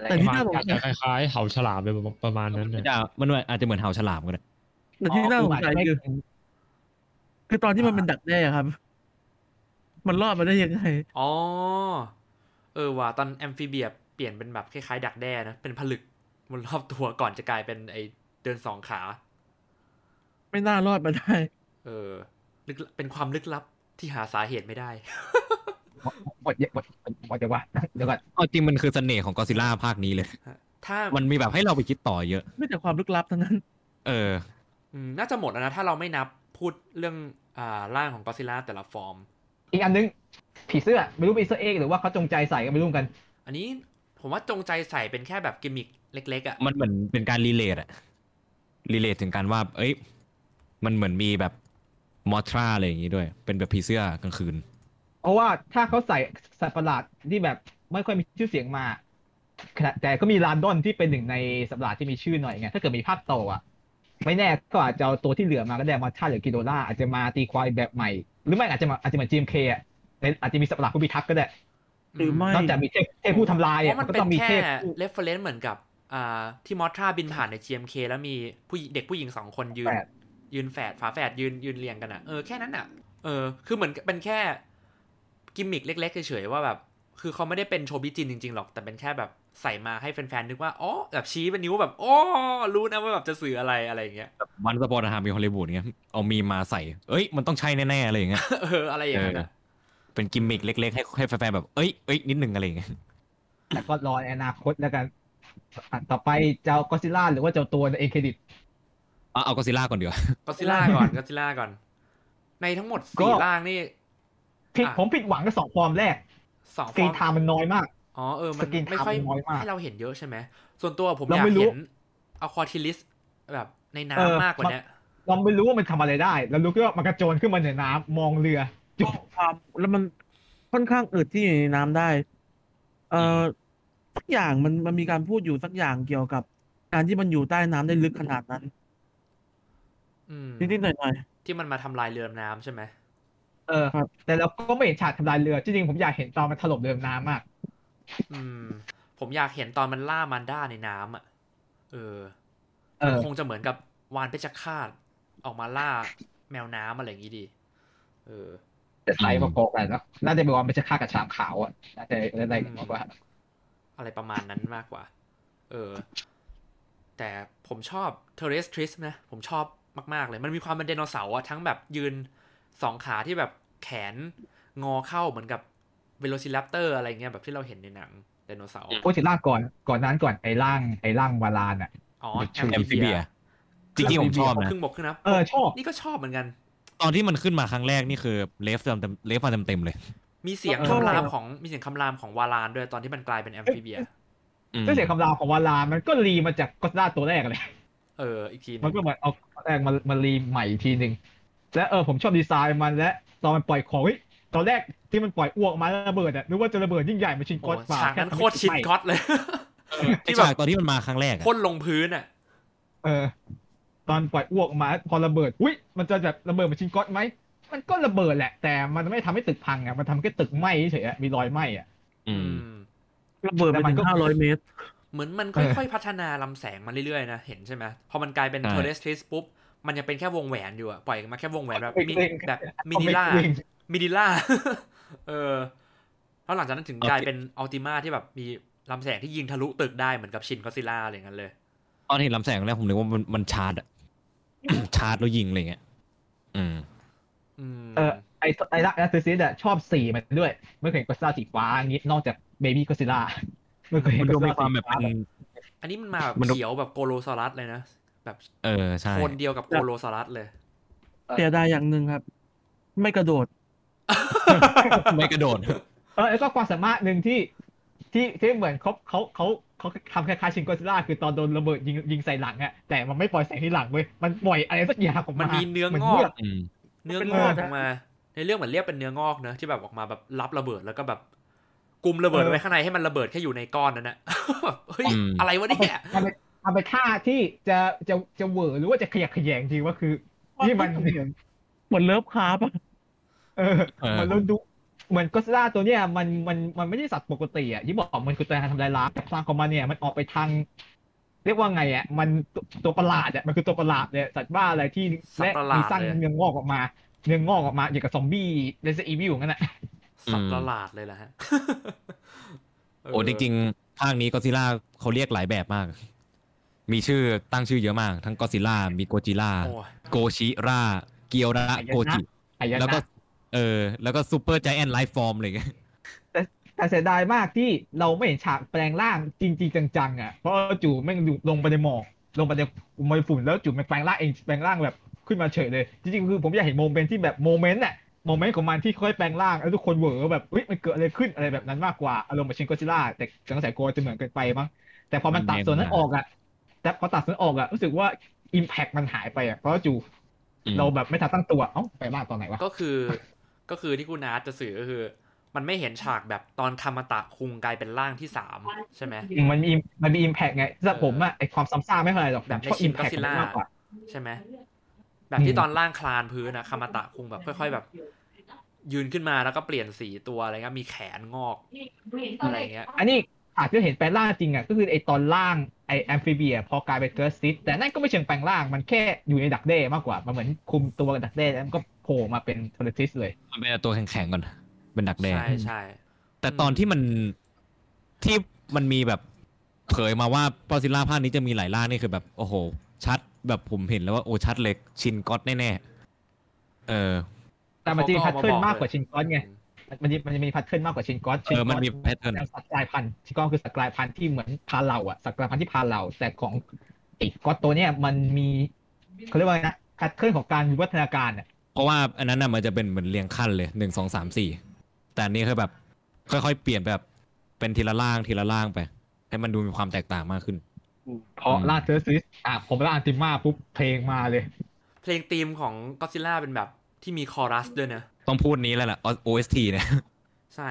Speaker 3: แต่ที่น่าสงสัย
Speaker 4: คล้ายๆเขาฉลามเลยประมาณนั้นนะ
Speaker 5: มันอาจจะเหมือนเห่าฉลามก็ได้
Speaker 3: แต่ที่น่าสงสัยคือ คือตอนที่มันเป็นดักแด้ครับ มันรอดมาได้ยังไง
Speaker 1: อ๋อ เออว่ะตอนแอมฟิเบียเปลี่ยนเป็นแบบคล้ายๆ ดักแด้นะ เป็นผลึกบนรอบตัวก่อนจะกลายเป็นไอเดินสองขา
Speaker 3: ไม่น่ารอดมาได้
Speaker 1: เออลึกเป็นความลึกลับที่หาสาเหตุไม่ได้
Speaker 2: หมดเยอะหมดหมดเดี๋ยวว่าเดี๋ยวก่อน
Speaker 5: เอาจริงมันคือเสน่ห์ของกอซิล่าภาคนี้เลย
Speaker 1: ถ้า
Speaker 5: มันมีแบบให้เราไปคิดต่อเยอะ
Speaker 3: ไม่แต่ความลึกลับทั้งนั้น
Speaker 5: เออ
Speaker 1: อืมน่าจะหมดแล้วนะ ถ้าเราไม่นับพูดเรื่องอ่าร่างของก็ซิล่าแต่ละฟอร์ม
Speaker 2: อีกอันนึงผีเสื้อไม่รู้ผีเสื้อเองหรือว่าเขาจงใจใส่กันไม่รู้เหมือนกัน
Speaker 1: อันนี้ผมว่าจงใจใส่เป็นแค่แบบกิมมิกเล็กๆอ่ะ
Speaker 5: มันเหมือนเป็นการรีเลทอะรีเลทถึงการว่า เอ้ย มันเหมือนมีแบบมอทราอะไรอย่างงี้ด้วย เป็นแบบผีเสื้อกลางคืน
Speaker 2: เพราะว่าถ้าเขาใส่สัตว์ประหลาดที่แบบไม่ค่อยมีชื่อเสียงมาขณะแต่ก็มีลานดอนที่เป็นหนึ่งในสัตว์ประหลาดที่มีชื่อหน่อยไงถ้าเกิดมีภาคต่ออ่ะ ไม่แน่ก็อาจจะเอาตัวที่เหลือมาก็ได้มาชาหรือกิโดล่าอาจจะมาตีควายแบบใหม่ หรือไม่อาจจะมาอาจจะมาจีมเคอ่ะในอาจจะมีสัตว์ประหลาดผู้พิทักษ์ก็ได้
Speaker 3: หรือไม่
Speaker 2: นอกจากมีเทพเทพผู้ทำลาย
Speaker 1: เพ
Speaker 2: อ่ะ
Speaker 1: ราะมัน
Speaker 2: ก็
Speaker 1: เป็
Speaker 2: ต้อนงมี
Speaker 1: แค่
Speaker 2: เทพผู้
Speaker 1: เรฟเฟรนซ์เหมือนกับอ่าที่มอทราบินผ่านใน GMK แล้วมีผู้หญิงเด็กผู้หญิงสองคนยืน
Speaker 2: แฝด
Speaker 1: ยืนแฝดฝาแฝดยืนยืนเรียงกันอ่ะเออแค่นั้นอ่ะเออคือเหมือนเป็นแค่กิมมิกเล็ก ๆ เฉยๆว่าแบบ คือเขาไม่ได้เป็นโชบิจินจริง ๆ หรอก แต่เป็นแค่แบบใส่มาให้แฟนๆนึกว่าอ๋อแบบชี้เป็นนิ้วแบบอ๋อรู้นะว่าแบบจะสื่ออะไรอะไรอย่างเงี้ย [laughs]
Speaker 5: วันสปอร์ตฮามีฮอลลีวูดเงี้ย เอามีมาใส่ เอ้ย มันต้องใช่แน่ๆอะไรอย่างเงี้ย
Speaker 1: เอออะไรอย่างเงี้ย
Speaker 5: เป็นกิมมิกเล็ก ๆ ให้ให้แฟนๆแบบ เอ้ยเอ้ยนิดนึงอะไรอย่างเงี้ย
Speaker 2: แต่ก็รอในอนาคตแล้วกันอันต่อไปจะเอาก็ซิล่าหรือว่าจะเอาตัวเองเครดิต
Speaker 5: เอาเอากอซิล่าก่อนดีกว่า
Speaker 1: ก็ซิล่าก่อนก็ซิล่าก่อน ในทั้งหมด
Speaker 2: ก็
Speaker 1: สี่ร่างนี่
Speaker 2: ผิด
Speaker 1: อ่ะ
Speaker 2: ผมผิดหวังกับสองฟอร์มแรก
Speaker 1: สอง
Speaker 2: ส
Speaker 1: ฟ
Speaker 2: กรี
Speaker 1: อน ร์ม
Speaker 2: ไทม์มันน้อยมาก
Speaker 1: อ๋อเออ มั
Speaker 2: ส
Speaker 1: น
Speaker 2: กิน
Speaker 1: ไม่ค่อย
Speaker 2: ทำน้อยมาก
Speaker 1: ให้เราเห็นเยอะใช่ไหม ส่วนตัวผมอ
Speaker 2: เรา
Speaker 1: ยาก
Speaker 2: ไม่รู้
Speaker 1: เห็นเอาคอทิลิสแบบใน
Speaker 2: เออ
Speaker 1: น้ำมากกว่าเนี้ย
Speaker 2: เราไม่รู้ว่ามันทำอะไรได้ เรารู้แค่ว่ามันกระโจนขึ้นมาเหนือน้ำมองเรือจ
Speaker 3: ก็
Speaker 2: บ
Speaker 3: ความแล้วมันค่อนข้างอึดที่อยู่ในน้ำได้ เอ่อสักอย่างมันมันมีการพูดอยู่สักอย่างเกี่ยวกับ การที่มันอยู่ใต้น้ำได้ลึกขนาดนั้น
Speaker 1: อืม
Speaker 3: นิดๆหน่อย
Speaker 1: ที่มันมาทำลายเรือดำน้ำใช่ไหม
Speaker 2: เออ
Speaker 3: ครับ
Speaker 2: แต่เราก็ไม่เห็นฉากทำลายเรือ จริงๆ ผมอยากเห็นตอนมันถล่มเรือน้ำมาก
Speaker 1: อืม ผมอยากเห็นตอนมันล่ามันด้าในน้ำอ่ะ เออ
Speaker 2: เออ
Speaker 1: คงจะเหมือนกับวานเพชรฆาตออกมาล่าแมวน้ำอะไรอย่างงี้ดี เออ
Speaker 2: แต่ไซส์พอๆกันเนอะน่าจะเป็นวันเป็นชะค่ากับชามขาวอ่ะ น่าจะอะไรกันมากกว่า
Speaker 1: อะไรประมาณนั้นมากกว่า เออ แต่ผมชอบเทเรสทริสนะ ผมชอบมาก ๆ เลย มันมีความเป็นไดโนเสาร์อะทั้งแบบยืนสองขาที่แบบแขนงอเข้าเหมือนกับเวโรซิ r ปเตอร์อะไรเงี้ยแบบที่เราเห็นในหนังไดโนเสาร์
Speaker 2: พูดถึงร่างก่อน ก่อนนั้นก่อนไอ้ร่างไอ้ร่างวาลานอ่ะ
Speaker 1: อ๋อ
Speaker 5: แอมฟิเบี
Speaker 1: amphibia
Speaker 5: ยจริงๆผมชอบนะ
Speaker 1: ครึ่งบกครึ่งน้
Speaker 2: เออชอบ
Speaker 1: ำนี่ก็ชอบเหมือนกัน
Speaker 5: ตอนที่มันขึ้นมาครั้งแรกนี่คือเลฟเต็มเลฟมาเต็มๆเลย
Speaker 1: มีเสียง
Speaker 2: เออ
Speaker 1: คำรามของมีเสียงคำรามของวาลานด้วยตอนที่มันกลายเป็นแอมฟิเบีย
Speaker 5: อืม
Speaker 2: ซึ่งเสียงคำรามของวาลานมันก็รีมาจากก็อดซิลล่าตัวแรกเลย
Speaker 1: เออ อีกทีหนึ่ง
Speaker 2: มันก็เหมือนเอาแรงมามารีใหม่อีกทีหนึ่งและเออผมชอบดีไซน์มันและตอนมันปล่อยของเฮ้ยตอนแรกที่มันปล่อยอ้วกออกมาแล้วระเบิดอ่ะนึกว่าจะระเบิดยิ่งใหญ่มาชินก๊อต
Speaker 1: โอ้
Speaker 2: เปล่า
Speaker 1: ฉากนั้น
Speaker 2: แค่
Speaker 1: โคตรชินก๊อตเลย ที่แบ
Speaker 5: ฉา
Speaker 1: บ
Speaker 5: กตอนที่มันมาครั้งแรกอะ
Speaker 1: พ่นลงพื้นอ่ะ
Speaker 2: เออ ตอนปล่อยอ้วกออกมา พอระเบิดอุ้ยมันจะแบบระเบิดมาชินก๊อตไหมมันก็ระเบิดแหละ แต่มันไม่ทำให้ตึกพังอ่ะมันทำให้ตึกไหม้เฉยๆอะมีรอยไหม้อ่ะ
Speaker 5: อืม
Speaker 3: ๆระเบิดไป
Speaker 2: แต่มั
Speaker 3: ถึ
Speaker 2: น
Speaker 3: ง
Speaker 2: ก็
Speaker 3: ห้าร้อยเมตร
Speaker 1: เหมือนมัน
Speaker 2: เออ
Speaker 1: ค่อยๆ พัฒนาลำแสงมันเรื่อยๆ นะ เห็นใช่ไหมพอมันกลายเป็น
Speaker 5: ใช่
Speaker 1: เทเลสทริสปุ๊บ มันยังเป็นแค่วงแหวนอยู่อะปล่อยมาแค่วงแหวนแบบมิ
Speaker 2: เกรงๆ
Speaker 1: แบบมินิล่า
Speaker 2: เกรง
Speaker 1: มินิล่า [laughs] เออ แล้วหลังจากนั้นถึงกลายเป็นอัลติมาที่แบบมีลำแสงที่ยิงทะลุตึกได้เหมือนกับชินก็อดซิลล่าอะไรอย่างนั้นเลย
Speaker 5: ตอนเห็นลำแสงแรกผมนึกว่ามันมันชาร์จอะ ชาร์จแล้วยิงอะไรเงี้ย อืม
Speaker 1: อืม
Speaker 2: ๆเออไอ้ไอ้ละแอสซิสอ่ะชอบสีมันด้วยไม่เคยเห็นก็อดซิลล่าสีฟ้าอย่างงี้นอกจากเบบี้ก็อดซิลล่าไม่เคยเห็น
Speaker 5: มัน
Speaker 2: ก็อ
Speaker 5: ดู
Speaker 2: ดซิล
Speaker 5: มี
Speaker 2: ล่า
Speaker 5: ความ
Speaker 2: สี
Speaker 5: แบบ
Speaker 2: ฟ้า
Speaker 5: เป็น
Speaker 1: อันนี้มันมาแบบ
Speaker 5: มันดู
Speaker 1: เขียวแบบโกโลซอรัสเลยนะ แบบ
Speaker 5: เออ ใช่
Speaker 1: โทนเดียวกับโกโลซอรัสเลย
Speaker 3: เสียดายอย่างหนึ่งครับ ไม่กระโดด
Speaker 5: ไม่กระโดด
Speaker 2: เออแล้วก็ความสามารถหนึ่งที่ที่ที่เหมือนเขาเขาเขาเขาทำคล้ายๆชิงกอซิล่าคือตอนโดนระเบิดยิงยิงใส่หลังอะแต่มันไม่ปล่อยแสงที่หลังเว้ยมันปล่อยอะไรสักอย่างออก
Speaker 1: [laughs]
Speaker 2: มา
Speaker 1: มั
Speaker 2: มัน
Speaker 1: มีเนื้อง
Speaker 2: มั
Speaker 1: อก
Speaker 2: เลืด
Speaker 5: อืม
Speaker 1: เนื้อ
Speaker 3: เป็น
Speaker 1: งอก
Speaker 3: เนื้
Speaker 1: อ
Speaker 3: อนะ
Speaker 1: อกมา ในเรื่องเหมือนเรียกเป็นเนื้องอกเนอะที่แบบออกมาแบบรับระเบิดแล้วก็แบบกลุมระเบิด
Speaker 2: เออ
Speaker 1: ไว้ข้างในให้มันระเบิดแค่อยู่ในก้อนนั้นนะ [laughs] แบบเฮ้ย
Speaker 5: อืม
Speaker 1: อะไรวะเนี่ย
Speaker 2: มันเป็นมันเป็นท่าที่จะจะจะเหวอหรือว่าจะขยักขยงจริงว่าคือนี่มัน
Speaker 3: เหมือนเลิฟคาร์ปอะ
Speaker 2: เออ
Speaker 5: เออ
Speaker 2: มันเราดูเหมือนกอซิล่าตัวเนี้ยมันมันมันไม่ใช่สัตว์ปกติอะยิ่งบอกมันคือตัวการทำลายล้างแต่พลังของมันเนี่ยมันออกไปทาง เรียกว่าไงอะมันตัวตัวประหลาดอะมันคือตัวประหลาดเนี่ยสัตว์บ้าอะไรที่และมีสร้างเนื้องอกออกมา เนื้องอกออกมาอย่างกับซอมบี้เรซอีวิวงั้นน่ะ
Speaker 1: สับประหลาดเลยแหละฮ [laughs] ะ
Speaker 5: โอ้จริงๆภาคนี้ก็ซิล่าเขาเรียกหลายแบบมาก มีชื่อตั้งชื่อเยอะมาก ทั้งก็ซิล่ามีโกจิล่า
Speaker 1: ๆโอ้ย
Speaker 5: โกชิร่าเกียวระโกจิ
Speaker 2: อายะ
Speaker 5: แล้วก็
Speaker 2: นะ
Speaker 5: เออ แล้วก็ซูเปอร์ i จแอนไลฟ์ฟอร์มอะไรอย่างเงี้ย
Speaker 2: แต่เสียดายมากที่เราไม่เห็นฉากแปลงร่างจริง ๆ จังๆอ่ะเพราะจู่แม่งลงไปในหมอกลงไปในอุโมงค์ฝุ่นแล้วจู่แม่งแปลงร่างเองแปลงร่างแบบขึ้นมาเฉยเลย จริงๆคือผมอยากเห็นโมเมนต์ที่แบบโมเมนต์น่ะโมเมนต์ของมันที่ค่อยแปลงร่างแล้วทุกคนเหวอแบบเฮ้ยมันเกิดอะไรขึ้นอะไรแบบนั้นมากกว่าอารมณ์แบบชินก็ซิล่าแต่สงสัยกลัวจะเหมือนเกินไปมั้งแต่พอมันตัดส่วนนั้นออกอ่ะแต่พอตัดส่วนนั้นออกอ่ะรู้สึกว่าอิมแพคมันหายไปอ่ะเพราะจู่
Speaker 5: อืม
Speaker 2: เราแบบไม่ทันตั้งตัวเอ้าไปมากตอนไหนวะ
Speaker 1: ก็คือก็คือที่คุณอาร์ตจะสื่อก็คือ มันไม่เห็นฉากแบบตอนคามาตะคุงกลายเป็นร่างที่สามใช่ไหม
Speaker 2: มันมีมันมีอิมแพกไงสำหรับผมอะไอความซ้ำซากไม่เท่าไหร่หรอก
Speaker 1: แบบใน
Speaker 2: ชอบ
Speaker 1: ชิ
Speaker 2: อิ
Speaker 1: น
Speaker 2: มแพ
Speaker 1: ก็
Speaker 2: ก
Speaker 1: ซิล่าม
Speaker 2: ากกว่า
Speaker 1: ใช่ไหมแบบที่ตอนล่างคลานพื้นนะคามาตะคุงแบบค่อย ๆ แบบ ยืนขึ้นมาแล้วก็เปลี่ยนสีตัวอะไรเงี้ยมีแขนงอก อะไรเงี้ย
Speaker 2: อันนี้อาจจะเห็นแปลงร่างจริงอะก็คือไอตอนล่างไอแอมฟิเบีย พอกลายเป็นเกิร์สซิตแต่นั่นก็ไม่เชิงแปลงร่างมันแค่อยู่ในดักแด้มากกว่า มันเหมือนคุมตัวกับดักแด้แล้วมันก็โผล่มาเป็นเทเลทิสเลย
Speaker 5: มันเป็นตัวแข็งๆก่อน เป็นดักแดง
Speaker 1: ใช่ใช่
Speaker 5: แต่ตอนที่มันที่มันมีแบบเผยมาว่าปอซิล่าภาคนี้จะมีหลายล่างนี่คือแบบ โอ้โห ชัดแบบผมเห็นแล้วว่าโอ้ชัดเลยชินก็อตแน่ๆเออ
Speaker 2: แต่มันจะมี
Speaker 1: เขา
Speaker 2: แพท
Speaker 1: ก็เอามา
Speaker 2: เทิร์น
Speaker 1: บอก
Speaker 2: มากกว่า
Speaker 1: เลย
Speaker 2: ชินก้อนไงมันจะมันจะมีแพทเทิร์นมากกว่าชินก้อนชิ
Speaker 5: เออ
Speaker 2: ก้
Speaker 5: มันมีแพทเทิร์น
Speaker 2: แนวสัตว์กลายพันธุ์ชินก้อนคือสัตว์กลายพันธุ์ที่เหมือนพาเหล่าอะสัตว์กลายพันธุ์ที่พาเหล่าแต่ของไอก้อนตัวเนี้ยมันมีเขาเรียกว่าไงนะแพทเทิร์นของการวิวัฒนาการอะ
Speaker 5: เพราะว่าอันนั้นน่ะมันจะเป็นเหมือนเรียงขั้นเลยหนึ่งสองสามสี่แต่อันนี้คือแบบ ค่อยๆ เปลี่ยนแบบเป็นทีละล่างทีละล่างไป ให้มันดูมีความแตกต่างมากขึ้น
Speaker 2: เพราะล่าเทอร์ซิสอ่ะผมล่าอันติมาปุ๊บเพลงมาเลย
Speaker 1: เพลงธีมของก็ซิล่าเป็นแบบที่มีคอรัสด้วยนะ
Speaker 5: ต้องพูดนี้แล้วล่ะ OST เนี่ย
Speaker 1: ใช่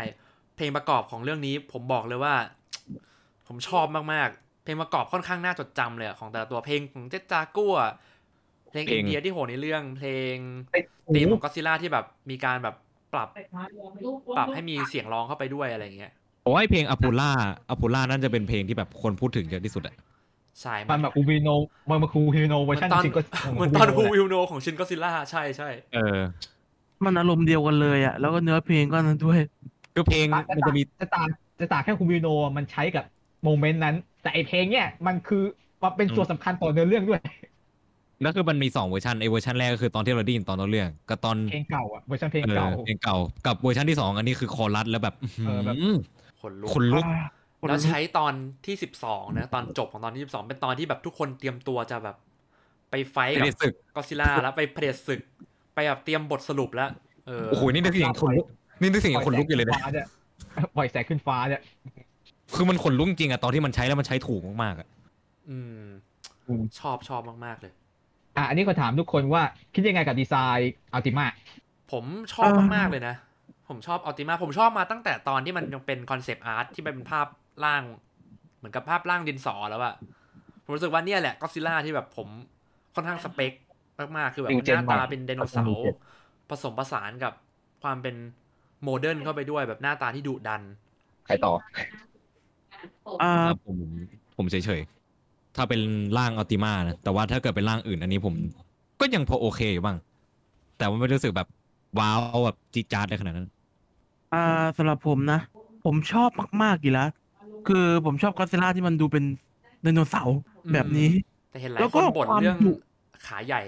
Speaker 1: เพลงประกอบของเรื่องนี้ผมบอกเลยว่า ผมชอบมากๆ เพลงประกอบค่อนข้างน่าจดจำเลยอะของแต่ละตัวเพลงของเจจากัวเพลง
Speaker 5: เพล
Speaker 1: อิ
Speaker 5: ง
Speaker 1: นเดียที่โหนในเรื่อง เพลง
Speaker 2: ไอ้
Speaker 1: ธีม
Speaker 2: ห
Speaker 1: ข
Speaker 2: นู
Speaker 1: องก็ซิล่าที่แบบมีการแบบปรับป
Speaker 6: ป
Speaker 1: รั
Speaker 6: รั
Speaker 1: บบ ให้
Speaker 6: ให้
Speaker 1: มี
Speaker 6: มี
Speaker 1: เสียงร้องเข้าไปด้วยอะไรอย่างเงี้ย
Speaker 5: โอ้ยเพลงอ p ูล่าอ p ูล่านั่นจะเป็นเพลงที่แบบคนพูดถึงเยอะที่สุดอะ
Speaker 1: ใช่
Speaker 2: มันแบบอูบิโนมันมาคูฮิโนเว
Speaker 1: เห
Speaker 2: อ
Speaker 1: มือ
Speaker 2: ร์ชัน
Speaker 1: นตอน
Speaker 2: จริงก็
Speaker 1: เหมือนตอนฮูวิลโนของชินก็ซิล่าใช่ใช่
Speaker 5: เออ
Speaker 3: มันอารมณ์เดียวกันเลยอ่ะแล้วก็เนื้อเพลงก็นั้นด้วย
Speaker 5: คือเพลง
Speaker 2: ต่าง
Speaker 5: มันจะมี
Speaker 2: จะต่างจะต่างแค่คูบิโนมันใช้กับโมเมนต์นั้น แต่ไอเพลงเนี่ยมันคือมันเป็นส่วนสำคัญต่อเนื้อเรื่องด้วย
Speaker 5: แล้วคือมันมีสองเวอร์ชันไอเวอร์ชันแรกก็คือตอนที่เราได้ยินตอนต้นเรื่องกับตอน
Speaker 2: เพลงเก่าอ่ะเวอร์ชันเพลงเก่า
Speaker 5: ออเพลงเก่า กับเวอร์ชันที่สองอันนี้คือคอรัสแล้วแบบ
Speaker 2: เออแบบ
Speaker 5: อื้อ
Speaker 1: ๆขนลุก
Speaker 5: ขนลุก
Speaker 1: แล้วใช้ตอนที่สิบสองนะตอนจบของตอนที่สิบสองเป็นตอนที่แบบทุกคนเตรียมตัวจะแบบ ไปไฟท์
Speaker 5: ไป
Speaker 1: กั
Speaker 5: เผด็จศึ
Speaker 1: บ
Speaker 5: ก
Speaker 1: ก็ซิล่าแล้วไปเผด็จศึก ไปแบบเตรียมบทสรุปแล้ว เออ
Speaker 5: โอ้โหนี่นึกถึงขนลุกนี่นึกถึงขนลุกอยู่เลยนะ
Speaker 2: ฟ้าเนี่ยปล่อยแสงขึ้นฟ้าเนี่ย
Speaker 5: คือมันขนลุกจริงอะตอนที่มันใช้แล้วมันใช้ถูกมากๆอะ
Speaker 1: อืม
Speaker 5: อืม
Speaker 1: ชอบชอบมากๆเลย
Speaker 2: อ่ะอันนี้ขอถามทุกคนว่าคิดยังไงกับดีไซน์อัลติมา
Speaker 1: ผมชอบ
Speaker 3: อ่าม
Speaker 1: มากๆเลยนะ ผมชอบอัลติมา ผมชอบมาตั้งแต่ตอนที่มันยังเป็นคอนเซปต์อาร์ตที่มันเป็นภาพร่าง เหมือนกับภาพร่างดินสอแล้วอะผมรู้สึกว่าเนี่ยแหละก็ซิล่าที่แบบผมค่อนข้างสเปคมากๆ คือแบบ
Speaker 2: นิว
Speaker 1: ห
Speaker 2: เจน
Speaker 1: น้าตา
Speaker 2: ใหม่
Speaker 1: เป็นไดโนเสา
Speaker 2: นิว
Speaker 1: ร์
Speaker 2: เจน
Speaker 1: ผสมผสานกับความเป็นโมเดิร์นเข้าไปด้วยแบบหน้าตาที่ดุดัน
Speaker 2: ใครต่อ
Speaker 3: อ่า
Speaker 5: ครับผมผมเฉยๆ ถ้าเป็นร่างอัลติมานะ แต่ว่าถ้าเกิดเป็นร่างอื่นอันนี้ผม ก็ยังพอโอเคอยู่บ้าง แต่ว่าไม่รู้สึกแบบ ว้าวแบบจี๊ดจ๊าดได้ขนาดนั้น
Speaker 3: อ่าสำหรับผมนะ ผมชอบมากๆอยู่แล้วคือผมชอบก็อดซิลล่าที่มันดูเป็นไดโนเสาร์
Speaker 1: อืม
Speaker 3: แบบนี้
Speaker 1: แต่เห็นหลาย
Speaker 3: แล้ว
Speaker 1: ค
Speaker 3: ก็
Speaker 1: นบ่นเรื่อง
Speaker 3: ความดุ
Speaker 1: ขาใหญ่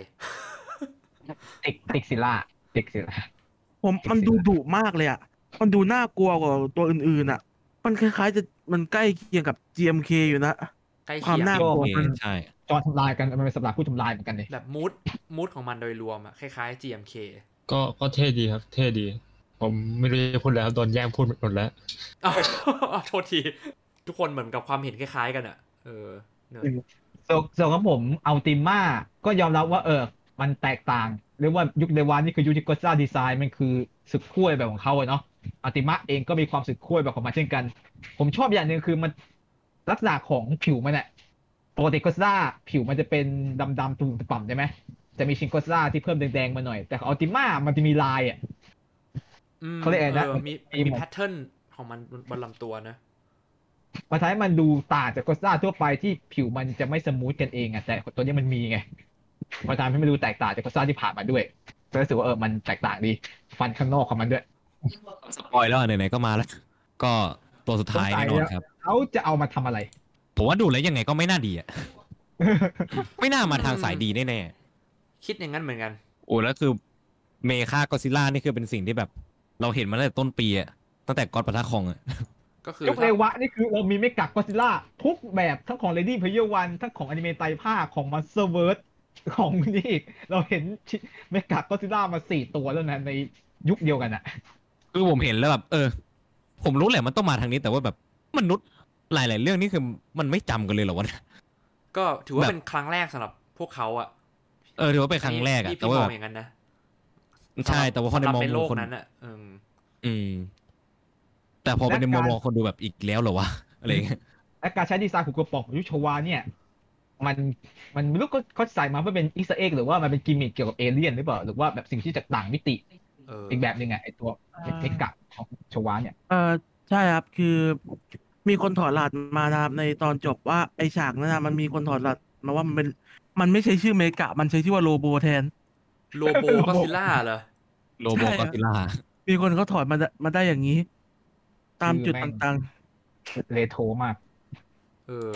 Speaker 2: ติกติกซิล่าติกซิล่า
Speaker 3: ผม
Speaker 2: จริงๆ
Speaker 3: มันดูดุมากเลยอ่ะ มันดูน่ากลัวกว่าตัวอื่นๆอ่ะ มันคล้ายๆจะมันใกล้เคียงกับ GMK อยู่นะ
Speaker 1: ใกล้
Speaker 3: ควา
Speaker 1: เคี
Speaker 3: ม
Speaker 1: ยง
Speaker 3: น่าก
Speaker 5: โอ
Speaker 3: ลัว
Speaker 5: เค
Speaker 3: มัน
Speaker 5: ใช่
Speaker 2: จอทำลายกันมันเป็นสำหรับผู้ทำลายเหมือนกันเลย
Speaker 1: แบบมูดมูดของมันโดยรวมอะคล้ายๆ GMK
Speaker 4: ก็ก็เท่ดีครับ เท่ดี ผมไม่รู้จะพูดแล้วโดนแย่งพูดหมดแล้ว
Speaker 1: อ้าว [laughs] โทษที ทุกคนเหมือนกับความเห็นคล้ายๆกันอะเออเนอะ
Speaker 2: ส่วนส่วนของผมอัลติมาก็ยอมรับว่าเออ มันแตกต่าง เรียกว่ายุคเดวานนี่คือยุคที่ก็ซ่าดีไซน์มันคือสุดขั้วแบบของเขาอะเนาะอัลติมาเองก็มีความสุดขั้วแบบของมันเช่นกัน ผมชอบอย่างหนึ่งคือมันลักษณะของผิวมันอะปกติก็ซ่าผิวมันจะเป็นดำๆตุ่มต่ำๆใช่ไหมจะมีชินก็ซ่าที่เพิ่มแดงๆมาหน่อย แต่อัลติมามันจะมีลายอะ
Speaker 1: อืม
Speaker 2: เขาเรียกอะไรนะ
Speaker 1: มี
Speaker 2: มี
Speaker 1: มี
Speaker 2: หมด
Speaker 1: แพทเทิร์นของมันบนลำตัวนะ
Speaker 2: มาทำให้ายมันดูต่างจากก็ซ่าทั่วไปที่ผิวมันจะไม่สมูทกันเองอะแต่ตัวนี้มันมีไงมาทำให้มันดูแตกต่างจากก็ซ่าที่ผ่านมาด้วย ไป ก็รู้สึกว่าเออมันแตกต่างดี ฟันข้างนอกของมันด้วย
Speaker 5: สปอยแล้วอะไหนๆก็มาแล้ว ก็ตัวสุดท้ายแน่นอนครับ
Speaker 2: เขาจะเอามาทำอะไร
Speaker 5: ผมว่าดูแล้วยังไงก็ไม่น่าดีอ่ะ ไม่น่ามาทางสายดีแน่
Speaker 1: คิดอย่างนั้นเหมือนกัน
Speaker 5: ๆโอ้แล้วคือเมฆ่ากอดซิลล่านี่คือเป็นสิ่งที่แบบ เราเห็นมาตั้งแต่ต้นปีอ่ะตั้งแต่กอดปะทะคองอ่ะ
Speaker 1: ก็คือ
Speaker 2: ยุคเรวะนี่คือเรามีไม่กักก็ซิล่าทุกแบบทั้งของ Lady Player One ทั้งของอนิเมะไตรภาคของ Monster Verse ของ [laughs] นี่อีกเราเห็นไม่กักก็ซิล่ามาสี่ตัวแล้วนะในยุคเดียวกันอะ
Speaker 5: คือผมเห็นแล้วแบบ เออ ผมรู้แหละมันต้องมาทางนี้แต่ว่าแบบมนุษย์หลาย ๆ เรื่องนี่คือมันไม่จำกันเลยเหรอวะ
Speaker 1: ก็ถือว่า
Speaker 5: แบบ
Speaker 1: เป็นครั้งแรกสำหรับพวกเขาอะ
Speaker 5: เออถือว่าเป็นครั้งแรกอ่ะ
Speaker 1: นี่
Speaker 5: แต่
Speaker 1: พี่
Speaker 5: ว่ามแบ
Speaker 1: อง
Speaker 5: บ
Speaker 1: อย่างนั้นนะ
Speaker 5: ใช่แต่ว่าพอใน
Speaker 1: สำหรับ
Speaker 5: มอง
Speaker 1: ในโล
Speaker 5: มุม
Speaker 1: ก
Speaker 5: คน
Speaker 1: นั้นอะเออ
Speaker 5: อืม แต่พอเป็นในมุมมองคนดูแบบอีกแล้วเหรอวะอะไรอย่างเงี้ย
Speaker 2: และการใช้ดีไซน์ของกระป๋องของยุคโชวาเนี่ย มันมันไม่รู้ก็เขาใส่มาเพื่อเป็นอีสเอ็กหรือว่ามันเป็นกิมมิคเกี่ยวกับเอเลี่ยนหรือเปล่าหรือว่าแบบสิ่งที่จากต่างมิติ
Speaker 1: เออ
Speaker 2: อีกแบบหนึ่งอะไอตัวไม่กักของโชวาเนี่ย
Speaker 3: เออใช่ครับคือมีคนถอดรหัสมานะครับในตอนจบว่าไอฉากนั้นนะมันมีคนถอดรหัสมาว่ามันเป็นมันไม่ใช่ชื่อเมกะ มันใช้ชื่อว่าโลโบแทน
Speaker 1: โลโบ
Speaker 5: [laughs]
Speaker 1: ก็ซิล่าเหรอ
Speaker 5: โลโบกอดซิลล่า
Speaker 3: มีคนเขาถอดมาได้มาได้อย่างนี้ ตามจุด
Speaker 2: คือแม่ง
Speaker 3: ต่าง
Speaker 2: เลโทมาก
Speaker 1: เออ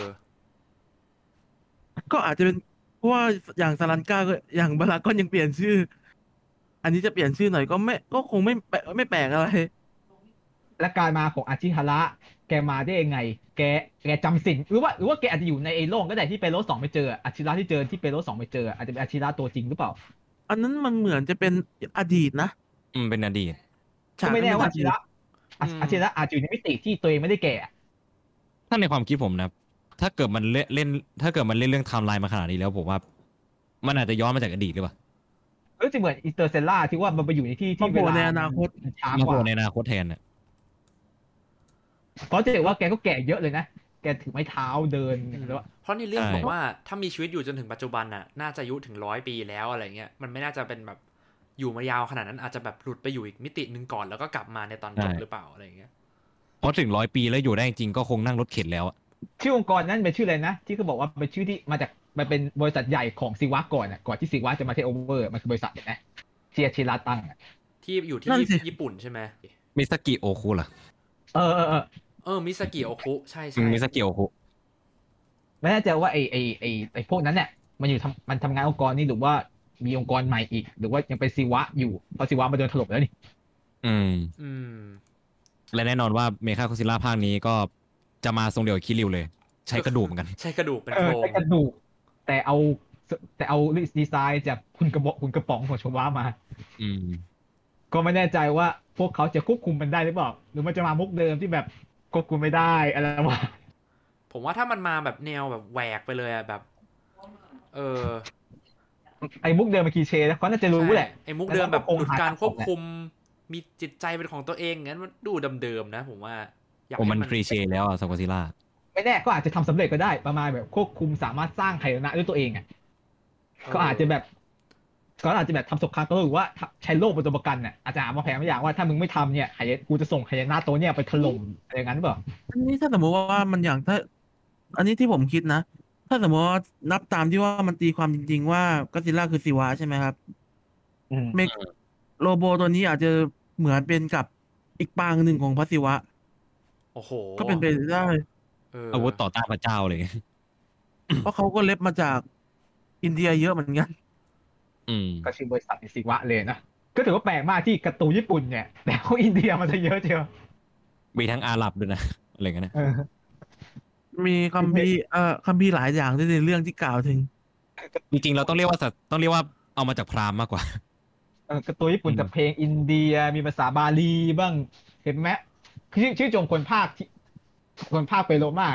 Speaker 3: ๆ ก็อาจจะเป็นเพราะว่าอย่างสลันก้าก็อย่างบารากอนยังเปลี่ยนชื่อ อันนี้จะเปลี่ยนชื่อหน่อยก็ไม่ก็คงไม่แปลกไม่แปลกอะไร
Speaker 2: และการมาของอาชิฮาระ แกมาได้ยังไง แก แกจำสินหรือว่าหรือว่าแกอาจจะอยู่ในไอ้โล่งก็ได้ที่เปโรสองไปเจออาชิระที่เจอที่เปโรสองไปเจอ อาจจะเป็นอาชิระตัวจริงหรือเปล่า
Speaker 3: อันนั้นมันเหมือนจะเป็นอดีตนะ
Speaker 5: อืมเป็นอดีต
Speaker 3: ฉาก
Speaker 2: ก็ไม่แน่ว่าอา
Speaker 3: เป็
Speaker 2: ชิ
Speaker 3: อดีต
Speaker 2: ระอา
Speaker 1: อืม
Speaker 2: อาชิระอาจจะอยู่ในมิติที่ตัวเองไม่ได้แก่อะ
Speaker 5: ถ้าในความคิดผมนะ ถ้าเกิดมันเล่นเล่น ถ้าเกิดมันเล่นเรื่องไทม์ไลน์มาขนาดนี้แล้วผมว่า มันอาจจะย้อนมาจากอดีตหรือเปล่า
Speaker 2: หรือจะเหมือนอินเตอร์เซลล่าที่ว่ามันไปอยู่ในที่
Speaker 3: มา
Speaker 2: ที่
Speaker 3: โผ
Speaker 2: เว
Speaker 3: ล่
Speaker 2: ลา
Speaker 3: ในอนาคต
Speaker 2: มันช้า
Speaker 5: มาโผ
Speaker 2: กว่า
Speaker 5: ล่ในอนาคตแทนน่ะ
Speaker 2: เพราะจะเห็นว่าแกก็แก่เยอะเลยนะ แกถือไม้เท้าเดินแล้ว
Speaker 1: เพราะในเรื่อง
Speaker 5: ใช่
Speaker 1: บอกว่าถ้ามีชีวิตอยู่จนถึงปัจจุบันน่ะ น่าจะอายุถึงร้อยปีแล้วอะไรเงี้ยมันไม่น่าจะเป็นแบบอยู่มายาวขนาดนั้นอาจจะแบบหลุดไปอยู่อีกมิติหนึ่งก่อนแล้วก็กลับมาในตอนจบ
Speaker 5: ใช่
Speaker 1: หรือเปล่าอะไรเงี้ย
Speaker 5: เพราะถึงร้อยปีแล้วอยู่ได้จริงๆก็คงนั่งรถเข็นแล้วอะ
Speaker 2: ชื่อองค์กรนั้นเป็นชื่ออะไรนะ ที่เขาบอกว่าเป็นชื่อที่มาจากมันเป็นบริษัทใหญ่ของซิวะก่อนอ่ะก่อนที่ซิวะจะมาเทคโอเวอร์มันคือบริษัทเห็นไหมเชียร์ชิระตั้งอะ
Speaker 1: ที่อยู่ที่
Speaker 3: นั่นสิ
Speaker 1: ญี่ปุ่นใช่ไหม
Speaker 5: มิสกิโอคุเหรอ
Speaker 2: เออเออเออ
Speaker 1: เออมิสกิโอคุใช่
Speaker 5: อื
Speaker 1: ใช่
Speaker 5: มมิสกิโอคุ
Speaker 2: ไม่แน่ใจว่าไอไอไอไอพวกนั้นเนี่ยมันอยู่ทำมันทำงานองค์กรนี่หรือว่ามีองค์กรใหม่อีก หรือว่ายังเป็นซีวะอยู่เพราะซีวะมาโดนถล่มแล้วนี่
Speaker 5: อืม
Speaker 1: อืม
Speaker 5: และแน่นอนว่าเมคาโคซิลล่าภาคนี้ก็จะมาทรงเดียวกับคิริวเลย ใช้กระดูกเหมือนกัน
Speaker 1: ใช่กระดูกเป็น
Speaker 2: เอ
Speaker 1: โครง
Speaker 2: อแต่กระดูกแต่เอาแต่เอาดีไซน์จากคุณกระบอกคุณกระป๋องของชวะมา
Speaker 5: อืม
Speaker 2: ก็ไม่แน่ใจว่าพวกเขาจะควบคุมมันได้หรือเปล่าหรือมันจะมามุกเดิมที่แบบควบคุมไม่ได้อะไรวะ [laughs]
Speaker 1: ผมว่าถ้ามันมาแบบแนวแบบแหวกไปเลยอะแบบ เออ
Speaker 2: ไอ้มุกเดิมมาคีเชแล้วเขาน่าจะรู้แหละ
Speaker 1: ใช่ไอ้มุกเดิมแบบหลุดการ
Speaker 2: แต่
Speaker 1: ค
Speaker 2: ว่าก็คงหาทางออกแห
Speaker 1: ว
Speaker 2: ละ
Speaker 1: บคุม มีจิตใจเป็นของตัวเองงั้นมันดูเดิมๆนะ ผมว่าอยาก
Speaker 5: โอ้
Speaker 1: ให้
Speaker 5: มันครีเชแล้วอะซังโกซิลล่า
Speaker 2: ไม่แน่ก็อาจจะทำสำเร็จก็ได้ประมาณแบบควบคุมสามารถสร้างไหนะด้วยตัวเองอ่ะก็อาจจะแบบก็อาจจะแบบทำสงครามก็รู้ว่าถ้าใช้โลกเป็นตัวประกันน่ะอาจจะหามางแผนมาอย่างว่าถ้ามึงไม่ทำเนี่ยไหกูจะส่งไหนะตัวเนี่ยไปถล่มอะไรอย่างนั้นหรือเปล่า
Speaker 3: อันนี้ถ้าสมมติว่ามันอย่างถ้า อันนี้ที่ผมคิดนะ ถ้าสมมติว่านับตามที่ว่ามันตีความจริง ๆ ว่าก็ซิลล่าคือซิวะใช่ไหมครับเมกโลโบตัวนี้อาจจะเหมือนเป็นกับอีกปางหนึ่งของพระศิวะ
Speaker 1: โอ้โห
Speaker 3: ก็เป็นไปได้
Speaker 1: เออ
Speaker 5: อาวุธต่อต้านพระเจ้าเลย
Speaker 3: เพราะเขาก็เล็บมาจากอินเดียเยอะเหมือนกัน
Speaker 5: อืม
Speaker 2: ก็ชื่อบริษัทอิสิวะเลยนะก็ถือว่าแปลกมากที่การ์ตูนญี่ปุ่นเนี่ย [laughs] แต่ของอินเดียมันจะเยอะเชียว
Speaker 5: มีทั้งอาหรับด้วยนะ อะไรเงี้ยนะ
Speaker 2: เออ
Speaker 3: มีคัมภีร์เอ่อคัมภีร์หลายอย่างด้วยในเรื่องที่กล่าวถึง
Speaker 5: จริงๆ เราต้องเรียกว่าสัตว์ต้องเรียกว่าเอามาจากพราหมณ์มากกว่า
Speaker 2: เออการ์ตูนญี่ปุ่นแต่เพลงอินเดียมีภาษาบาลีบ้างเห็นไหมชื่อชื่อจงคนภาคที่คนภาคไปโรมา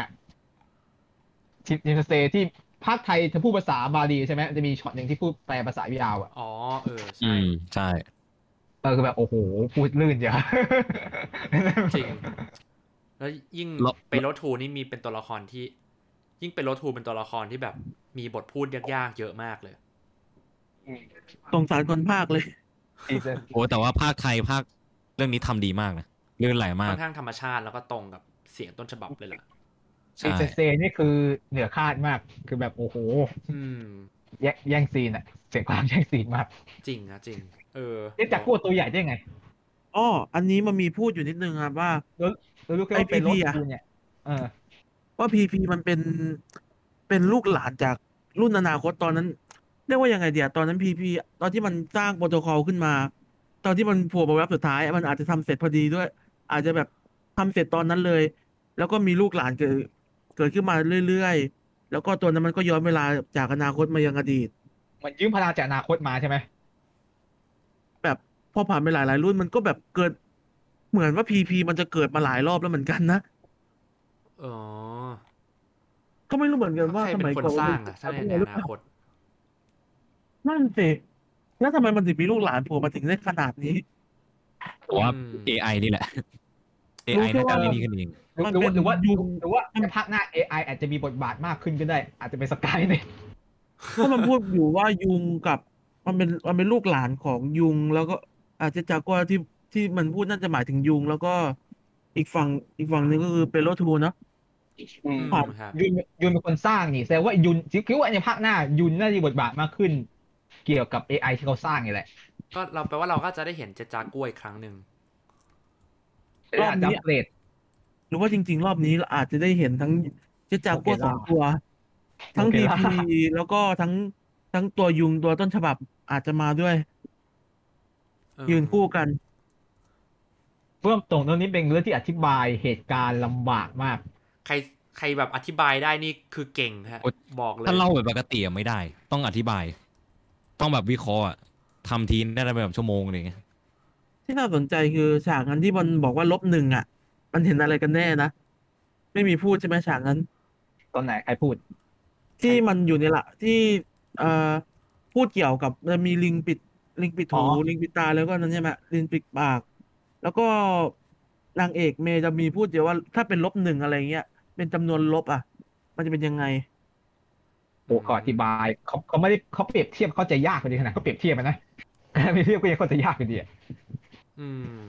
Speaker 2: ทิปนิมสเตย์ที่ภาคไทยจะพูดภาษาบาลีใช่ไหมจะมีช็อตหนึ่งที่พูดแปลภาษายาวอ่ะ
Speaker 1: อ๋อเออ
Speaker 5: อื
Speaker 1: ใช่
Speaker 5: ม ใช่
Speaker 2: เออคือแบบ โอ้โห พูดลื่นจ้ะ
Speaker 1: จริง แล้วยิ่ง
Speaker 5: แล้ว
Speaker 1: ไปรถทูนี่มีเป็นตัวละครที่ ยิ่งไปรถทูเป็นตัวละครที่แบบมีบทพูดยากๆเยอะมากเลย
Speaker 3: สงสารคนภาคเลย
Speaker 2: [laughs]
Speaker 5: โอ้แต่ว่าภาคไทยภาคเรื่องนี้ทำดีมากนะเลื่อนไหลมา
Speaker 1: ค่
Speaker 5: ก
Speaker 1: อนข้างธรรมชาติแล้วก็ตรงกับเสียงต้นฉบับเลยล่ะ
Speaker 2: ทิ
Speaker 5: ใช่
Speaker 2: มสเตย์นี่คือเหนือคาดมาก คือแบบโอ้โห
Speaker 1: อืม
Speaker 2: แย่งแย่งซีนอ่ะ เสียงความแย่งซีนมาก
Speaker 1: จริงนะจริง เอ เออ
Speaker 2: เอ๊ะจากกลัวตัวใหญ่ได้ไง
Speaker 3: อ้ออันนี้มันมีพูดอยู่นิดนึงครับว่า
Speaker 2: แล้วลูกแค่ว่าเป็นรถ
Speaker 3: ไอ้ PP อะ
Speaker 2: กูเนี่ยเออ
Speaker 3: ว่าพีพีมันเป็นเป็นลูกหลานจากรุ่นอนาคตตอนนั้น เรียกว่ายังไงเดียตอนนั้นพีพีตอนที่มันสร้างโปรโตคอลขึ้นมา ตอนที่มันโผัวมาแว็บสุดท้าย มันอาจจะทำเสร็จพอดีด้วย อาจจะแบบทำเสร็จตอนนั้นเลย แล้วก็มีลูกหลานเกิดเกิดขึ้นมาเรื่อยๆ แล้วก็ตัวนั้นมันก็ย้อนเวลาจากอนาคตมายังอดีต
Speaker 2: มันยืมพลังจากอนาคตมาใช่ไหม
Speaker 3: แบบพอผ่านไปหลายๆรุ่นมันก็แบบเกิด เหมือนว่าพีพีมันจะเกิดมาหลายรอบแล้วเหมือนกันนะ
Speaker 1: อ๋อ
Speaker 3: ก็ไม่รู้เหมือนกันว่า
Speaker 1: ใคร
Speaker 3: ส
Speaker 1: เป็
Speaker 3: มัน ย
Speaker 1: คน
Speaker 3: ก่อน
Speaker 1: สร้าง
Speaker 3: มัน
Speaker 1: อ่ะถ้าในอนาคต
Speaker 3: นั่นสิแล้วทำไมมันถึงมีลูกหลานโผล่มาถึงได้ขนาดนี้
Speaker 1: [laughs]
Speaker 5: ผมว่า
Speaker 1: อืม
Speaker 5: AI นี่แหละ AI น่าจะไม่นี่กันเอง
Speaker 2: หรือ
Speaker 3: มัน
Speaker 2: หรือ
Speaker 3: เป็
Speaker 2: ว่าน หรือว่า
Speaker 3: ยุค
Speaker 2: หรือว่าในภาคหน้า AI อาจจะมีบทบาทมากขึ้นก็ได้ อาจจะเป็นสกายเนี่ย
Speaker 3: ก็มันพูดอยู่ว่ายุงกับมันเป็นมันเป็นลูกหลานของยุง แล้วก็อาจจะจากว่าที่ที่มันพูดน่าจะหมายถึงยุง แล้วก็อีกฝั่งอีกฝั่งหนึงก็คือเปโลทูเนาะ
Speaker 1: อืม
Speaker 3: ครับ
Speaker 1: ครับ
Speaker 2: ยุนยุนเป็นคนสร้างนี่แสดงว่ายุนคิดว่าในภาคหน้ายุนน่าจะมีบทบาทมากขึ้น เกี่ยวกับ AI ที่เขาสร้างนี่แหละ
Speaker 1: ก็เราแปลว่าเราก็จะได้เห็นเจจากล้วยครั้งหนึ่ง
Speaker 3: รอบนี้
Speaker 2: ดับเรด
Speaker 3: หรือว่าจริง ๆ รอบนี้เราอาจจะได้เห็นทั้งเจ๊จากัวสองตัว ทั้ง
Speaker 2: โอเค
Speaker 3: พี
Speaker 2: ละ
Speaker 3: พีแล้วก็ทั้งทั้งตัวยุงตัวต้นฉบับอาจจะมาด้วย
Speaker 1: เออ
Speaker 3: ยืนคู่กัน
Speaker 2: เพิ่มตรงตรงนี้เป็นเรื่องที่อธิบายเหตุการณ์ลำบากมาก
Speaker 1: ใครใครแบบอธิบายได้นี่คือเก่งฮะ
Speaker 5: โอ๊ย
Speaker 1: บอกเลย
Speaker 5: ถ้าเล่าแบบปกติอะไม่ได้ ต้องอธิบาย ต้องแบบวิเคราะห์อะทำทีได้แบบชั่วโมงอะไรเงี้ย
Speaker 3: ที่น่าสนใจคือฉากนั้นที่มันบอกว่าลบหนึ่งอ่ะ มันเห็นอะไรกันแน่นะไม่มีพูดใช่ไหมฉากนั้น
Speaker 2: ตอนไหนใครพูด
Speaker 3: ที่มันอยู่ในละที่เอ่อพูดเกี่ยวกับจะมีลิงปิด ลิงปิดหู
Speaker 2: อ๋อ
Speaker 3: ลิงปิดตาแล้วก็นั่นใช่ไหมลิงปิดปาก แล้วก็นางเอกเมย์จะมีพูดเดียวว่า ถ้าเป็นลบหนึ่งอะไรเงี้ยเป็นจำนวนลบอ่ะ มันจะเป็นยังไง
Speaker 2: โอ้ก็อธิบายเขาเขาไม่ได้เขาเปรียบเทียบเข้าใจยากกว่าดีขนาดเขาเปรียบเทียบอะนะ [laughs] การเปรียบเทียบก็ยังเข้าใจยากอยู่ดีอะ
Speaker 1: อืม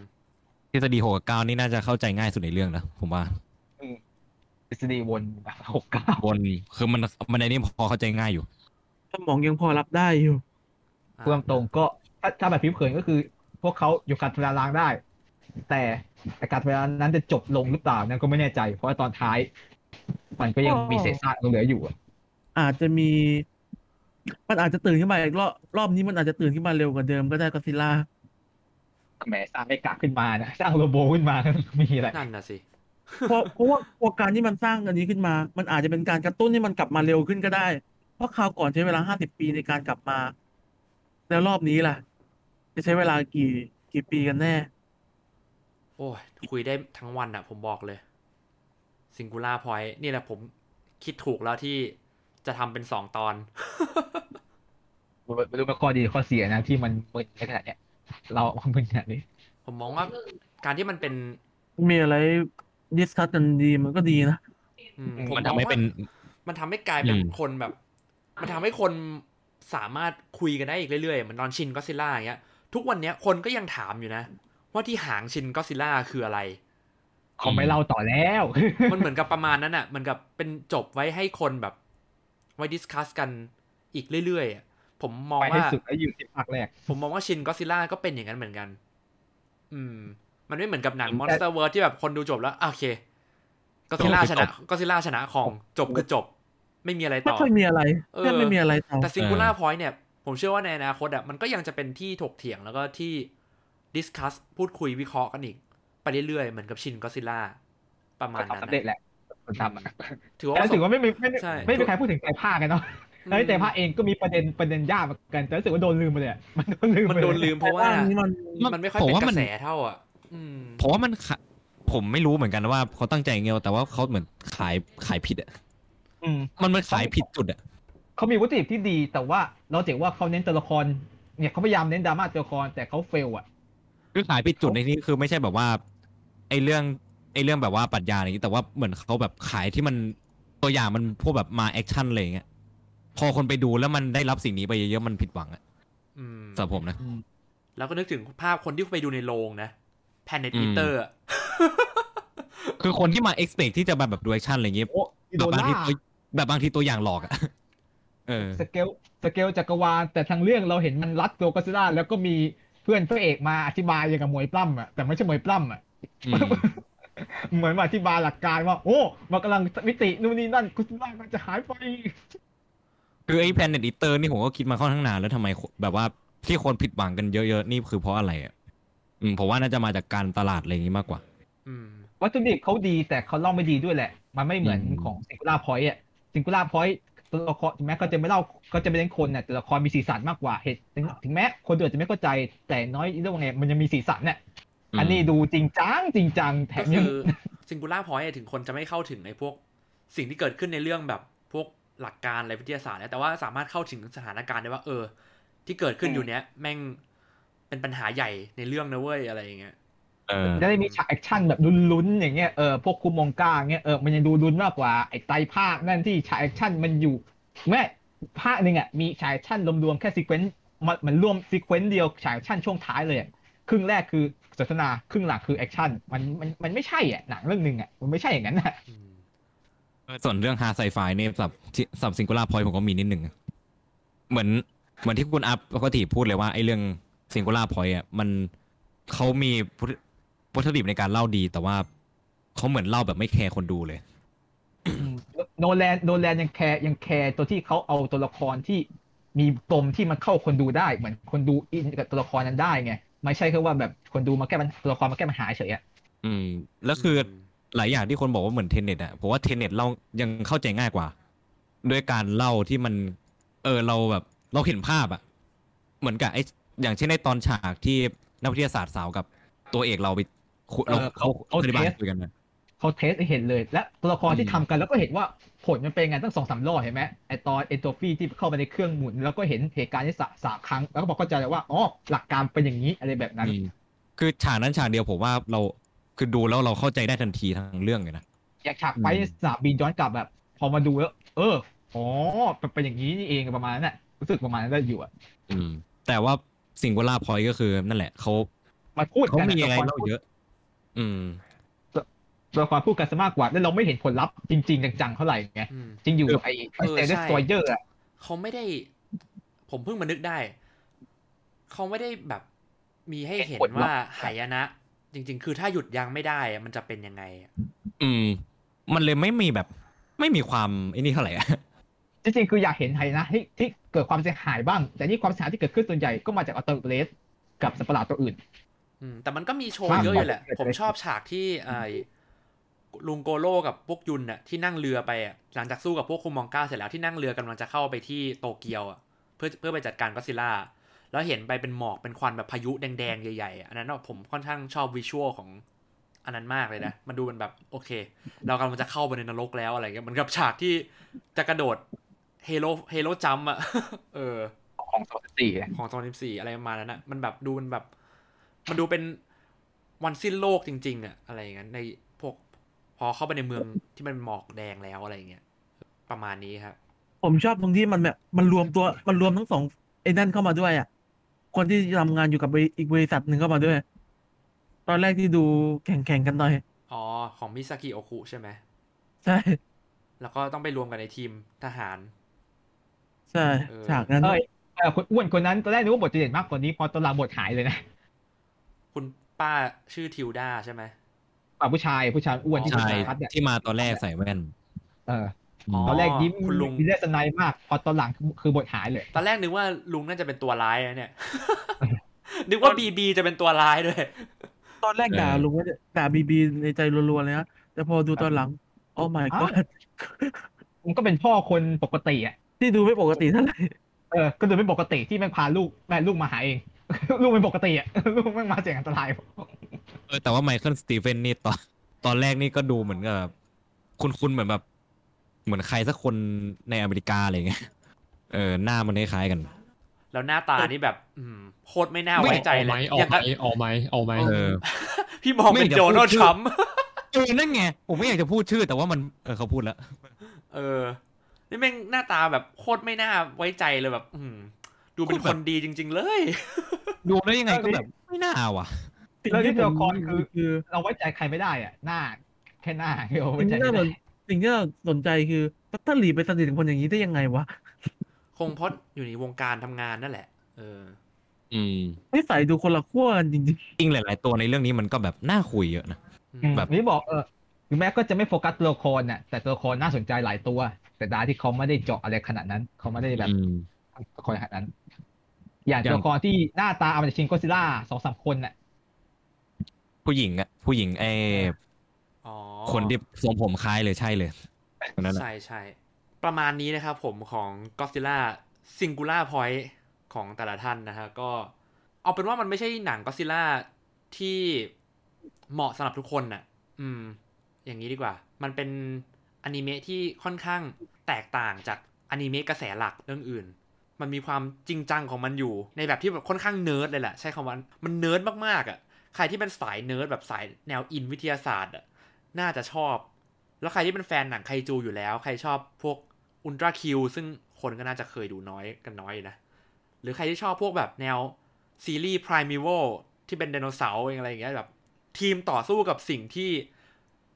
Speaker 5: ทฤษฎีหกกับเก้านี่น่าจะเข้าใจง่ายสุดในเรื่องนะผมว่า
Speaker 2: ทฤษฎีวน [laughs] หกเก้า
Speaker 5: บนคือมันมันในนี้พอเข้าใจง่ายอยู่
Speaker 3: สมองยังพอรับได้อยู่
Speaker 2: เพื่อตรงก็ถ้าถ้าแบบผิวเผินก็คือ พวกเขาอยู่การทำลายล้างได้ แต่แต่การทำลายล้างนั้นจะจบลงหรือเปล่านั้นก็ไม่แน่ใจ เพราะว่าตอนท้าย มันก็ยังมีเศษซากเหลืออยู่อะ
Speaker 3: อาจจะมี มันอาจจะตื่นขึ้นมาอีกรอบรอบนี้มันอาจจะตื่นขึ้นมาเร็วกว่าเดิมก็ได้ก็อดซิลล่า
Speaker 2: แหมสร้างไม่กลับขึ้นมานะสร้างโลโบขึ้นมาก็มีอะไร
Speaker 1: นั่นน่ะสิ
Speaker 3: เพราะเพราะว่าเพราะการที่มันสร้างอันนี้ขึ้นมา มันอาจจะเป็นการกระตุ้นให้มันกลับมาเร็วขึ้นก็ได้ เพราะคราวก่อนใช้เวลาห้าสิบปีในการกลับมา แล้วรอบนี้ล่ะ จะใช้เวลากี่กี่ปีกันแน่
Speaker 1: โอ้ยคุยได้ทั้งวันอะผมบอกเลยซิงคูล่าพอยนี่แหละผมคิดถูกแล้วที่จะทำเป็นสองตอน [laughs]
Speaker 2: ไม่รู้มันข้อดีหรือข้อเสียนะที่มันมึนในขนาดเนี้ยเรามึนขนาดนี้
Speaker 1: ผมมองว่าการที่มันเป็น
Speaker 3: มีอะไรดิสคัสกันดีมันก็ดีนะ
Speaker 1: อืม
Speaker 2: อืม
Speaker 1: ผ
Speaker 5: มัน
Speaker 1: อง
Speaker 5: ทำ
Speaker 1: ว่า
Speaker 5: ให้เป็น
Speaker 1: มันทำให้กลายเป็น
Speaker 5: อืม
Speaker 1: คนแบบ มันทำให้คนสามารถคุยกันได้อีกเรื่อยๆเหมือนนอนชินก็อดซิลล่าอย่างเงี้ย ทุกวันเนี้ยคนก็ยังถามอยู่นะ ว่าที่หางชินก็อดซิลล่าคืออะไร
Speaker 2: เขาไม่เล่าต่อแล้ว
Speaker 1: [laughs] มันเหมือนกับประมาณนั้นอ่ะเหมือนกับเป็นจบไว้ให้คนแบบ ไว้ดิสคัสกันอีกเรื่อยๆอะผมมอง
Speaker 2: ไปให้
Speaker 1: ว่า
Speaker 2: สุดแล้วอยู่ที่ภาคแรก
Speaker 1: ผมมองว่าชินก็ซิล่าก็เป็นอย่างนั้นเหมือนกัน อืม มันไม่เหมือนกับหนัง
Speaker 2: แต่
Speaker 1: มอนสเตอร์เวิร์ที่แบบคนดูจบแล้วอ่ะโอเค ก็ซิล่าชนะ ก็ซิล่าชนะของจบคือจบ ไม่มีอะไร
Speaker 3: ไม่
Speaker 1: ต่อ
Speaker 3: ค่อยมีอะไร
Speaker 1: เออ
Speaker 3: แทบไม่มีอะไรต่อ
Speaker 1: แต่ซิงคูล่าพอยต์เนี่ย ผมเชื่อว่าในอนาคตอ่ะ มันก็ยังจะเป็นที่ถกเถียงแล้วก็ที่ดิสคัสพูดคุยวิเคราะห์กันอีก ไปเรื่อยๆ เหมือนกับชินก็ซิล่าประมาณนั้น
Speaker 2: ทำสำเร็จ
Speaker 1: อะ
Speaker 2: แหละคนทำอะ
Speaker 1: ถือว่า
Speaker 2: แต่
Speaker 1: ประส
Speaker 2: รู้สึ
Speaker 1: บ
Speaker 2: กว่าไม่มีไม่มี
Speaker 1: ใช่
Speaker 2: ไม่มีใครพูดถึงไตรภาคกันเนาะ แล้วแต่ภาคเองก็มีประเด็นประเด็นยากเหมือนกันแต่รู้สึกว่าโดนลืมไปเลยอะ [laughs] มันโดนลืม
Speaker 1: มัน
Speaker 2: ไป
Speaker 1: โดน
Speaker 2: เย
Speaker 1: ลืมเพราะว่า
Speaker 3: แต่อันนี้มัน
Speaker 1: มันไม่ค่อย
Speaker 5: ผ
Speaker 1: เป็น
Speaker 5: ว่
Speaker 1: ก
Speaker 5: มั
Speaker 1: ระแสเท่าอ่ะ อืม
Speaker 5: ผมว่ามันขะผมไม่รู้เหมือนกันว่าเขาตั้งใจเงี้ยแต่ว่าเขาเหมือนขายขายผิดอ่ะ
Speaker 2: อืม
Speaker 5: มันมันขายผิดจุดอ่ะ
Speaker 2: เขามีวัตถุดิบที่ดี แต่ว่าเราเจ๋งว่าเขาเน้นตัวละครเนี่ยเขาพยายามเน้นดราม่าตัวละครแต่เขาเฟลอ่ะ
Speaker 5: คือขายผิดจุดในที่นี้คือไม่ใช่แบบว่า ไอ้เรื่องไอ้เรื่องแบบว่าปรัชญาอะไรอย่างนี้แต่ว่าเหมือนเขาแบบขายที่มันตัวอย่างมันพวกแบบมาแอคชั่นอะไรอย่างเงี้ยพอคนไปดูแล้วมันได้รับสิ่งนี้ไปเยอะๆมันผิดหวังอะ
Speaker 1: อืม
Speaker 5: สำหรับผมนะ
Speaker 1: แล้วก็นึกถึงภาพคนที่ไปดูในโรงนะ Planet
Speaker 5: อืม
Speaker 1: Eater อะ
Speaker 5: คือคนที่มา expect ที่จะมาแบบดูแอคชั่นอะไรอย่างเงี้ย
Speaker 2: โอ้
Speaker 5: แบ
Speaker 2: โด
Speaker 5: บ
Speaker 2: น
Speaker 5: บาง
Speaker 2: ล่า
Speaker 5: ทีตัวแบบบางทีตัวอย่างหลอกอะเออ
Speaker 2: [laughs] สเกลสเกลจักรวาลแต่ทางเรื่องเราเห็นมันรัดตัวก็ซิล่าแล้วก็มี เพื่อนพระเอกมาอธิบายอย่างกับมวยปล้ำอ่ะแต่ไม่ใช่มวยปล้ำอ่ะ
Speaker 1: อืม
Speaker 2: เหมือนมาอธิบายหลักการว่า โอ้มันกำลังมิตินู่นนี่นั่นคุณล่ามันจะหายไป
Speaker 5: คือไอ้แพนเน็ตอีเตอร์นี่ผมก็คิดมาค่อนข้างนานแล้วทำไมแบบว่าที่คนผิดหวังกันเยอะๆ นี่คือเพราะอะไรอ่ะอืมผมว่าน่าจะมาจากการตลาดอะไรอย่างนี้มากกว่า
Speaker 1: อืม
Speaker 2: วัตถุดิบเขาดีแต่เขาเล่าไม่ดีด้วยแหละ มันไม่เหมือน
Speaker 5: อืม
Speaker 2: ของซิงคูล่าพอยต์อ่ะซิงคูล่าพอยต์ตัวละครถึงแม้เขาจะไม่เล่าเขาจะไม่เล่นคนน่ะแต่ละครมีสีสันมากกว่าเหตุถึงถึงแม้คนดูอาจจะไม่เข้าใจแต่น้อยเรื่องว่าไงมันยังมีสีสันเนี่ยอันนี้ดูจริงจังจริงจังแถ
Speaker 1: ก็คื
Speaker 2: มยัง
Speaker 1: อซิงคูล่าพอยต์ถึงคนจะไม่เข้าถึงในพวกสิ่งที่เกิดขึ้นในเรื่องแบบพวกหลักการอะไรวิทยาศาสตร์เนี่ยแต่ว่าสามารถเข้าถึงสถานการณ์ได้ว่า เออ ที่เกิดขึ้นอยู่เนี้ยแม่งเป็นปัญหาใหญ่ในเรื่องนะเว้ยอะไรอย่างเงี้ย
Speaker 5: เออ
Speaker 2: จะได้มีฉากแอคชั่นแบบลุ้นๆอย่างเงี้ยเออพวกคุมองก้าอย่างเงี้ยเออมันยังดูลุ้นมากกว่าไอ้ไตรภาคนั่นที่ฉากแอคชั่นมันอยู่แม่ภาคหนึ่งอ่ะมีฉากแอคชั่นรวมๆแค่ซีเควนต์มันมันรวมซีเควนต์เดียวฉากแอคชั่นช่วงท้ายเลยอะครึ่งแรกคือสนทนาครึ่งหลังคือแอคชั่นมันมันมันไม่ใช่อ่ะหนังเรื่องหนึ่งอ่ะมันไม่ใช่อย่างนั้นอ่ะ
Speaker 1: อืม
Speaker 5: ส่วนเรื่องฮาไซไฟเนี่ยสับสับซิงคูล่าพอยผมก็มีนิดหนึ่งเหมือนเหมือนที่คุณอัพปกติพูดเลยว่าไอ้เรื่องซิงคูล่าพอยอ่ะมันเขามีวัตถุวัตถุดิบในการเล่าดี แต่ว่าเขาเหมือนเล่าแบบไม่แคร์คนดูเลย
Speaker 2: โนแลนโนแลนยังแคร์ยังแคร์ตัวที่เขาเอาตัวละครที่มีปมที่มันเข้าคนดูได้เหมือนคนดูอินกับตัวละครนั้นได้ไงไม่ใช่แค่ว่าแบบคนดูมาแก้ปัญหาตัวละครมาแก้ปัญหาเฉยอะ
Speaker 5: อืม แล้วคือ หลายอย่างที่คนบอกว่าเหมือนเทนเน็ตอ่ะผมว่าเทนเน็ตเรายังเข้าใจง่ายกว่า ด้วยการเล่าที่มัน เออเราแบบ เราเห็นภาพอ่ะ เหมือนกับไออย่างเช่นในตอนฉากที่นักวิทยาศาสตร์สาวกับตัวเอกเราไปคุยเรา
Speaker 2: เออ
Speaker 5: เขา
Speaker 2: เขา
Speaker 5: เขาปฏิบัติ
Speaker 2: เทส
Speaker 5: คุยกันนะ
Speaker 2: เขาเทสให้เห็นเลย และตัวละครที่
Speaker 5: อืม
Speaker 2: ทำกันแล้วก็เห็นว่าผลมันเป็นไงตั้งสองสามรอบเห็นไหมไอตอนเอนโทรฟีที่เข้าไปในเครื่องหมุน แล้วก็เห็นเหตุการณ์ที่สามสามครั้ง แล้วก็บอกเข้าใจเลยว่าอ๋อหลักการเป็นอย่างนี้อะไรแบบนั้น
Speaker 5: อืมคือฉากนั้นฉากเดียวผมว่าเราคือดูแล้วเราเข้าใจได้ทันทีทั้งเรื่องเลยนะ
Speaker 2: อยากฉากไป
Speaker 5: อืม
Speaker 2: สนามบินย้อนกลับแบบ พอมาดูแล้วเอออ๋อมันเป็นอย่างนี้นี่เองประมาณนั้นน่ะรู้สึกประมาณนั้นได้อยู่อะ
Speaker 5: อืม แต่ว่าสิงคูล่าพอยก็คือนั่นแหละเขา
Speaker 2: มาพูด
Speaker 5: เขา
Speaker 2: กัน
Speaker 5: มีอะไร
Speaker 2: ตัวล
Speaker 5: เล่าเยอะ อืม
Speaker 2: ตัวละครพูดกันซะมากกว่าแล้วเราไม่เห็นผลลัพธ์จริงๆจังๆเท่าไหร่ไง
Speaker 1: อืม
Speaker 2: จริงอยู่
Speaker 5: เออ
Speaker 2: ไอไอ
Speaker 1: เออ
Speaker 2: เซเลส
Speaker 1: ใช่
Speaker 2: ตเยอร์อะ
Speaker 1: เขาไม่ได้ ผมเพิ่งมานึกได้ เขาไม่ได้แบบมีให้เห็นว่าหายนะ จริง ๆ คือถ้าหยุดยั้งไม่ได้อะมันจะเป็นยังไงอะ
Speaker 5: อืม มันเลยไม่มีแบบ ไม่มีความไอ้นี่เท่าไหร่อะ
Speaker 2: จริงๆคืออยากเห็นไฮนะที่ที่เกิดความเสียหายบ้าง แต่นี่ความเสียหายที่เกิดขึ้นส่วนใหญ่ก็มาจากอัลเทอร์เบสกับสัตว์ประหลาดตัวอื่น
Speaker 1: อืมแต่มันก็มีโชว์เยอะอยู่แหละ ผมชอบฉากที่ไอ้ลุงโกโลกับพวกยุนน่ะที่นั่งเรือไปอะหลังจากสู้กับพวกคุมมองก้าเสร็จแล้วที่นั่งเรือกำลังจะเข้าไปที่โตเกียวอะเพื่อเพื่อไปจัดการก็อดซิลล่า แล้วเห็นไปเป็นหมอกเป็นควันแบบพายุแดงๆใหญ่ๆอะอันนั้นอะผมค่อนข้างชอบวิชวลของอันนั้นมากเลยนะ มันดูเป็นแบบโอเค เรากำลังจะเข้าไปในนรกแล้วอะไรเงี้ยเหมือนกับฉากที่จะกระโดดเฮโลเฮโลจัมอะ [laughs] เออ
Speaker 2: ของสองสี่
Speaker 1: ของโซนสิบสี่อะไรประมาณนั้นอะมันแบบดูมันแบบ มันดูเป็นวันสิ้นโลกจริง ๆอะอะไรอย่างนั้นในพวกพอเข้าไปในเมืองที่มันหมอกแดงแล้วอะไรอย่างเงี้ยประมาณนี้ครับ
Speaker 3: ผมชอบตรงที่มันแบบมันรวมตัวมันรวมทั้งสองไอ้นั่นเข้ามาด้วยอ่ะ คนที่ทำงานอยู่กับบริอีกบริษัทหนึ่งเข้ามาด้วย ตอนแรกที่ดูแข่งแข่งๆกันหน่อย
Speaker 1: อ๋อ ของมิซากิโอคุใช่ไหม
Speaker 3: ใช่
Speaker 1: แล้วก็ต้องไปรวมกันในทีมทหาร
Speaker 3: ใช่
Speaker 1: เออ
Speaker 3: ฉากนั้น
Speaker 2: เอ้ยเออคนอ้วนคนนั้นตอนแรกนึกว่าบทจะเด่นมากกว่านี้พอตอนหลังบทหายเลยนะ
Speaker 1: คุณป้าชื่อทิวดาใช่ไหม
Speaker 2: อ่ะผู้ชายผู้ชายอ้วนที่
Speaker 5: ใช่
Speaker 2: ผู้ชายพัดเนี่ย
Speaker 5: ที่มาตอนแรกใส่แว่น
Speaker 2: เออ
Speaker 1: อ๋อ
Speaker 2: ตอนแรกยิ้ม
Speaker 1: คุณลุง
Speaker 2: ยิ้มได้สไนด์มาก พอตอนหลังคือคือบทหายเลย
Speaker 1: ตอนแรกนึกว่าลุงน่าจะเป็นตัวร้ายนะเนี่ย [laughs] นึกว่าบีบีจะเป็นตัวร้ายด้วย
Speaker 3: ตอนแรก
Speaker 5: เออ
Speaker 3: ด่าลุงว่าด่าบีบีในใจรัวๆเลยนะแต่พอดูตอนหลัง โอ้ my
Speaker 2: อ้าว
Speaker 3: god
Speaker 2: มันก็เป็นพ่อคนปกติอ่ะ
Speaker 3: ที่ดูไม่ปกติเท่าไหร่
Speaker 2: เออก็ดูเป็นปกติที่แม่งพาลูกแม่ลูกมาหาเอง [laughs] ลูกเป็นปกติอ่ะ [laughs] ลูกแม่งมาเสียงอันตราย
Speaker 5: เออแต่ว่าไมเคิลสตีเฟนนี่ตอนตอนแรกนี่ก็ดูเหมือนกับคุณคุณเหมือนแบบ เหมือนใครสักคนในอเมริกาอะไรเงี้ย [laughs] เออหน้ามันคล้ายๆกัน
Speaker 1: แล้วหน้าตานี่แบบ อืมโคตรไม่น่า
Speaker 4: ไม่
Speaker 1: ไว้ใจเลย
Speaker 4: ออย่
Speaker 1: อาก ง
Speaker 4: ไหม
Speaker 1: กับ
Speaker 4: ออกไหมออกไหมออกไห
Speaker 5: เอ
Speaker 4: ม
Speaker 5: อ
Speaker 1: พี่มอง
Speaker 5: ไม่
Speaker 1: เป็น
Speaker 5: เดี๋ยว
Speaker 1: โดนัล
Speaker 5: พู
Speaker 1: ด์ท
Speaker 5: ดชื่อ
Speaker 1: รัมป์
Speaker 5: เออนั่นไง ผมไม่อยากจะพูดชื่อ แต่ว่ามันเออเขาพูดแล้ว
Speaker 1: เออ นี่แม่งหน้าตาแบบโคตรไม่น่าไว้ใจเลยแบบ อืมดูเป็น
Speaker 5: โค
Speaker 1: ค
Speaker 5: ตรแบบ
Speaker 1: นดีจริง ๆ เลย [laughs]
Speaker 5: ดูแล้วยังไงก็แบบไม่น่าว่ะ
Speaker 3: สิ่ง
Speaker 2: แล้ว
Speaker 3: ที่
Speaker 2: ที่ตัว
Speaker 3: ผ
Speaker 2: ละ
Speaker 3: ม
Speaker 2: ครคือ
Speaker 3: คือ
Speaker 2: เราไว้ใจใครไม่ได้อ่ะหน้าแค่หน้า [laughs] เดียว
Speaker 3: สิ่
Speaker 2: ไว้
Speaker 3: ง
Speaker 2: ใจไม่
Speaker 3: ที่น่าส
Speaker 2: ได้
Speaker 3: นสิ่งที่น่าสนใจคือตัตเตอร์หลีไปสนิทกับคนอย่างนี้ได้ยังไงวะ
Speaker 1: คงเพราะอยู่ในวงการทำงานนั่นแหละ เออ
Speaker 5: อืม
Speaker 3: นิสัยดูคนละขั้วกันจริง
Speaker 5: จริงหลาย ๆ ตัวในเรื่องนี้มันก็แบบน่าคุยเยอะนะ แบบ
Speaker 2: นี่บอกเออถึงแม้ก็จะไม่โฟกัสตัวละครน่ะแต่ตัวละครน่าสนใจหลายตัว แต่ดายที่เขาไม่ได้เจาะอะไรขนาดนั้น เขาไม่ได้แบบ
Speaker 5: อืม
Speaker 2: ตัวละครขนาดนั้น อย่าง
Speaker 5: อย่าง
Speaker 2: ตัวละครที่หน้าตาเอามาจากชิงก็ซิล่าสองสามคนน่ะ
Speaker 5: ผู้หญิงอ่ะผู้หญิงไอ้
Speaker 1: อ๋อ
Speaker 5: คนที่ทรงผมคล้ายเลยใช่เลยคนนั้นอะ
Speaker 1: ใช่ใช่ประมาณนี้นะครับผมของก็ d z ิล่าซิง u l ล่าพอยต์ของแต่ละท่านนะฮะก็เอาเป็นว่ามันไม่ใช่หนังก็ d z ิล่าที่เหมาะสำหรับทุกคนน่ะ อืม อย่างนี้ดีกว่า มันเป็นอนิเมะที่ค่อนข้างแตกต่างจากอนิเมะกระแสหลักเรื่องอื่น มันมีความจริงจังของมันอยู่ ในแบบที่แบบค่อนข้างเนิร์ดเลยแหละใช้คำว่ามันเนิร์ดมากๆอะ่ะใครที่เป็นสายเนิร์ดแบบสายแนวอินวิทยาศาสตร์อะน่าจะชอบ แล้วใครที่เป็นแฟนหนังไคจูอยู่แล้ว ใครชอบพวกอุลตร้าคิวซึ่งคนก็น่าจะเคยดูน้อยกันน้อยนะ หรือใครที่ชอบพวกแบบแนวซีรีส์ Primeval ที่เป็นไดโนเสาร์เองอะไรอย่างเงี้ยแบบ ทีมต่อสู้กับสิ่งที่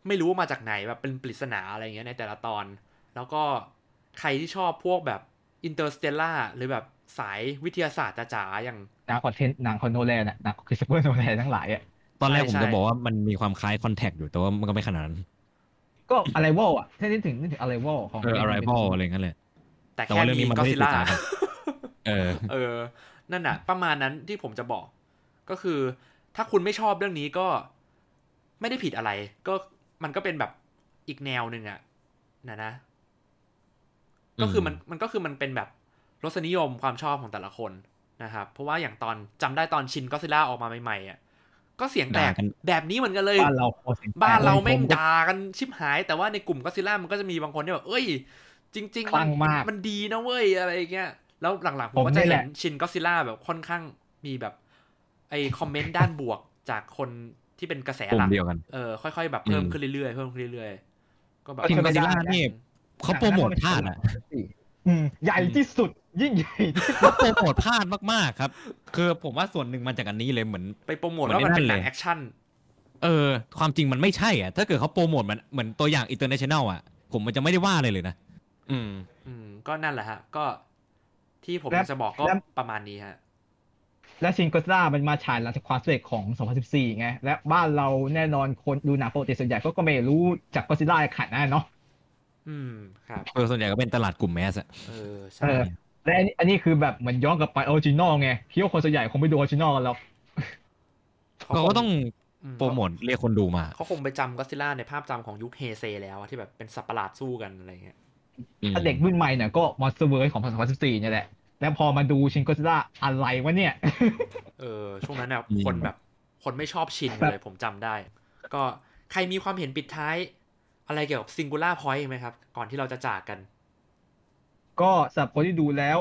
Speaker 1: ไม่รู้ว่ามาจากไหนแบบเป็นปริศนาอะไรอย่างเงี้ยในแต่ละตอน แล้วก็ใครที่ชอบพวกแบบอินเตอร์สเตลล่าหรือแบบสายวิทยาศาสตร์จ๋าๆอย่าง
Speaker 2: หนังคอนเทนต์หนังคอนโนแลนน่ะหนังคริสเปอร์โนแลนทั้งหลายอ่ะ
Speaker 5: ตอนแรก
Speaker 1: ใช่
Speaker 5: ผม
Speaker 1: ใช่
Speaker 5: จะบอกว่ามันมีความคล้ายคอนแทคอยู่แต่ว่ามันก็ไม่ขนาดนั้น
Speaker 2: ก็อะไรวอลอ่ะถ้านึกถึงนึกถึงอะไรวอลของ
Speaker 5: เอออะไรพ่ออะไรอย่างนั้นเลย
Speaker 1: แต่
Speaker 5: แต่
Speaker 1: แค่
Speaker 5: ว่าเรื่อง
Speaker 1: มี
Speaker 5: นี้มัน
Speaker 1: ก็
Speaker 5: ไม่
Speaker 1: ซิ
Speaker 5: ได้
Speaker 1: ล่า
Speaker 5: ศึกษากัน เออ
Speaker 1: เออ นั่นน่ะ ประมาณนั้นที่ผมจะบอก ก็คือ ถ้าคุณไม่ชอบเรื่องนี้ก็ไม่ได้ผิดอะไร ก็มันก็เป็นแบบอีกแนวหนึ่งอะนะนะ ก็คือมันมันก็คือมันเป็นแบบรสนิยมความชอบของแต่ละคนนะครับ เพราะว่าอย่างตอนจำได้ตอนชินก็ซิล่าออกมาใหม่ๆอ่ะก็เสียงแตก
Speaker 5: ด่ากัน
Speaker 1: แบบนี้เหมือนกันเลย
Speaker 2: บ้านเราโคตรเสียงแตก
Speaker 1: บ้านเราแม่งด่ากันชิบหาย แต่ว่าในกลุ่มก็ซิล่ามันก็จะมีบางคนที่แบบเอ้ย จริงๆ
Speaker 2: คลั่งมาก
Speaker 1: มันดีนะเว้ยอะไรอย่างเงี้ยแล้วหลังๆ ผ
Speaker 2: ผม ม
Speaker 1: ก็จะ
Speaker 2: นี่
Speaker 1: เห็
Speaker 2: แห
Speaker 1: น
Speaker 2: ละ
Speaker 1: ชินก็ซิล่าแบบค่อนข้างมีแบบ ไอคอมเมนต์ด้านบวกจากคนที่เป็นกระแส
Speaker 5: กลุ่
Speaker 1: หลั
Speaker 5: ม
Speaker 1: ก
Speaker 5: เดียวกัน
Speaker 1: เออค่อยๆ แบบเพิ่ม
Speaker 5: อืม
Speaker 1: ขึ้นเรื่อยๆเพิ่มขึ้นเรื่อยๆก็แบบ
Speaker 5: ชินก็ซิล่านี่ เขาโปรโมทพลาดอ่ะ
Speaker 2: อืมใหญ่ที่สุดยิ่งใหญ่ที่สุด
Speaker 5: เขาโปรโมทพลาดมากๆครับ คือผมว่าส่วนหนึ่งมาจากอันนี้เลยเหมือน
Speaker 1: ไปโปรโมท
Speaker 5: เหมือน
Speaker 1: ว่ามันเป็น
Speaker 5: ไอ้
Speaker 1: ห
Speaker 5: นั่น
Speaker 1: นัง
Speaker 5: เลย
Speaker 1: แอคชั่น
Speaker 5: เออ ความจริงมันไม่ใช่อ่ะ ถ้าเกิดเขาโปรโมทมันเหมือนตัวอย่างอินเตอร์เนชั่นแนลอ่ะ ผมมันจะไม่ได้ว่าเลยเลยนะอืม
Speaker 1: อืม ก็นั่นแหละฮะ ก็ที่ผม
Speaker 2: แล้ว
Speaker 1: อยากจะบอกก็
Speaker 2: แล้ว
Speaker 1: ประมาณนี้ฮะ
Speaker 2: และชินก็ซ่ามันมาฉายหลังจากความสำเร็จของ 2014 ไง และบ้านเราแน่นอนคนดูหนังปกติส่วนใหญ่ก็ก็ไม่รู้จากก็ซิล่าขนาดนั้นเนาะ
Speaker 1: อืมครับ
Speaker 5: เออส่วนใหญ่ก็เป็นตลาดกลุ่มแมสอะ
Speaker 1: เออ
Speaker 2: เอ
Speaker 1: ใช่
Speaker 2: อและอันนี้อันนี้คือแบบเหมือนย้อนกลับไปออริจินอลไงคิดว่าคนส่วนใหญ่คงไม่ดูออริจินอลกันหรอก
Speaker 5: เขาก็ต้อง
Speaker 1: อื
Speaker 5: โปรโมทเรียกคนดูมา
Speaker 1: เขาคงไปจำก็อดซิลล่าในภาพจำของยุคเฮเซแล้วอะที่แบบเป็นสัตว์ประหลาดสู้กันอะไรเงี้ย
Speaker 2: ถ้าเด็กรุ่นใหม่เนี่ยก็มอนสเตอร์เวิร์ของ2014เนี่ยแหละ แล้วพอมาดูชินก็ซิล่าอะไรวะเนี่ย [laughs]
Speaker 1: เออ ช่วงนั้นนะ
Speaker 5: อืม
Speaker 1: คนแบบคนไม่ชอบชินเลยผมจำได้ ก็ใครมีความเห็นปิดท้าย อะไรเกี่ยวกับซิงคูล่าพอยต์ไหมครับ ก่อนที่เราจะจากกัน
Speaker 2: ก็สำหรับคนที่ดูแล้ว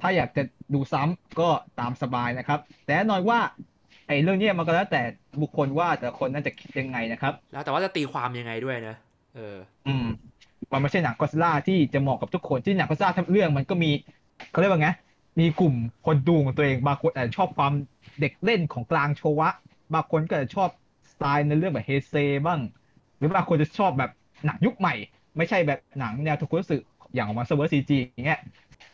Speaker 2: ถ้าอยากจะดูซ้ำก็ตามสบายนะครับ แต่แน่นอนว่าไอ้เรื่องเนี้ยมันก็แล้วแต่บุคคลว่าแต่ละคนน่าจะคิดยังไงนะครับ
Speaker 1: แล้วแต่ว่าจะตีความยังไงด้วยนะ เออ
Speaker 2: อืมมันไม่ใช่หนังก็อดซิลล่าที่จะเหมาะกับทุกคนที่หนังก็อดซิลล่าทั้งเรื่องมันก็มีเขาเรียกว่าไงมีกลุ่มคนดูของตัวเองบางคนอาจจะชอบความเด็กเล่นของกลางโชวะ บางคนก็อาจจะชอบสไตล์ในเรื่องแบบเฮเซบ้าง หรือบางคนจะชอบแบบหนังยุคใหม่ ไม่ใช่แบบหนังแนวทุกคนรู้สึกอย่างของมาสเวอร์ซีจีอย่างเงี้ย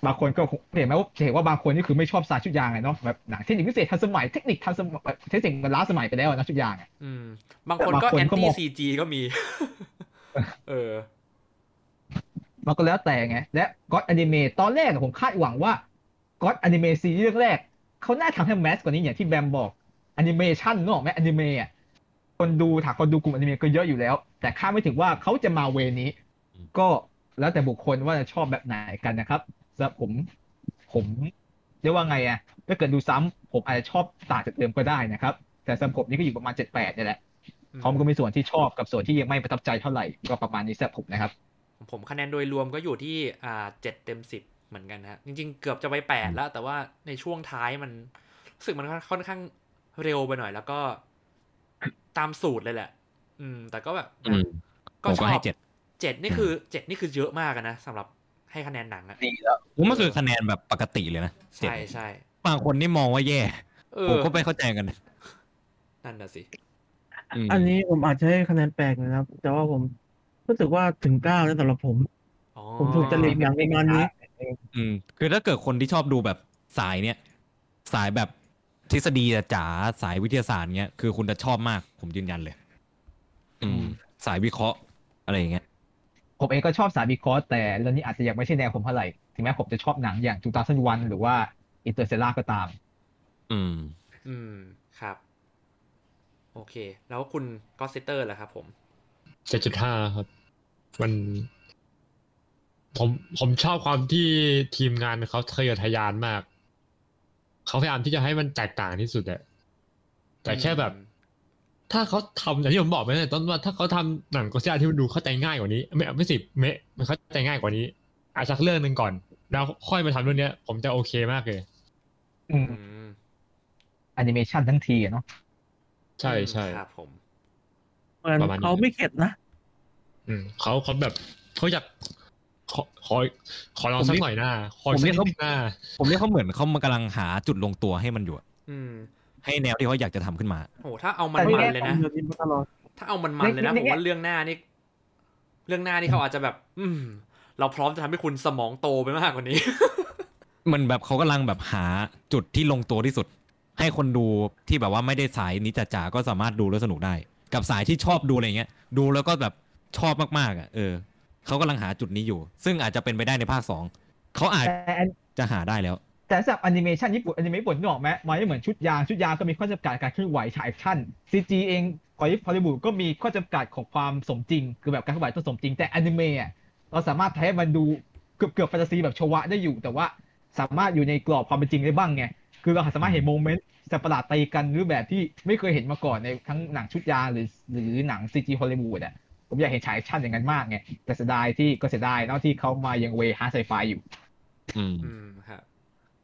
Speaker 2: บางคนก็คงเห็นไหมว่าเห็นว่าบางคนนี่คือไม่ชอบสายชุดยางไงเนาะแบบหนังเทคนิคพิเศษทันสมัยเทคนิคทันสมัยแบบเทคนิคมันล้าสมัยไปแล้วอะนะชุดยางอะ
Speaker 1: อืม บางคน
Speaker 2: แต่
Speaker 1: ก็
Speaker 2: บางคน
Speaker 1: แอน
Speaker 2: ก็ม
Speaker 1: ตี้
Speaker 2: อง
Speaker 1: ซีจีก็มี [laughs] เออ
Speaker 2: มันก็แล้วแต่ไง และก็อนิเมะตอนแรกอะผมคาดหวังว่าก็อนิเมะซีรีส์เรื่องแรก เขาน่าทำให้แมสกว่านี้อย่างที่แบมบอกอนิเมชันนกออกไหมอนิเมะอะคนดูถามคนดูกลุ่มอนิเมะก็เยอะอยู่แล้ว แต่คาดไม่ถึงว่าเขาจะมาเวนี้ ก็แล้วแต่บุคคลว่าจะชอบแบบไหนกันนะครับสำหรับผมผมเรียกว่าไงอะถ้าเกิดดูซ้ำผมอาจจะชอบต่างจากเดิมก็ได้นะครับ แต่สำหรับผมนี่ก็อยู่ประมาณเจ็ดแปดนี่ยแหละ
Speaker 1: อืม
Speaker 2: เขาะมันก็มีส่วนที่ชอบกับส่วนที่ยังไม่ประทับใจเท่าไหร่ก็ประมาณนี้สำหรับผมนะครับ
Speaker 1: ผมคะแนนโดยรวมก็อยู่ที่อ่าเจ็ดเต็มสิบเหมือนกันฮะ จริงๆ เกือบจะไปแปดแล้ว แต่ว่าในช่วงท้ายมันรู้สึกมันค่อนข้างเร็วไปหน่อยแล้วก็ ตามสูตรเลยแหละ อืม แต่ก็แบบ
Speaker 5: อืมผมก็ให้เจ็ด
Speaker 1: เจ็ดนี่คือเจ็ดนี่คือเยอะมากอะนะสำหรับให้คะแนนหนังอะ
Speaker 5: ผมมันคือคะแนนแบบปกติเลยนะเจ็ด
Speaker 1: ใช่ใช่
Speaker 5: บางคนนี่มองว่าแย่
Speaker 1: เอ
Speaker 5: ผม
Speaker 1: อ
Speaker 5: ก็ไม่เข้าใจกันนะ
Speaker 1: นั่นน่ะสิ
Speaker 5: ม
Speaker 3: ๆ อันนี้ผมอาจจะให้คะแนนแปลกนะครับ แต่ว่าผมรู้สึกว่าถึงเก้านะสำหรับผม
Speaker 1: อ๋อ
Speaker 3: ผมถูกจริตอย่างประมาณนี้
Speaker 5: อืมคือถ้าเกิดคนที่ชอบดูแบบสายเนี้ยสายแบบ ทฤษฎีจ๋าสายวิทยาศาสตร์เงี้ยคือคุณจะชอบมาก ผมยืนยันเลย อืม สายวิเคราะห์อะไรอย่างเงี้ย
Speaker 2: ผมเองก็ชอบสายวิเคราะห์แต่เรื่องนี้อาจจะยังไม่ใช่แนวผมเท่าไหร่ถึงแม้ผมจะชอบหนังอย่างจูตาสันวันหรือว่าอินเตอร์เซล่าก็ตาม
Speaker 5: อืม
Speaker 1: อืมครับ โอเค แล้วคุณก็ซิเตอร์ล่ะครับผม
Speaker 4: เจ็ดจุดห้าครับ มัน ผมผมชอบความที่ทีมงานเขาทะเยอทะยานมาก เขาพยายามที่จะให้มันแตกต่างที่สุดอะแต่แค่แบบ
Speaker 1: อืม
Speaker 4: ถ้าเขาทำอย่างที่ผมบอกไปตั้งแต่ต้นว่าถ้าเขาทำหนังก็ซิล่าที่มันดูเข้าใจง่ายกว่านี้ไม่ไม่สิเมะมันเข้าใจง่ายกว่านี้อาสักเรื่องหนึ่งก่อน แล้วค่อยมาทำเรื่องเนี้ย ผมจะโอเคมากเลย
Speaker 2: อืม
Speaker 1: อืม
Speaker 2: แอนิเมชันทั้งทีอะเนาะ
Speaker 4: ใช่ใช่
Speaker 1: ครับผม
Speaker 3: เหมือน
Speaker 4: ประมาณนี้
Speaker 3: เขาไม่เข็ดนะ
Speaker 4: อืมเขาเขาแบบเขาอยากขอขอขอลอง
Speaker 5: ผม
Speaker 4: สัก
Speaker 5: นี่
Speaker 4: หน่อยหน้าขอ
Speaker 5: ผม
Speaker 4: สั
Speaker 5: นี่
Speaker 4: ก
Speaker 5: เขา
Speaker 4: หน้า
Speaker 5: ผมเรียกเขาเหมือนเขามากำลังหาจุดลงตัวให้มันอยู่อะ
Speaker 1: อืม
Speaker 5: ให้แนวที่เขาอยากจะทำขึ้นมา
Speaker 1: โหถ้าเอามันมันเลยนะ
Speaker 3: เดือนนี้มาตลอด
Speaker 1: ถ้าเอามันมันเลยนะผมว่าเรื่องหน้านี่ เรื่องหน้านี่เขาอาจจะแบบ อืม เราพร้อมจะทำให้คุณสมองโตไปมากกว่านี้ [laughs]
Speaker 5: มันแบบเขากำลังแบบหาจุดที่ลงตัวที่สุด ให้คนดูที่แบบว่าไม่ได้สายนี้จ๋าๆก็สามารถดูแล้วสนุกได้ กับสายที่ชอบดูอะไรเงี้ย ดูแล้วก็แบบชอบมากๆอ่ะเออเขากำลังหาจุดนี้อยู่ ซึ่งอาจจะเป็นไปได้ในภาคสองเขาอาจ
Speaker 2: แต่อัน
Speaker 5: จะหาได้แล้ว
Speaker 2: แต่สำหรับแอนิเมชันญี่ปุ่นแอนิเมชั่นญี่ปุ่นนึกออกไหมมันไม่เหมือนชุดยางชุดยางก็มีข้อจำกัดการเคลื่อนไหวฉายแอคชั่นซีจีเองของฮอลลีวูดก็มีข้อจำกัดของความสมจริง คือแบบการเคลื่อนไหวต้องสมจริงแต่แอนิเมะอะเราสามารถทำให้มันดูเกือบเกือบแฟนตาซีแบบโชวะได้อยู่ แต่ว่าสามารถอยู่ในกรอบความเป็นจริงได้บ้างไงคือเราสามารถเห็นโมเมนต์สัตว์ประหลาดตีกันหรือแบบที่ไม่เคยเห็นมาก่อนในทั้งหนังชุดยางหรือหรือหนังซีจีฮอลลีวูดอ่ะผมอยากเห็นฉายแอคชั่นอย่างนั้นมากไงแต่เสียดายที่ก็เสียดายเนาะที่เขามายังเวฮาไซไฟอยู่
Speaker 5: อืม
Speaker 1: อืมครับ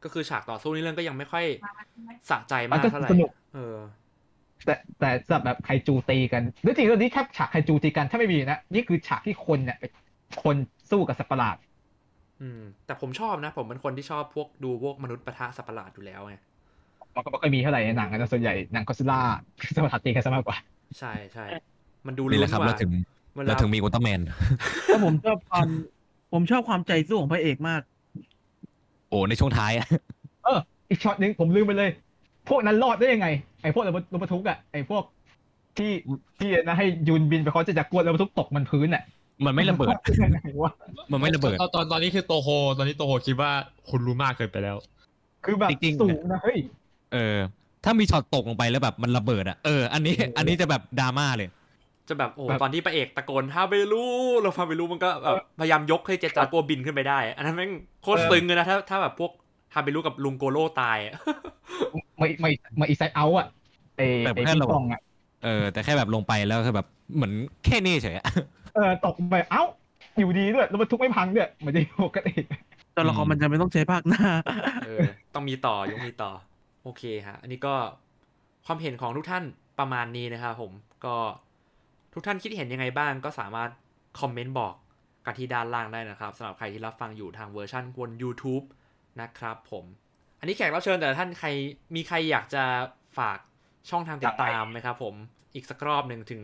Speaker 1: ก็คือฉากต่อสู้นี่เรื่องก็ยังไม่ค่อยสะใจ
Speaker 2: มั
Speaker 1: มาก
Speaker 2: นก็
Speaker 1: เท่าไหร่
Speaker 2: สนุก
Speaker 1: เออ
Speaker 2: แต่แต่สำหรับแบบไคจูตีกันหรือจริงๆตอนนี้แค่ฉากไคจูตีกันถ้าไม่มีนะ นี่คือฉากที่คนเนี่ยเป็นคนสู้กับสัตว์ประหลาด
Speaker 1: อืม แต่ผมชอบนะ ผมเป็นคนที่ชอบพวกดูพวกมนุษย์ปะทะสัตว์ประหลาดอยู่แล้วไง
Speaker 2: มันก็ไม่ค่อยมีเท่าไหร่ในหนังนะส่วนใหญ่หนังก็อดซิลล่าสัตว์ประหลาดตีกันซะมากกว่า
Speaker 1: ใช่ใช่มันดู
Speaker 5: นี่แหละครับ
Speaker 1: กว่
Speaker 5: เราถึง
Speaker 1: เวลา
Speaker 5: เราถึงมีอุลตร้าแมน
Speaker 3: แล้วผมชอบความ ผมชอบความใจสู้ของพระเอกมาก
Speaker 5: โอ้ในช่วงท้าย [laughs] อะ
Speaker 2: เออ อีกช็อตหนึ่งผมลืมไปเลย พวกนั้นรอดได้ยังไง ไอ้พวกรถรถบรรทุกอ่ะไอ้พวกที่ที่นะให้ยุนบินไปเขาจะจักรวดรถบรรทุกตกมันพื้นอ่ะ
Speaker 5: มันไม่ระเบิด
Speaker 2: ยังไงวะ
Speaker 5: มันไม่ระเบิด
Speaker 4: ตอนตอนตอนนี้คือโตโฮตอนนี้โตโฮคิดว่าคุณรู้มากเกินไปแล้ว
Speaker 2: [laughs] คือแบบ
Speaker 5: จริงๆ
Speaker 2: สูงนะเฮ้ย
Speaker 5: เออ ถ้ามีช็อตตกลงไปแล้วแบบมันระเบิดอ่ะเอออันนี้ อันนี้จะแบบดราม่าเลย
Speaker 1: จะแบบโอ้โหตอนที่พระเอกตะโกนฮาเบลูเราฮาเบลูมันก็แบบพยายามยกให้เจจาโกบินขึ้นไปได้ อันนั้นแม่งโคตรซึ้งเลยนะถ้าถ้าแบบพวกฮาเบลูกับลุงโกโลตายอะ
Speaker 2: ไม่ไม่ไม่อีไซเอาอ่ะไอ้
Speaker 5: แต่
Speaker 2: ไอ้
Speaker 5: แค่
Speaker 2: พี่
Speaker 5: ระเบิด
Speaker 2: กองอ่ะ
Speaker 5: เออ แต่แค่แบบลงไปแล้วก็แบบเหมือนแค่นี้เฉยอะ
Speaker 2: เออตกไปเอ้าอยู่ดีด้วยรถบรรทุกไม่พังด้วยเหมันจะปกติ
Speaker 3: ตัวละคร
Speaker 5: อืม
Speaker 3: มันจะไม่ต้องใช้ภาคหน้า
Speaker 1: เออต้องมีต่อยังมีต่อ โอเคฮะ อันนี้ก็ความเห็นของทุกท่านประมาณนี้นะครับผมก็ทุกท่านคิดเห็นยังไงบ้างก็สามารถคอมเมนต์บอกกันที่ด้านล่างได้นะครับสำหรับใครที่รับฟังอยู่ทางเวอร์ชันบน YouTube นะครับผม อันนี้แขกรับเชิญแต่ละท่านใครมีใครอยากจะฝากช่องทางติดตามไหมครับผมอีกสักรอบหนึ่งถึง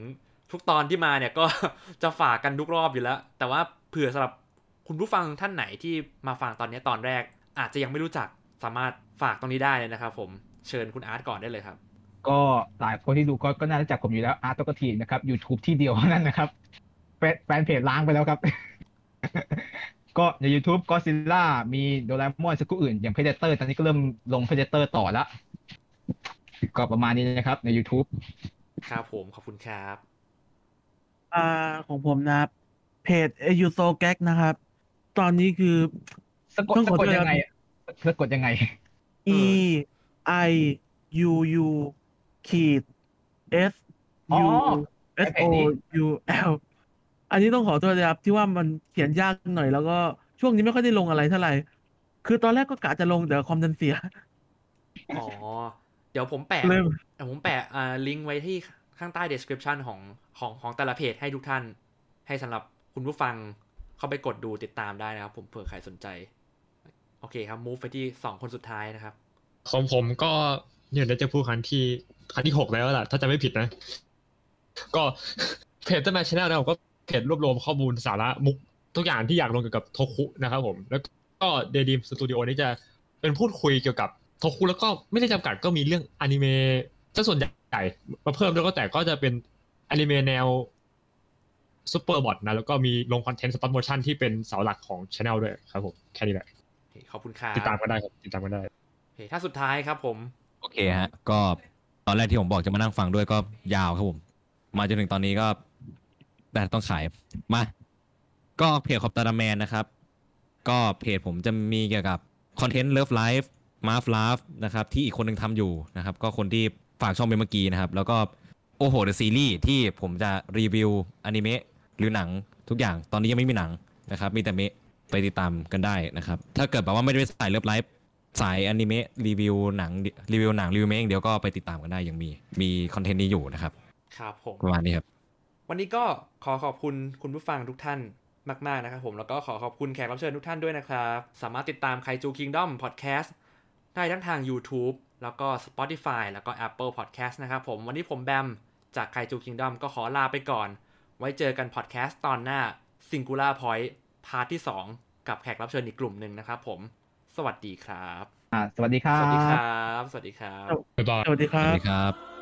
Speaker 1: ทุกตอนที่มาเนี่ยก็ [laughs] จะฝากกันทุกรอบอยู่แล้ว แต่ว่าเผื่อสำหรับคุณผู้ฟังท่านไหนที่มาฟังตอนนี้ตอนแรก อาจจะยังไม่รู้จักสามารถฝากตรงนี้ได้เลยนะครับผมเชิญคุณอาร์ตก่อนได้เลยครับ
Speaker 2: ก็หลายคนที่ดูก็ก็น่าจะจักผมอยู่แล้วอาร์ตกทีนะครับ YouTube ที่เดียวเท่านั้นนะครับแฟนแฟนเพจล้างไปแล้วครับ [laughs] ก็ใน YouTube ก็ซิลล่ามีโดราเอมอนสกุอื่น อย่างเพเดเตอร์ตอนนี้ก็เริ่มลงเพเดเตอร์ต่อละก็ประมาณนี้นะครับ ใน YouTube
Speaker 1: ครับผมขอบคุณครับ
Speaker 3: อ่าของผมนะครับ เพจเอยูโซแก๊กนะครับ ตอนนี้คือ
Speaker 2: สะกด
Speaker 3: ต้อง
Speaker 2: สะ
Speaker 3: กด
Speaker 2: กด
Speaker 3: ด้วย
Speaker 2: ยังไงอะสะกดยังไง
Speaker 1: เอ
Speaker 3: e i u u ขีด s
Speaker 2: อ๋อ
Speaker 3: u s o u l อันนี้ต้องขอโทษนะครับ ที่ว่ามันเขียนยากหน่อยแล้วก็ช่วงนี้ไม่ค่อยได้ลงอะไรเท่าไหร่ คือตอนแรกก็กะจะลงแต่คอมดันเสีย
Speaker 1: อ๋อ เดี๋ยวผมแปะ
Speaker 3: เลย
Speaker 1: เดี๋ยวผมแปะอ่าลิงก์ไว้ที่ข้างใต้ description ของของของแต่ละเพจให้ทุกท่าน ให้สำหรับคุณผู้ฟังเข้าไปกดดูติดตามได้นะครับผมเผื่อใครสนใจ โอเคครับ move ไปที่ 2 คนสุดท้ายนะครับ
Speaker 4: ของผมก็เนี่ยเดี๋ยวจะพูดครั้งที่ครั้งที่หกแล้วล่ะ ถ้าจะไม่ผิดนะ ก็ [laughs] เพจต้นไม้ชแนลนะผมก็เพจรวบรวมข้อมูลสาระมุกทุกอย่างที่อยากลงเกี่ยวกับโทคุนะครับผม แล้วก็เดดีมสตูดิโอนี่จะเป็นพูดคุยเกี่ยวกับ โทคุแล้วก็ไม่ได้จำกัดก็มีเรื่องอนิเมะซะส่วนใหญ่มาเพิ่มแล้วก็แต่ก็จะเป็นอนิเมะแนวซูเปอร์บอทนะ แล้วก็มีลงคอนเทนต์สปอตโมชั่นที่เป็นเสาหลักของช anel ด้วยครับผม แค่นี้แหละ
Speaker 1: โอเคขอบคุณครับ
Speaker 4: ติดตามกันได้ครับ ติดตามกันได้
Speaker 1: โอเคถ้าสุดท้ายครับผม
Speaker 5: โอเคฮะ ก็ตอนแรกที่ผมบอกจะมานั่งฟังด้วยก็ยาวครับผม มาจนถึงตอนนี้ก็ แต่ต้องขาย มา ก็เพจขอบตาดาแมนนะครับ ก็เพจผมจะมีเกี่ยวกับคอนเทนต์เลิฟไลฟ์มาฟลาฟนะครับ ที่อีกคนหนึ่งทำอยู่นะครับ ก็คนที่ฝากช่องไปเมื่อกี้นะครับ แล้วก็โอโหเดอะซีรีส์ที่ผมจะรีวิวอนิเมะหรือหนังทุกอย่างตอนนี้ยังไม่มีหนังนะครับ มีแต่เมะไปติดตามกันได้นะครับ ถ้าเกิดแบบว่าไม่ได้ไปสายเลิฟไลฟ์ สายอนิเมะรีวิวหนังรีวิวหนังรีวิวเมงเดี๋ยวก็ไปติดตามกันได้ยังมี มีคอนเทนต์นี้อยู่นะครับ
Speaker 1: ครับผม
Speaker 5: ประมาณนี้ครับ
Speaker 1: วันนี้ก็ขอขอบคุณคุณผู้ฟังทุกท่านมาก ๆ นะครับผมแล้วก็ขอขอบคุณแขกรับเชิญทุกท่านด้วยนะครับ สามารถติดตามไคจู Kingdom Podcast ได้ทั้งทาง YouTube แล้วก็ Spotify แล้วก็ Apple Podcast นะครับผม วันนี้ผมแบม จากไคจู Kingdom ก็ขอลาไปก่อน ไว้เจอกันพอดแคสต์ตอนหน้า Singular Point พาร์ทที่ 2 กับแขกรับเชิญอีกกลุ่มหนึ่งนะครับผม สวัสดีครับ
Speaker 2: อ่าสวัสดีครั
Speaker 1: สวัสดีค
Speaker 2: บ
Speaker 1: รับ สวัสดีครับ
Speaker 4: บ๊ายบาย
Speaker 3: สวัสดีค
Speaker 5: ส
Speaker 3: รั
Speaker 5: วัส
Speaker 3: บ
Speaker 5: ดีครับ